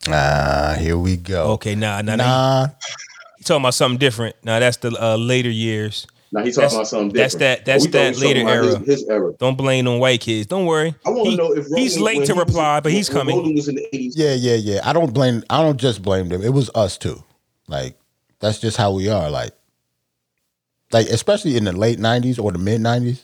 [SPEAKER 3] Ah, here we go.
[SPEAKER 1] Okay, nah, nah, nah.
[SPEAKER 3] Nah,
[SPEAKER 1] He talking about something different. Nah, that's the uh, later years.
[SPEAKER 2] Now he's talking
[SPEAKER 1] That's-
[SPEAKER 2] about something
[SPEAKER 1] that's that-
[SPEAKER 2] different.
[SPEAKER 1] that's
[SPEAKER 2] We thought he was
[SPEAKER 1] that later
[SPEAKER 2] talking about
[SPEAKER 1] era.
[SPEAKER 2] His, his era.
[SPEAKER 1] Don't blame on white kids. Don't worry.
[SPEAKER 2] I want
[SPEAKER 1] He-
[SPEAKER 2] to know if
[SPEAKER 1] he's
[SPEAKER 2] Roland-
[SPEAKER 1] late
[SPEAKER 2] when
[SPEAKER 1] to
[SPEAKER 2] he was-
[SPEAKER 1] reply, but he's
[SPEAKER 2] when
[SPEAKER 1] coming.
[SPEAKER 2] Roland was in the eighties.
[SPEAKER 3] yeah, yeah, yeah. I don't blame. I don't just blame them. It was us too. Like that's just how we are. Like, like especially in the late '90s or the mid '90s,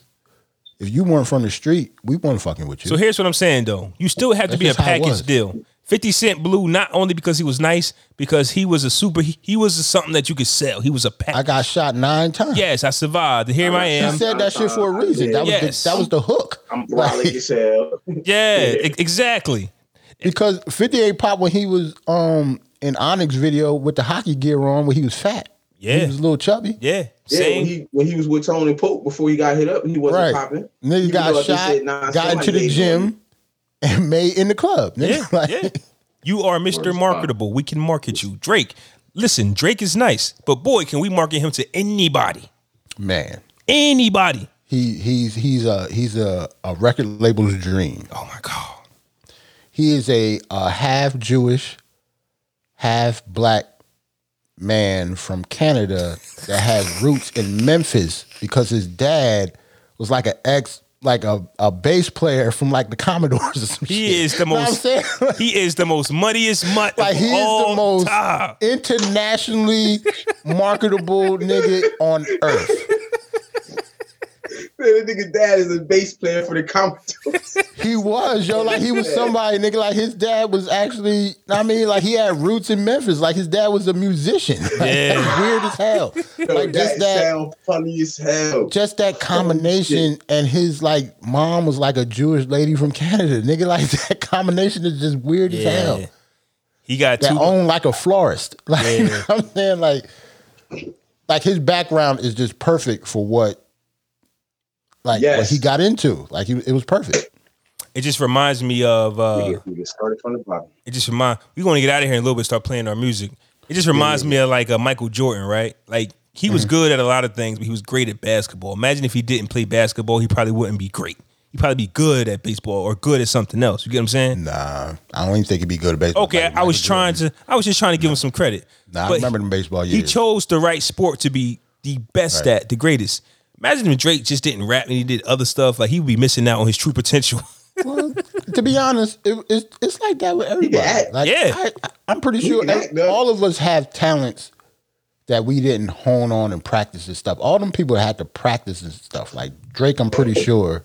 [SPEAKER 3] if you weren't from the street, we weren't fucking with you.
[SPEAKER 1] So here's what I'm saying though. You still have to
[SPEAKER 3] That's
[SPEAKER 1] be a
[SPEAKER 3] just how it was.
[SPEAKER 1] package deal. 50 Cent blew not only because he was nice, because he was a super. He, he was something that you could sell. He was a pack.
[SPEAKER 3] I got shot nine times.
[SPEAKER 1] yes, I survived. Here I
[SPEAKER 3] He
[SPEAKER 1] am.
[SPEAKER 3] said that shit for a reason. That was
[SPEAKER 1] Yes.
[SPEAKER 3] the, that was the hook.
[SPEAKER 2] I'm brolic as hell.
[SPEAKER 1] Yeah, e- exactly.
[SPEAKER 3] Because 58 Pop when he was um in Onyx video with the hockey gear on when he was fat.
[SPEAKER 1] Yeah.
[SPEAKER 3] He was a little chubby.
[SPEAKER 1] Yeah,
[SPEAKER 2] Yeah,
[SPEAKER 1] same.
[SPEAKER 2] when he when he was with Tony Pope before he got hit up, he wasn't
[SPEAKER 3] Right.
[SPEAKER 2] popping.
[SPEAKER 3] Nigga
[SPEAKER 2] Even though
[SPEAKER 3] got
[SPEAKER 2] they
[SPEAKER 3] shot,
[SPEAKER 2] said, nah,
[SPEAKER 3] got
[SPEAKER 2] somebody
[SPEAKER 3] into the
[SPEAKER 2] made him.
[SPEAKER 3] gym, and made in the club. Nigga.
[SPEAKER 1] Yeah,
[SPEAKER 3] Like,
[SPEAKER 1] yeah. You are Mr. Marketable. We can market you. Drake, listen, Drake is nice, but boy, can we market him to anybody.
[SPEAKER 3] Man.
[SPEAKER 1] Anybody.
[SPEAKER 3] He he's he's a he's a, a record label's dream.
[SPEAKER 1] Oh my God.
[SPEAKER 3] He is a, a half Jewish, half black man from Canada that has roots in Memphis because his dad was like an ex like a, a bass player from like the Commodores or some shit.
[SPEAKER 1] He is the
[SPEAKER 3] Know what I'm
[SPEAKER 1] most.
[SPEAKER 3] saying?
[SPEAKER 1] he is the most muddiest mutt
[SPEAKER 3] Like
[SPEAKER 1] of
[SPEAKER 3] he is
[SPEAKER 1] all
[SPEAKER 3] the most
[SPEAKER 1] time.
[SPEAKER 3] internationally marketable nigga on earth.
[SPEAKER 2] Man, that nigga dad is a bass player for the Commodores.
[SPEAKER 3] He was, yo, like he was somebody, nigga. Like his dad was actually, I mean, like he had roots in Memphis. Like his dad was a musician. Like,
[SPEAKER 1] Yeah.
[SPEAKER 3] that's weird as hell.
[SPEAKER 2] Yo,
[SPEAKER 3] Like
[SPEAKER 2] that,
[SPEAKER 3] just that,
[SPEAKER 2] sound funny as hell.
[SPEAKER 3] just that combination, and his like mom was like a Jewish lady from Canada, nigga. Like that combination is just weird as hell.
[SPEAKER 1] He got
[SPEAKER 3] that
[SPEAKER 1] two.
[SPEAKER 3] own like a florist. Like you know what I'm saying, like, like his background is just perfect for what, like what
[SPEAKER 2] Yes.
[SPEAKER 3] he got into. Like he, it was perfect.
[SPEAKER 1] it just reminds me of. Uh,
[SPEAKER 2] Nigga, nigga started from the bottom.
[SPEAKER 1] it just remind. We're going to get out of here in a little bit. Start playing our music. It just reminds me of like a Michael Jordan, right? Like he was
[SPEAKER 3] Mm-hmm.
[SPEAKER 1] good at a lot of things, but he was great at basketball. Imagine if he didn't play basketball, he probably wouldn't be great. He'd probably be good at baseball or good at something else. You get what I'm saying?
[SPEAKER 3] Nah, I don't even think he'd be good at baseball.
[SPEAKER 1] Okay,
[SPEAKER 3] Like,
[SPEAKER 1] I was
[SPEAKER 3] Michael
[SPEAKER 1] trying to. I was just trying to give him some credit.
[SPEAKER 3] Jordan. Nah, I
[SPEAKER 1] But
[SPEAKER 3] remember them baseball
[SPEAKER 1] he
[SPEAKER 3] years.
[SPEAKER 1] chose the right sport to be the best at, the greatest. Imagine if Drake just didn't rap and he did other stuff. Like he would be missing out on his true potential.
[SPEAKER 3] Well, to be honest, it, it's it's like that with everybody.
[SPEAKER 2] act.
[SPEAKER 3] Like,
[SPEAKER 1] Yeah.
[SPEAKER 3] I, I, I'm pretty sure
[SPEAKER 2] can act, though.
[SPEAKER 3] all of us have talents that we didn't hone on and practice and stuff. All them people had to practice and stuff. Like Drake, I'm pretty sure.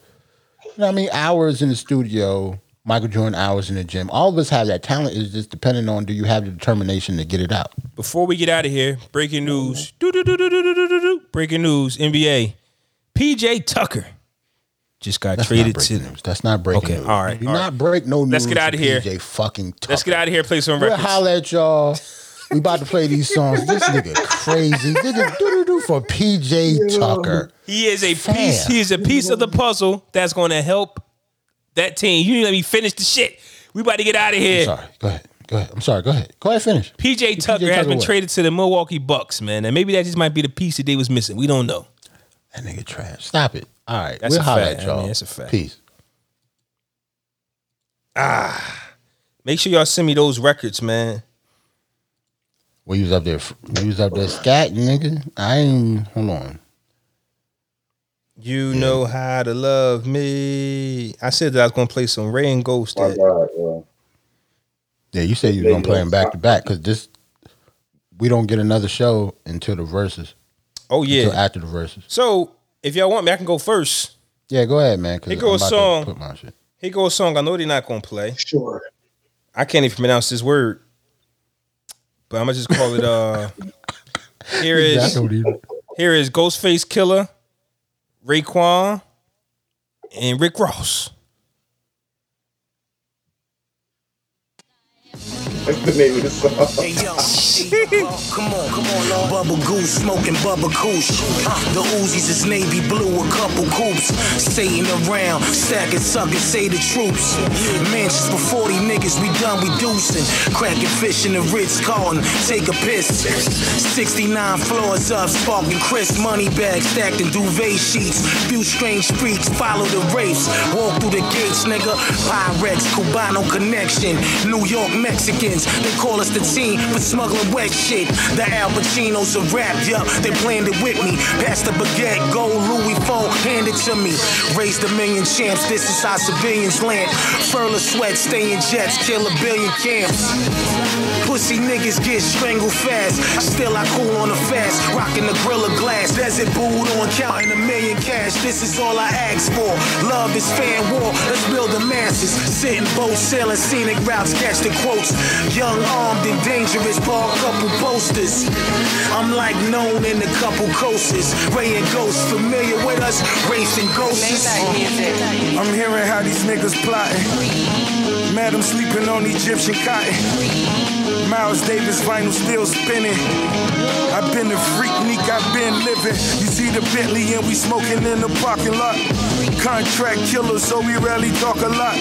[SPEAKER 3] You know what I mean? Hours in the studio, Michael Jordan hours in the gym. All of us have that talent. It's just depending on do you have the determination to get it out.
[SPEAKER 1] Before we get out of here, breaking news. Do-do-do-do-do-do-do-do. Breaking news, NBA. PJ Tucker just got
[SPEAKER 3] That's not
[SPEAKER 1] traded
[SPEAKER 3] breaking
[SPEAKER 1] to
[SPEAKER 3] news. That's not breaking
[SPEAKER 1] Okay,
[SPEAKER 3] news.
[SPEAKER 1] all right,
[SPEAKER 3] Do
[SPEAKER 1] all
[SPEAKER 3] not
[SPEAKER 1] right.
[SPEAKER 3] break no news.
[SPEAKER 1] Let's get
[SPEAKER 3] with
[SPEAKER 1] outta here.
[SPEAKER 3] PJ fucking
[SPEAKER 1] Let's
[SPEAKER 3] Tucker.
[SPEAKER 1] get out of here, play some
[SPEAKER 3] We'll
[SPEAKER 1] records.
[SPEAKER 3] holler at y'all. We about to play these songs. This nigga crazy. Nigga do do do for PJ Tucker.
[SPEAKER 1] He is a piece,
[SPEAKER 3] Fam.
[SPEAKER 1] he is a piece of the puzzle that's gonna help that team. You need to let me finish the shit. We about to get out of here.
[SPEAKER 3] Sorry. Go ahead. Go ahead. I'm sorry. Go ahead. Go ahead. Finish.
[SPEAKER 1] PJ Tucker has
[SPEAKER 3] Tucker
[SPEAKER 1] been
[SPEAKER 3] what?
[SPEAKER 1] traded to the Milwaukee Bucks, man. And maybe that just might be the piece that they was missing. We don't know.
[SPEAKER 3] That nigga trash. Stop it. All right.
[SPEAKER 1] That's
[SPEAKER 3] we'll
[SPEAKER 1] a
[SPEAKER 3] holler
[SPEAKER 1] fact.
[SPEAKER 3] at
[SPEAKER 1] I
[SPEAKER 3] y'all.
[SPEAKER 1] mean, that's a fact.
[SPEAKER 3] Peace.
[SPEAKER 1] Make sure y'all send me those records, man.
[SPEAKER 3] We was up there. We was up there scatting, nigga. I ain't. Hold on.
[SPEAKER 1] You know how to love me. I said that I was gonna play some Ray and Ghost.
[SPEAKER 2] My
[SPEAKER 1] That,
[SPEAKER 2] God, yo.
[SPEAKER 3] Yeah, you said you were
[SPEAKER 2] Yeah,
[SPEAKER 3] gonna
[SPEAKER 2] you
[SPEAKER 3] play
[SPEAKER 2] know,
[SPEAKER 3] them back to back because this. We don't get another show until the verses.
[SPEAKER 1] oh
[SPEAKER 3] Until
[SPEAKER 1] yeah.
[SPEAKER 3] after the verses.
[SPEAKER 1] So if y'all want me, I can go first.
[SPEAKER 3] Yeah, go ahead, man. 'cause
[SPEAKER 1] Here goes
[SPEAKER 3] I'm about
[SPEAKER 1] song.
[SPEAKER 3] To put my shit.
[SPEAKER 1] Here goes a song I know they're not gonna play.
[SPEAKER 2] Sure.
[SPEAKER 1] I can't even pronounce this word, but I'm gonna just call it. uh Here
[SPEAKER 3] I
[SPEAKER 1] is
[SPEAKER 3] don't even-
[SPEAKER 1] here is Ghostface Killer, Raekwon, and Rick Ross.
[SPEAKER 2] That's the name of the song.
[SPEAKER 4] Hey yo, uh, come on, come on, Lord. Bubble goose, smoking bubble goose. The Uzis is navy blue, a couple coops. Staying around, stacking suckers, say the troops. Mansions for 40 niggas, we done reducing. Cracking fish in the Ritz Carlton, take a piss. 69 floors up, sparking crisp money bags, stacked in duvet sheets. Few strange freaks follow the race. Walk through the gates, nigga. Pyrex, Cubano connection. New York Mexicans, they call us the team for smuggling wet shit. The Al Pacinos a rap, yup, they planned it with me. Pass the baguette, gold Louis phone, hand it to me. Raise the million champs, this is our civilians' land. Furl of sweat, stay in jets, kill a billion camps. Pussy niggas get strangled fast. Still, I cool on the fast. Rocking the Gorilla Glass. Desert booed on counting a million cash. This is all I ask for. Love is fan war. Let's build the masses. Sitting boats, sailing scenic routes. Catch the quotes. Young, armed, and dangerous. Ball couple posters. I'm like known in a couple coasters. Ray and Ghost familiar with us. Racing ghosts.
[SPEAKER 5] I'm hearing how these niggas plotting. Madam sleeping on Egyptian cotton. Miles Davis vinyl still spinning. I've been a freak, neek, I've been living. You see the Bentley and we smoking in the parking lot. Contract killer, so we rarely talk a lot.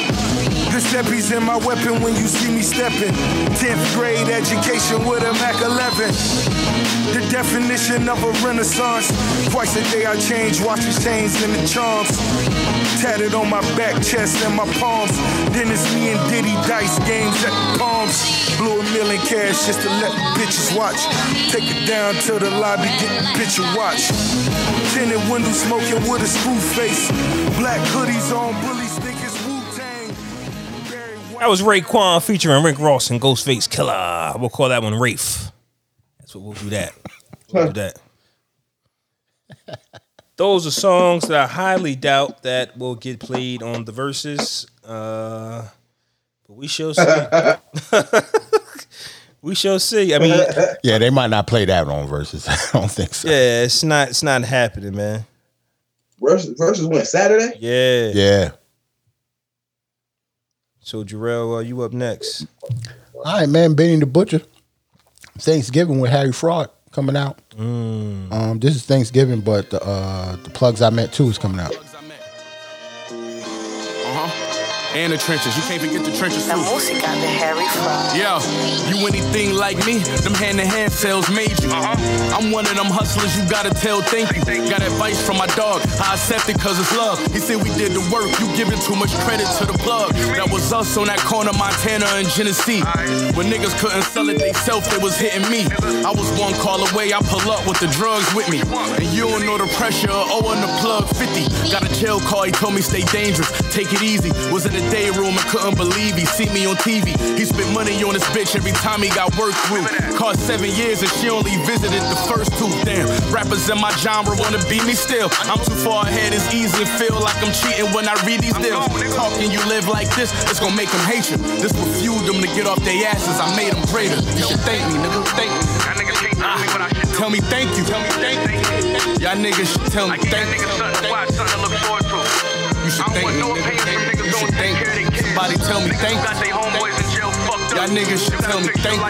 [SPEAKER 5] Giuseppe's in my weapon when you see me stepping. 10th grade education with a Mac 11. The definition of a renaissance. Twice a day I change, watch the chains and the charms.
[SPEAKER 6] tatted on my back, chest, and my palms. Then it's me and Diddy dice games at the palms. Blew a million cash just to let the bitches watch. Take it down to the lobby, get the picture watch. Tinted window smoking with a screw face. Black hoodies on, bullies think it's Wu Tang.
[SPEAKER 1] That was Raekwon featuring Rick Ross and Ghostface Killer. We'll call that one Rafe. That's what we'll do that. We'll do that. Those are songs that I highly doubt that will get played on the verses. Uh, but we shall see. we shall see. I mean, yeah,
[SPEAKER 3] Yeah, they might not play that on versus. I don't think so.
[SPEAKER 1] it's not it's not happening, man.
[SPEAKER 2] Versus, versus when Saturday.
[SPEAKER 1] Yeah.
[SPEAKER 3] Yeah.
[SPEAKER 1] So Jarrell, uh, you up next?
[SPEAKER 3] All right, man. Benny the Butcher. Thanksgiving with Harry Fraud coming out. Um, this is Thanksgiving, but the uh, the plugs I met too is coming out.
[SPEAKER 4] Uh-huh. And the trenches. You can't even get the trenches
[SPEAKER 7] La
[SPEAKER 4] through.
[SPEAKER 7] música de Harry Fry.
[SPEAKER 4] Yeah, you anything like me, them hand-to-hand sales made you. I'm one of them hustlers you gotta tell Uh-huh. thank you. Got advice from my dog, I accept it cause it's love. He said we did the work, you giving too much credit to the plug. That was us on that corner, Montana and Genesee. When niggas couldn't sell it themselves, they was hitting me. I was one call away, I pull up with the drugs with me. And you don't know the pressure, of owing the plug 50. Got a jail call, he told me stay dangerous, take it easy. Was in the day room and couldn't believe he see me on TV. He spent money on this bitch every time he got work through. Cost seven years and she only visited the first two. Damn, rappers in my genre wanna beat me still. I'm too far ahead, it's easy to feel like I'm cheating when I read these deals. Talking you live like this, it's gonna make them hate you. This will fuel them to get off their asses. I made them greater. You should thank me, nigga. Thank me. Tell me thank you. Tell me thank you. Y'all niggas should tell me thank you. You should thank me, nigga. You should thank me. Somebody tell me thank you. Y'all niggas should tell me thank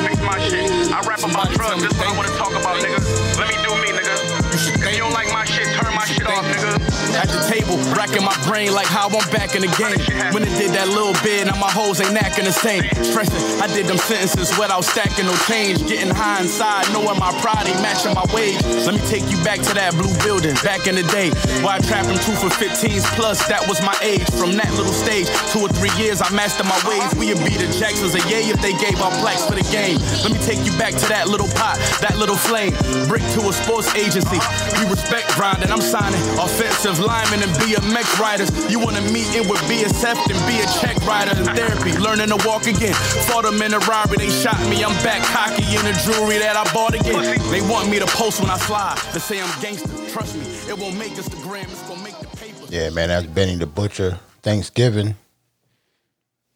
[SPEAKER 4] you.
[SPEAKER 8] I rap about
[SPEAKER 4] Somebody tell
[SPEAKER 8] drugs,
[SPEAKER 4] me
[SPEAKER 8] that's what
[SPEAKER 4] thank
[SPEAKER 8] I wanna
[SPEAKER 4] you.
[SPEAKER 8] talk about, nigga. Let me do me, nigga.
[SPEAKER 4] You should
[SPEAKER 8] If
[SPEAKER 4] thank
[SPEAKER 8] you don't like my shit, turn my shit off, nigga.
[SPEAKER 4] At the table, racking my brain like how I'm back in the game. When it did that little bit, now my hoes ain't acting the same. Stressing, I did them sentences without stacking no change. Getting high inside, knowing my pride ain't matching my wage. Let me take you back to that blue building back in the day. Why I trapping two for 15s plus, that was my age. From that little stage, two or three years, I mastered my ways. We'd be the Jacksons, a yay if they gave our plaques for the game. Let me take you back to that little pot, that little flame. Brick to a sports agency. We respect grinding. I'm signing offensive linemen and BMX riders. You wanna meet in with BSF and be a check rider in therapy. Learning to walk again. Fought them in a robbery. They shot me. I'm back cocky in the jewelry that I bought again. They want me to post when I fly. They say I'm gangster. Trust me, it won't make us the gram. It's gonna make the papers.
[SPEAKER 3] Yeah, man. That's Benny the Butcher. Thanksgiving.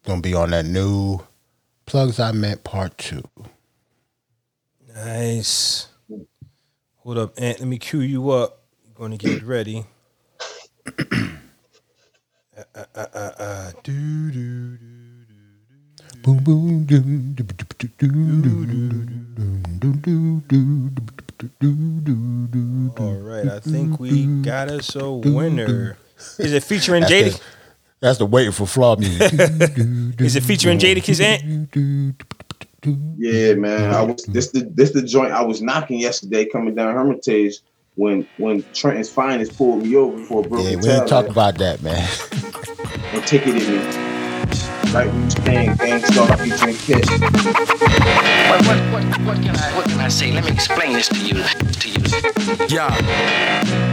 [SPEAKER 3] Gonna be on that new plugs I met part two.
[SPEAKER 1] Nice. Hold up, Ant. Let me cue you up. I'm going to get ready.
[SPEAKER 3] Boom, boom, doom, doo, doo, doo, doo, doo, doo, doo, doo, doo, doo, doo.
[SPEAKER 1] All right, I think we got us a winner. Is it featuring
[SPEAKER 3] That's
[SPEAKER 1] Jada?
[SPEAKER 3] the- That's the waiting for flaw music.
[SPEAKER 1] Is it featuring Jadakiss Ant?
[SPEAKER 2] Yeah, man. I was this the this the joint I was knocking yesterday coming down Hermitage when when Trenton's finest pulled me over for a
[SPEAKER 3] Yeah,
[SPEAKER 2] broken
[SPEAKER 3] we ain't
[SPEAKER 2] taillight
[SPEAKER 3] talk about that, man.
[SPEAKER 2] and ticketed me. Right when you came, gang star featuring Kiss.
[SPEAKER 9] What, what, what, what can I what can I say? Let me explain this to you. To you.
[SPEAKER 4] Yeah.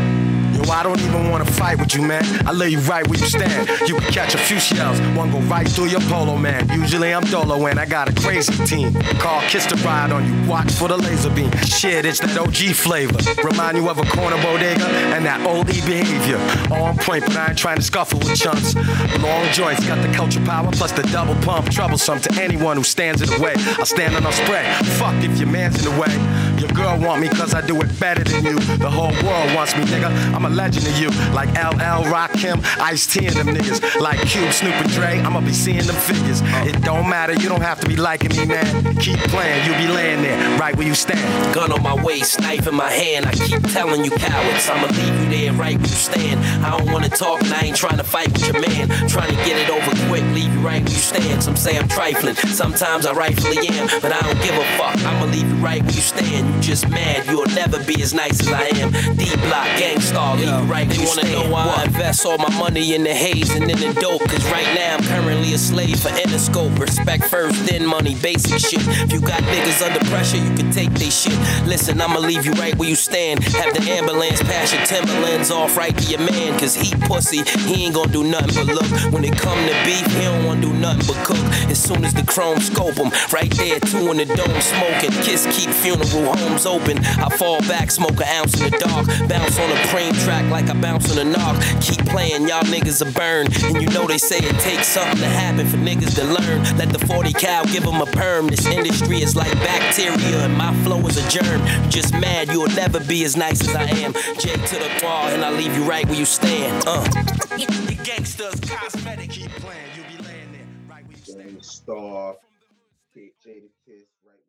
[SPEAKER 10] Yo, I don't even wanna fight with you, man. I lay you right where you stand. You can catch a few shells, one go right through your polo, man. Usually I'm dolo and I got a crazy team. Call Kiss the Ride on you, watch for the laser beam. Shit, it's that OG flavor. Remind you of a corner bodega and that old E behavior. On point, but I ain't trying to scuffle with chumps. Long joints got the culture power plus the double pump. Troublesome to anyone who stands in the way. I stand on a spread. Fuck if your man's in the way. Your girl want me cause I do it better than you. The whole world wants me, nigga. I'm a legend to you. Like LL, Rakim, Ice-T and them niggas. Like Cube, Snoop, and Dre, I'ma be seeing them figures. It don't matter, you don't have to be liking me, man. Keep playing, you'll be laying there, right where you stand.
[SPEAKER 9] Gun on my waist, knife in my hand. I keep telling you cowards, I'ma leave you there right where you stand. I don't wanna talk and I ain't trying to fight with your man. Trying to get it over quick, leave you
[SPEAKER 11] right where you stand. Some say I'm trifling, sometimes I rightfully am, but I don't give a fuck. I'ma leave you right where you stand. You just mad, you'll never be as nice as I am. D block gangstar, leave you right where
[SPEAKER 9] They
[SPEAKER 11] you
[SPEAKER 9] wanna
[SPEAKER 11] stand.
[SPEAKER 9] know why I
[SPEAKER 11] What?
[SPEAKER 9] invest all my money in the haze and in the dope. Cause right now I'm currently a slave for Interscope. Respect first, then money, basic shit. If you got niggas under pressure, you can take they shit. Listen, I'ma leave you right where you stand. Have the ambulance pass your Timberlands off right to your man. Cause he pussy, he ain't gonna do nothing but look. When it come to beef, he don't wanna do nothing but cook. As soon as the chrome scope him, right there, two in the dome smoking. Kiss keep funeral homes open. I fall back, smoke an ounce in the dark. Bounce on a preem track like I bounce on a knock. Keep playing, y'all niggas are burned. And you know they say it takes something to happen for niggas to learn. Let the 40 cal give them a perm. This industry is like bacteria, and my flow is a germ. Just mad, you'll never be as nice as I am. J to the qual, and I leave you right where you stand. Uh.
[SPEAKER 11] Gangsters, cosmetic,
[SPEAKER 2] Star, Jada Kiss, right?